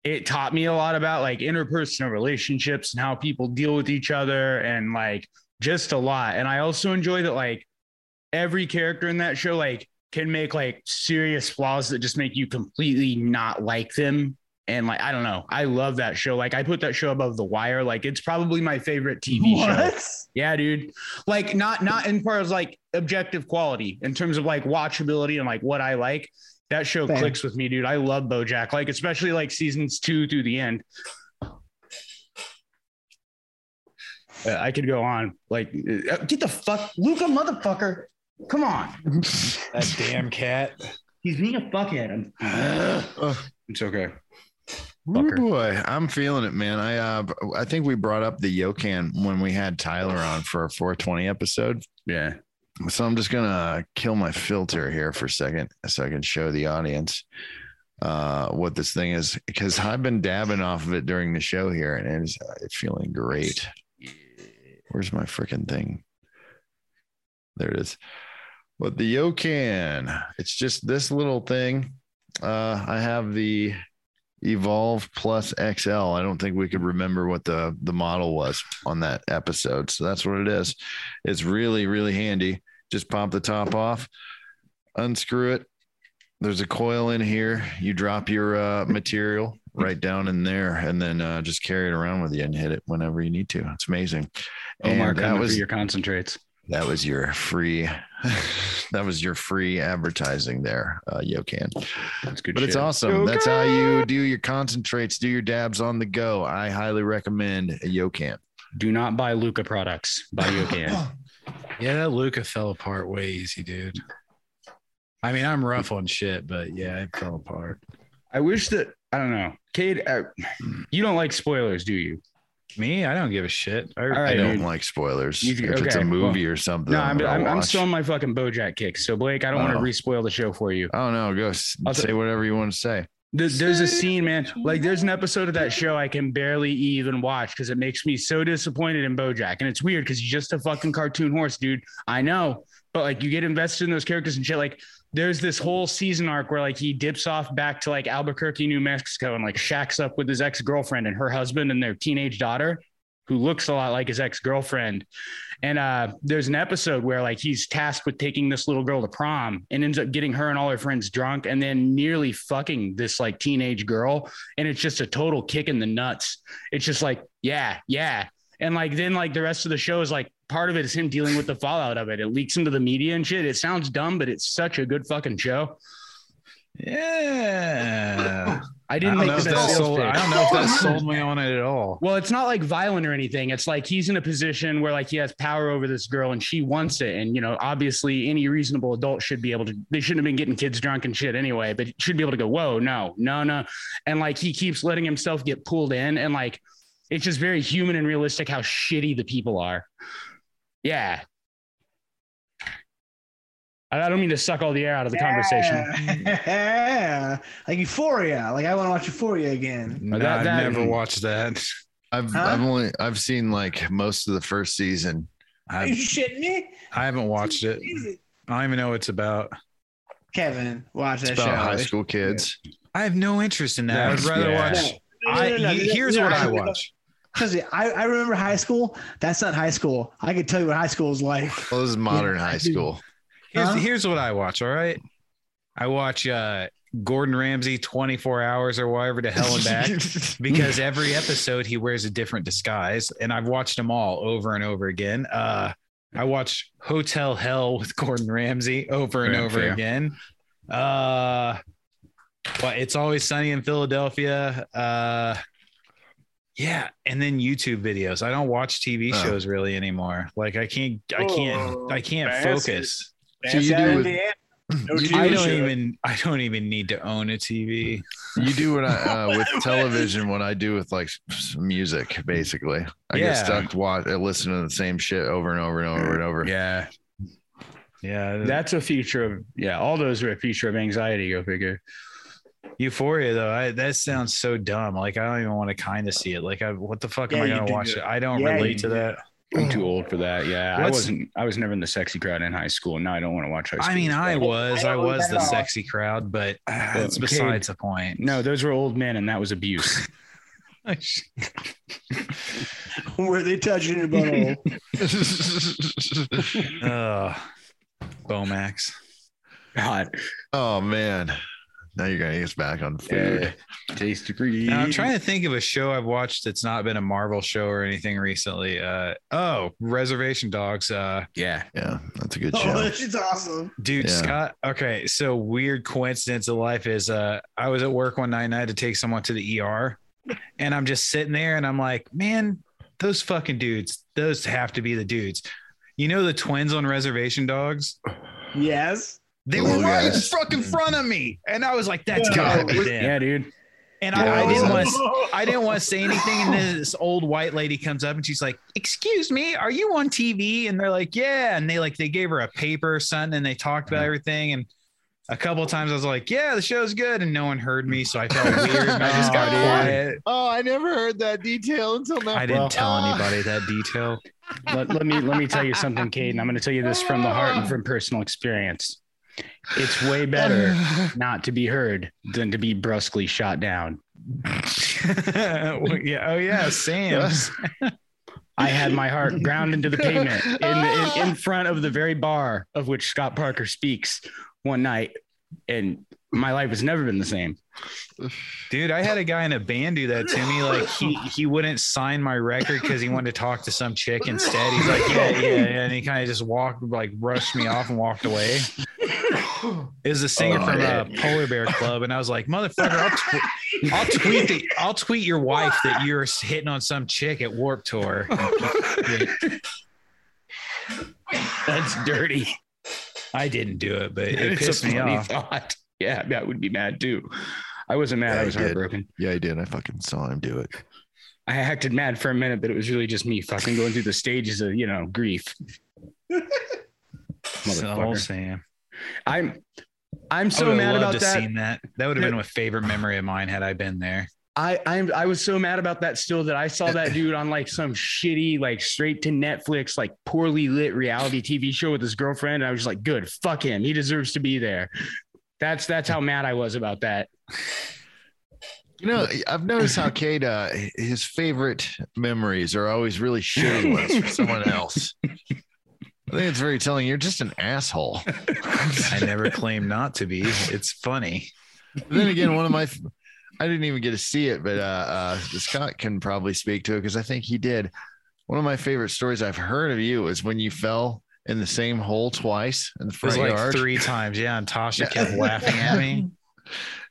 Speaker 1: it taught me a lot about like interpersonal relationships and how people deal with each other and like just a lot. And I also enjoy that like every character in that show like can make like serious flaws that just make you completely not like them. And like I don't know, I love that show. Like I put that show above The Wire. Like it's probably my favorite TV show.
Speaker 4: What?
Speaker 1: Yeah, dude. Like not not in far as like objective quality in terms of like watchability and like what I like. That show
Speaker 4: Fair.
Speaker 1: clicks with me, dude. I love BoJack. Like especially like seasons two through the end. Uh, I could go on. Like, uh, get the fuck, Luca, motherfucker. Come on.
Speaker 5: That damn cat.
Speaker 1: He's being a fuckhead. I'm-
Speaker 2: Ugh.
Speaker 1: it's okay.
Speaker 2: Ooh,
Speaker 1: Fucker.
Speaker 2: boy, I'm feeling it, man. I uh, I think we brought up the Yokan when we had Tyler on for our 420 episode.
Speaker 1: Yeah.
Speaker 2: So I'm just gonna kill my filter here for a second, so I can show the audience uh, what this thing is, because I've been dabbing off of it during the show here, and it's, uh, it's feeling great. Where's my freaking thing? There it is. But the Yokan, it's just this little thing. Uh, I have the Evolve Plus XL. I don't think we could remember what the the model was on that episode, so that's what it is. It's really, really handy. Just pop the top off, unscrew it. There's a coil in here. You drop your uh, material right down in there, and then uh, just carry it around with you and hit it whenever you need to. It's amazing.
Speaker 1: Omar,
Speaker 2: and that
Speaker 1: come for
Speaker 2: was
Speaker 1: your concentrates.
Speaker 2: that was your free that was your free advertising there, uh, Yokan.
Speaker 1: That's good
Speaker 2: But
Speaker 1: shit.
Speaker 2: it's awesome. That's how you do your concentrates, do your dabs on the go. I highly recommend Yokan.
Speaker 1: Do not buy Luca products. Buy Yokan.
Speaker 5: Yeah, that Luca fell apart way easy, dude. I mean, I'm rough on shit, but yeah, it fell apart.
Speaker 1: I wish that I don't know, Cade. I, you don't like spoilers, do you?
Speaker 5: Me, I don't give a shit. I,
Speaker 1: All
Speaker 2: I
Speaker 1: right,
Speaker 2: don't
Speaker 1: dude.
Speaker 2: like spoilers.
Speaker 1: You can-
Speaker 2: if it's a
Speaker 1: okay,
Speaker 2: movie or something,
Speaker 1: No, I'm,
Speaker 2: that I'll
Speaker 1: I'm, I'm
Speaker 2: watch.
Speaker 1: still on my fucking BoJack kick. So Blake, I don't want
Speaker 2: Oh.
Speaker 1: to re-spoil the show for you.
Speaker 2: Oh no, go s-
Speaker 1: I'll t-
Speaker 2: say whatever you want to say.
Speaker 1: There's, there's a scene, man. Like there's an episode of that show I can barely even watch because it makes me so disappointed in BoJack, and it's weird because he's just a fucking cartoon horse, dude. I know, but like you get invested in those characters and shit. Like there's this whole season arc where like he dips off back to like Albuquerque, New Mexico, and like shacks up with his ex girlfriend and her husband and their teenage daughter. who looks a lot like his ex-girlfriend and uh, there's an episode where like he's tasked with taking this little girl to prom and ends up getting her and all her friends drunk and then nearly fucking this like teenage girl and it's just a total kick in the nuts it's just like yeah yeah and like then like the rest of the show is like part of it is him dealing with the fallout of it it leaks into the media and shit it sounds dumb but it's such a good fucking show
Speaker 3: Yeah.
Speaker 1: i
Speaker 3: I
Speaker 1: didn't
Speaker 3: don't,
Speaker 1: make
Speaker 3: know if
Speaker 1: the
Speaker 3: that
Speaker 1: best sales
Speaker 3: sold,
Speaker 1: pitch.
Speaker 3: I don't know if that sold me on it at all.
Speaker 1: Well, it's not like violent or anything. It's like he's in a position where like he has power over this girl and she wants it. And you know, obviously any reasonable adult should be able to they shouldn't have been getting kids drunk and shit anyway, but should be able to go, whoa, no, no, no. And like he keeps letting himself get pulled in and like it's just very human and realistic how shitty the people are. Yeah. I I don't mean to suck all the air out of the conversation.
Speaker 4: Yeah. like Euphoria. Like I want to watch Euphoria again.
Speaker 3: No,
Speaker 1: that- that-
Speaker 3: I've never watched that.
Speaker 2: I've
Speaker 4: Huh?
Speaker 2: I've only I've seen like most of the first season.
Speaker 4: Are you
Speaker 3: I've,
Speaker 4: shitting me?
Speaker 3: I haven't watched it. I don't even know what it's about.
Speaker 4: Kevin, watch
Speaker 2: It's
Speaker 4: that
Speaker 2: about high
Speaker 4: show.
Speaker 2: school kids.
Speaker 3: I have no interest in that. I'd rather
Speaker 2: Yeah.
Speaker 3: watch. I, he- here's what I watch.
Speaker 4: Trust me, I, I remember high school. That's not high school. I could tell you what high school is like.
Speaker 2: Well, this is modern high school.
Speaker 3: Here's,
Speaker 4: Huh?
Speaker 3: here's what I watch. All right. I watch uh, Gordon Ramsay 24 hours or whatever to hell and back because every episode he wears a different disguise. And I've watched them all over and over again. Uh, I watch Hotel Hell with Gordon Ramsay over and Yeah, over fair. again. Uh, but it's always sunny in Philadelphia. Uh, yeah, and then YouTube videos. I don't watch TV
Speaker 2: Oh.
Speaker 3: shows really anymore. Like I can't, I
Speaker 4: Oh,
Speaker 3: can't, I can't
Speaker 4: fancy.
Speaker 3: focus.
Speaker 2: So you do-
Speaker 3: I don't even, I don't even need to own a TV.
Speaker 2: you do what I uh, with television, what I do with like s- music, basically. I
Speaker 3: Yeah.
Speaker 2: get stuck watch listening to the same shit over and over and over and over.
Speaker 3: Yeah, yeah.
Speaker 1: That's a feature of yeah, all those are a feature of anxiety, go figure.
Speaker 3: Euphoria though, I, that sounds so dumb. Like I don't even want to kind of see it. Like I, what the fuck
Speaker 4: Yeah,
Speaker 3: am I
Speaker 4: you
Speaker 3: gonna
Speaker 4: do
Speaker 3: watch
Speaker 4: it.
Speaker 3: it? I don't
Speaker 4: Yeah, you
Speaker 3: relate to
Speaker 4: do
Speaker 3: that.
Speaker 1: I'm too old for that. Yeah, I
Speaker 3: What's-
Speaker 1: wasn't. I was never in the sexy crowd in high school. and Now I don't want to watch high school.
Speaker 3: I mean, I was, I
Speaker 4: don't Ah,
Speaker 3: was
Speaker 4: relate
Speaker 3: the
Speaker 4: at all.
Speaker 3: sexy crowd, but uh,
Speaker 1: Well,
Speaker 3: it's
Speaker 1: okay.
Speaker 3: besides the point.
Speaker 1: no, those were old men, and that was abuse.
Speaker 4: Oh, Where they touch you in your butthole. Oh,
Speaker 3: Ugh. Bomax.
Speaker 1: God,
Speaker 2: oh man, now you're gonna get us back on food.
Speaker 1: tasty pretty.
Speaker 3: Now, I'm trying to think of a show I've watched that's not been a Marvel show or anything recently. Uh, oh, Reservation Dogs. Uh,
Speaker 1: Yeah,
Speaker 2: Yeah, that's a good
Speaker 4: oh,
Speaker 2: show.
Speaker 4: that shit's awesome.
Speaker 3: dude,
Speaker 2: Yeah.
Speaker 3: Scott. Okay, so weird coincidence of life is uh, I was at work one night and I had to take someone to the ER, and I'm just sitting there and I'm like, man, those fucking dudes. Those have to be the dudes. You know the twins on Reservation Dogs?
Speaker 4: Yes.
Speaker 3: They
Speaker 2: Little
Speaker 3: were right in
Speaker 2: guys.
Speaker 3: fucking front of me, and I was like, "That's
Speaker 4: Yeah.
Speaker 3: gotta be
Speaker 4: Yeah.
Speaker 1: yeah,
Speaker 3: them."
Speaker 1: dude.
Speaker 3: And
Speaker 2: Yeah,
Speaker 3: I, I didn't
Speaker 4: Oh.
Speaker 2: exactly.
Speaker 3: want to I didn't want to say anything. And then this old white lady comes up and she's like, Excuse me, are you on TV? And they're like, Yeah. And they like, they gave her a paper or something and they talked
Speaker 2: Mm-hmm.
Speaker 3: about everything. And a couple of times I was like, Yeah, the show's good. And no one heard me. So I felt weird. and I just got
Speaker 2: Oh, dude.
Speaker 3: quiet.
Speaker 2: Oh, I never heard that detail until now.
Speaker 3: I didn't tell
Speaker 2: Oh.
Speaker 3: anybody that detail.
Speaker 1: Let, let me let me tell you something, Caden. I'm going to tell you this from the heart and from personal experience. It's way better not to be heard than to be brusquely shot down.
Speaker 3: Well, yeah. Oh, yeah. Sam's.
Speaker 1: I had my heart ground into the pavement in, the, in, in
Speaker 3: Ah.
Speaker 1: front of the very bar of which Scott Parker speaks one night, and my life has never been the same.
Speaker 3: Dude, I had a guy in a band do that to me. Like he he wouldn't sign my record because he wanted to talk to some chick instead. He's like, yeah, yeah, yeah. and he kind of just walked, like, rushed me off and walked away. It was a singer
Speaker 2: Oh,
Speaker 3: from
Speaker 2: yeah.
Speaker 3: uh, Polar Bear Club, and I was like, motherfucker, I'll, tw- I'll tweet the, I'll tweet your wife that you're hitting on some chick at Warp Tour.
Speaker 1: That's dirty.
Speaker 3: I didn't do it, but it
Speaker 1: It's a
Speaker 3: pissed me
Speaker 1: funny
Speaker 3: off.
Speaker 1: thought. Yeah, I mean, I would be mad too. I wasn't mad.
Speaker 2: Yeah,
Speaker 1: I was
Speaker 2: you did.
Speaker 1: heartbroken.
Speaker 2: yeah, I did. I fucking saw him do it.
Speaker 1: I acted mad for a minute, but it was really just me fucking going through the stages of you know grief.
Speaker 3: So
Speaker 1: Motherfucker.
Speaker 3: Sam,
Speaker 1: I'm I'm
Speaker 3: I
Speaker 1: so
Speaker 3: would've
Speaker 1: mad
Speaker 3: loved
Speaker 1: about
Speaker 3: to
Speaker 1: that.
Speaker 3: Seen that. That would have been a favorite memory of mine had I been there.
Speaker 1: I I'm I was so mad about that still that I saw that dude on like some shitty like straight to Netflix like poorly lit reality TV show with his girlfriend. And I was just like, good, fuck him. He deserves to be there. That's that's how mad I was about that.
Speaker 2: You know, I've noticed how Kate, uh, his favorite memories are always really shitty ones for someone else. I think it's very telling. You're just an asshole.
Speaker 6: I never claim not to be. It's funny.
Speaker 2: But then again, one of my, I didn't even get to see it, but uh, uh, Scott can probably speak to it because I think he did. One of my favorite stories I've heard of you is when you fell in the same hole twice in the
Speaker 3: It was
Speaker 2: front
Speaker 3: like
Speaker 2: yard.
Speaker 3: three times. Yeah. And Tasha
Speaker 2: Yeah.
Speaker 3: kept laughing at me.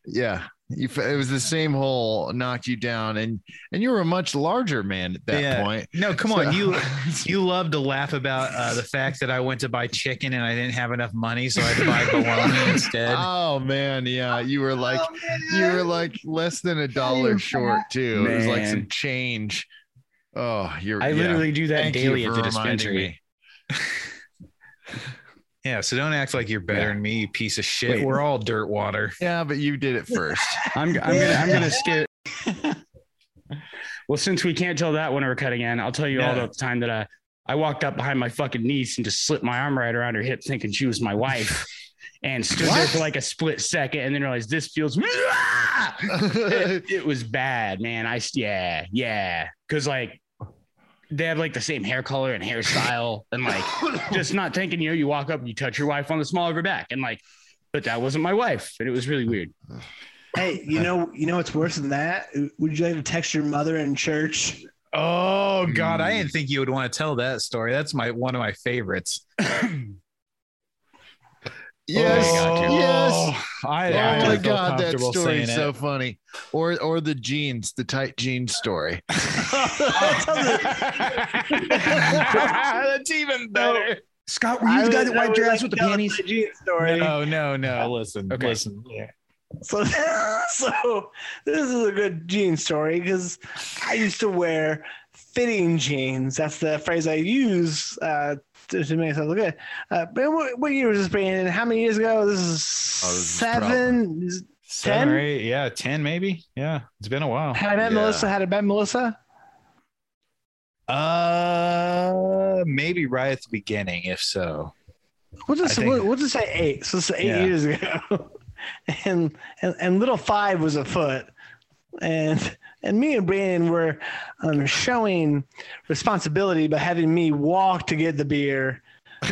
Speaker 2: Yeah, you, f- it was the same hole knocked you down, and and you were a much larger man at that
Speaker 3: Yeah.
Speaker 2: point.
Speaker 3: No, come on.
Speaker 2: So-
Speaker 3: You you love to laugh about uh, the fact that I went to buy chicken and I didn't have enough money, so I had to buy bologna instead.
Speaker 2: Oh man, yeah, you were like
Speaker 4: Oh, man.
Speaker 2: you were like less than a dollar short too. It was like some
Speaker 1: Man.
Speaker 2: change. Oh, you're
Speaker 1: I
Speaker 2: yeah.
Speaker 1: literally do that
Speaker 2: Thank you
Speaker 1: daily at
Speaker 2: for
Speaker 1: the
Speaker 2: reminding
Speaker 1: dispensary.
Speaker 3: Yeah, so don't act like you're better
Speaker 1: Yeah.
Speaker 3: than me, you piece of shit.
Speaker 1: Wait.
Speaker 3: We're all dirt water.
Speaker 2: Yeah, but you did it first.
Speaker 1: I'm, I'm gonna I'm gonna skip. well, since we can't tell that when we're cutting in, I'll tell you all the
Speaker 3: No.
Speaker 1: time that I I walked up behind my fucking niece and just slipped my arm right around her hip, thinking she was my wife, and stood there
Speaker 2: What?
Speaker 1: for like a split second, and then realized this feels.
Speaker 3: Oh
Speaker 1: it, it was bad, man. I yeah, yeah, because like they have like the same hair color and hairstyle, and like just not thinking. You know, you walk up, and you touch your wife on the small of her back, and like, but that wasn't my wife, and it was really weird.
Speaker 4: Hey, you know, you know what's worse than that? Would you like to text your mother in church?
Speaker 3: Oh God, I
Speaker 2: Mm.
Speaker 3: didn't think you would want to tell that story. That's my one of my favorites.
Speaker 2: yes,
Speaker 3: Oh,
Speaker 2: yes.
Speaker 3: I, I
Speaker 2: Oh my
Speaker 3: don't feel
Speaker 2: god, that
Speaker 3: comfortable
Speaker 2: story is
Speaker 3: saying
Speaker 2: so
Speaker 3: it.
Speaker 2: funny. Or or the jeans, the tight jeans story.
Speaker 4: Oh,
Speaker 3: That's even better.
Speaker 1: Scott,
Speaker 4: I
Speaker 1: the guy
Speaker 4: was-
Speaker 1: that
Speaker 4: I
Speaker 1: wiped
Speaker 4: was,
Speaker 1: your ass
Speaker 4: like,
Speaker 1: with the
Speaker 4: telling
Speaker 1: panties?
Speaker 4: my Jean story.
Speaker 3: No, Oh, no, no. Listen,
Speaker 1: Okay.
Speaker 3: listen. Yeah.
Speaker 4: So, so this is a good jean story because I used to wear fitting jeans. That's the phrase I use uh, to, to make myself look good. Uh, but what, what year was this, Brandon? How many years ago? This is
Speaker 2: Oh, this is
Speaker 4: seven. Is-
Speaker 3: Seven or
Speaker 4: 10?
Speaker 3: eight, yeah, ten maybe. Yeah, it's been a while.
Speaker 4: Had I met
Speaker 2: Yeah.
Speaker 4: Melissa? Had I met Melissa?
Speaker 3: Uh, maybe right at the beginning, if so.
Speaker 4: We'll just
Speaker 3: I think-
Speaker 4: we'll, we'll just say eight. So it's eight
Speaker 3: Yeah.
Speaker 4: years ago, and, and and little five was a foot, and and me and Brandon were um, showing responsibility by having me walk to get the beer.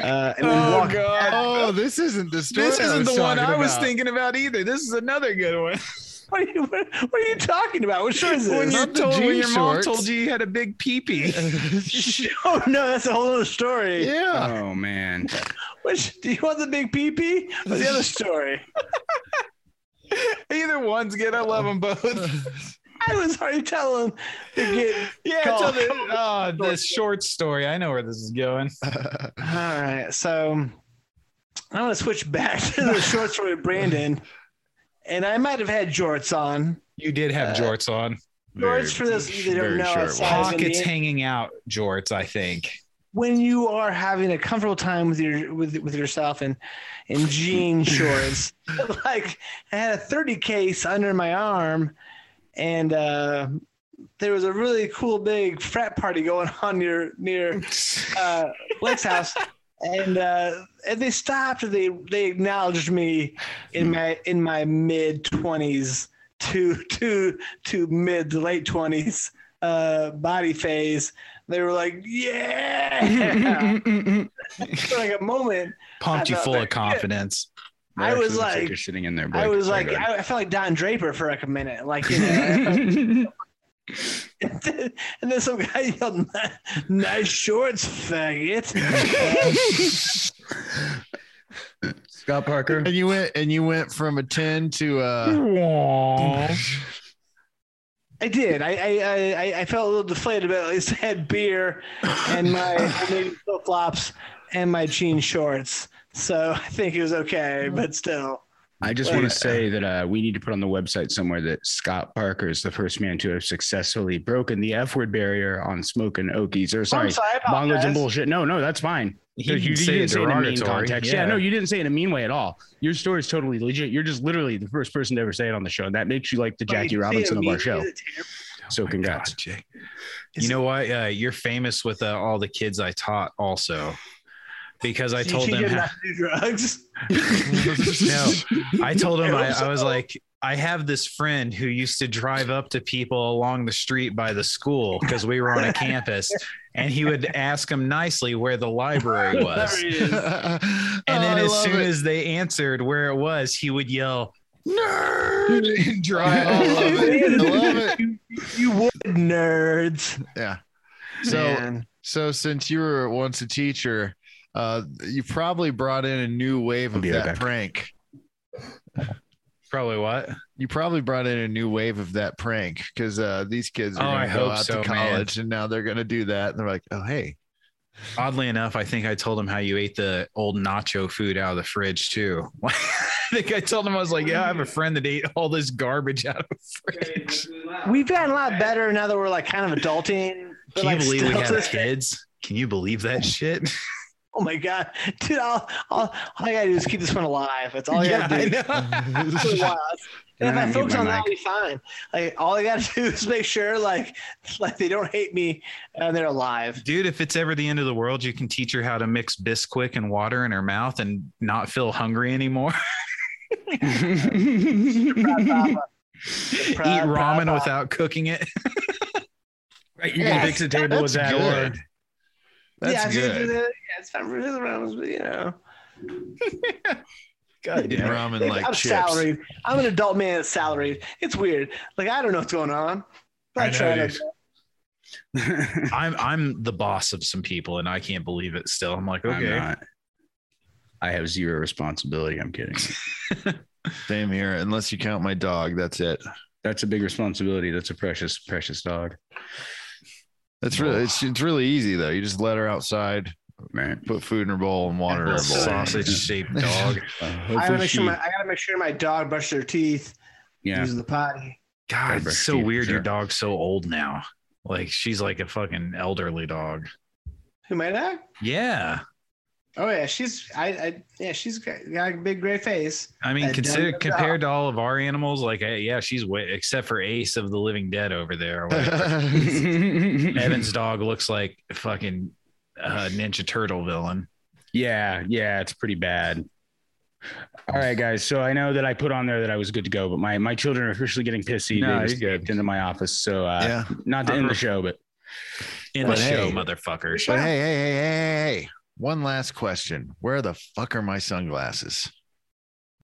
Speaker 4: Uh, and we walked-
Speaker 2: Oh, this isn't the story.
Speaker 3: This isn't the one I
Speaker 2: talking
Speaker 3: was
Speaker 2: about.
Speaker 3: thinking about either. This is another good one.
Speaker 4: What are you what, what are you talking about? What show is
Speaker 3: When
Speaker 4: this?
Speaker 3: you
Speaker 2: Not the
Speaker 3: told when
Speaker 2: jean
Speaker 3: your mom
Speaker 2: shorts.
Speaker 3: told you you had a big peepee.
Speaker 4: oh no, that's a whole other story.
Speaker 2: yeah.
Speaker 1: Oh man.
Speaker 4: Which do you want the big pee pee? What's the other story?
Speaker 3: Either one's good. I love them both.
Speaker 4: I was already telling to get
Speaker 3: Yeah, tell
Speaker 4: Call-
Speaker 3: the, oh,
Speaker 4: short
Speaker 3: this short story. I know where this is going.
Speaker 4: All right, so I'm gonna switch back to the short story, of Brandon, and I might have had jorts on.
Speaker 3: You did have
Speaker 4: Uh,
Speaker 3: jorts on.
Speaker 2: Very-
Speaker 4: Jorts for those of you that don't
Speaker 2: very
Speaker 4: know,
Speaker 2: short
Speaker 4: outside of
Speaker 3: Pockets
Speaker 4: Indiana-
Speaker 3: hanging out jorts, I think.
Speaker 4: when you are having a comfortable time with your with with yourself and in jean shorts. like I had a 30 case under my arm, and uh, there was a really cool big frat party going on near near uh, Blake's house, and uh, and they stopped. and They they acknowledged me in my in my mid twenties to to to mid to late twenties uh, body phase. They were like, yeah, for like a moment.
Speaker 3: Pumped you
Speaker 4: I thought
Speaker 3: full
Speaker 4: that-
Speaker 3: of confidence.
Speaker 1: That
Speaker 4: I
Speaker 1: actually
Speaker 4: was
Speaker 1: looks
Speaker 4: like-
Speaker 1: you're sitting in there.
Speaker 4: I
Speaker 1: Blake.
Speaker 4: was
Speaker 1: Sorry
Speaker 4: like,
Speaker 1: about
Speaker 4: I, I felt like Don Draper for like a minute, like you know.
Speaker 1: that.
Speaker 4: and then- and then some guy yelled, "Nice shorts, faggot!" Uh,
Speaker 1: Scott Parker.
Speaker 2: And you went and you went from a 10 to uh
Speaker 4: I did. I I, I I felt a little deflated, but at least I had beer and my flip flops and my jean shorts. So I think it was okay, but still.
Speaker 1: I just want to say that uh, we need to put on the website somewhere that Scott Parker is the first man to have successfully broken the F word barrier on smoking Okies. Or sorry,
Speaker 4: I'm sorry about
Speaker 1: bongos and bullshit. No, no, that's fine.
Speaker 3: He
Speaker 1: you, you
Speaker 3: didn't say
Speaker 1: didn't
Speaker 3: it
Speaker 1: say it in a mean
Speaker 3: derogatory,
Speaker 1: context. Yeah.
Speaker 3: yeah.
Speaker 1: no, you didn't say it in a mean way at all. Your story is totally legit. You're just literally the first person to ever say it on the show, and that makes you like the Jackie Robinson of our show. So
Speaker 3: Oh my
Speaker 1: congrats.
Speaker 3: God, Jake. You know what? Uh, you're famous with uh, all the kids I taught, also, because I told them.
Speaker 4: not to do drugs.
Speaker 3: no, I told them I, I was like, I have this friend who used to drive up to people along the street by the school because we were on a campus, and he would ask them nicely where the library was.
Speaker 2: and
Speaker 3: And then as soon as they answered where it was, he would yell, "Nerd!" and drive
Speaker 2: I
Speaker 3: off.
Speaker 2: love it. I love it.
Speaker 4: You would nerds.
Speaker 2: Yeah. So
Speaker 4: Man.
Speaker 2: so since you were once a teacher, uh, you probably brought in a new wave
Speaker 1: I'll
Speaker 2: of
Speaker 1: be right
Speaker 2: that
Speaker 1: back.
Speaker 2: prank.
Speaker 3: Probably what?
Speaker 2: You probably brought in a new wave of that prank because uh, these kids are
Speaker 3: Oh,
Speaker 2: going
Speaker 3: I
Speaker 2: to go
Speaker 3: hope
Speaker 2: out
Speaker 3: so,
Speaker 2: to college and now they're going to do that. And they're like, oh, hey,
Speaker 3: Oddly enough, I think I told him how you ate the old nacho food out of the fridge too. I think I told him I was like, "Yeah, I have a friend that ate all this garbage out of the fridge."
Speaker 4: We've gotten a lot better now that we're like kind of adulting. but,
Speaker 3: Can you
Speaker 4: like,
Speaker 3: believe we
Speaker 4: still to
Speaker 3: have
Speaker 4: this-
Speaker 3: kids? Can you believe that shit?
Speaker 4: Oh my god, dude! I'll, I'll, all I gotta do is keep this one alive. That's all I gotta do.
Speaker 3: I know.
Speaker 4: It's been wild. And if
Speaker 1: Yeah,
Speaker 4: I
Speaker 1: mute
Speaker 4: focus
Speaker 1: my
Speaker 4: on that, I'll
Speaker 1: mic.
Speaker 4: be fine. Like all I gotta do is make sure, like, like they don't hate me and they're alive.
Speaker 3: Dude, if it's ever the end of the world, you can teach her how to mix Bisquick and water in her mouth and not feel hungry anymore. Eat
Speaker 4: Proud
Speaker 3: ramen
Speaker 4: papa.
Speaker 3: without cooking it.
Speaker 1: Right, you can fix a table with that.
Speaker 2: good.
Speaker 1: Or,
Speaker 4: yeah,
Speaker 2: That's
Speaker 4: it's- it's-
Speaker 2: good.
Speaker 4: Yeah, it's not really around, but you know.
Speaker 3: God damn. it.
Speaker 2: Ramen like
Speaker 4: I'm
Speaker 2: chips.
Speaker 4: salaried. I'm an adult man that's salaried. It's weird. Like I don't know what's going on. But
Speaker 7: I
Speaker 4: I
Speaker 7: know,
Speaker 4: try
Speaker 7: dude.
Speaker 4: to.
Speaker 3: I'm I'm the boss of some people and I can't believe it still. I'm like,
Speaker 1: I'm
Speaker 3: okay.
Speaker 1: not. I have zero responsibility. I'm kidding.
Speaker 2: Same here, unless you count my dog. That's it.
Speaker 1: That's a big responsibility. That's a precious, precious dog.
Speaker 2: That's really it's, it's really easy though. You just let her outside,
Speaker 1: Right.
Speaker 2: put food in her bowl, and water in her bowl.
Speaker 4: That's so
Speaker 3: Sausage shaped dog.
Speaker 1: Uh,
Speaker 4: I gotta
Speaker 1: hopefully
Speaker 4: make
Speaker 1: she,
Speaker 4: sure my I gotta make sure my dog brushes their teeth
Speaker 1: yeah.
Speaker 4: using the potty.
Speaker 3: God,
Speaker 1: Pepper,
Speaker 3: it's so
Speaker 1: Steve,
Speaker 3: weird. Your
Speaker 1: sure.
Speaker 3: dog's so old now. Like she's like a fucking elderly dog.
Speaker 4: Who might I?
Speaker 3: Yeah.
Speaker 4: Oh yeah, she's I, I yeah she's got, got a big gray face.
Speaker 3: I mean,
Speaker 4: That
Speaker 3: consider
Speaker 4: dog-
Speaker 3: compared to all of our animals, like eh, yeah, she's way except for Ace of the Living Dead over there. or whatever. Evan's dog looks like a fucking uh, Ninja Turtle villain.
Speaker 1: yeah, yeah, it's pretty bad. All right, guys. So I know that I put on there that I was good to go, but my my children are officially getting pissy.
Speaker 3: No,
Speaker 1: they
Speaker 3: you're
Speaker 1: escaped into my office. So uh,
Speaker 2: yeah.
Speaker 1: not to end the show, but
Speaker 3: In
Speaker 2: But
Speaker 3: the show,
Speaker 2: hey.
Speaker 3: motherfucker.
Speaker 2: But hey, hey, hey, hey, hey. One last question. Where the fuck are my sunglasses?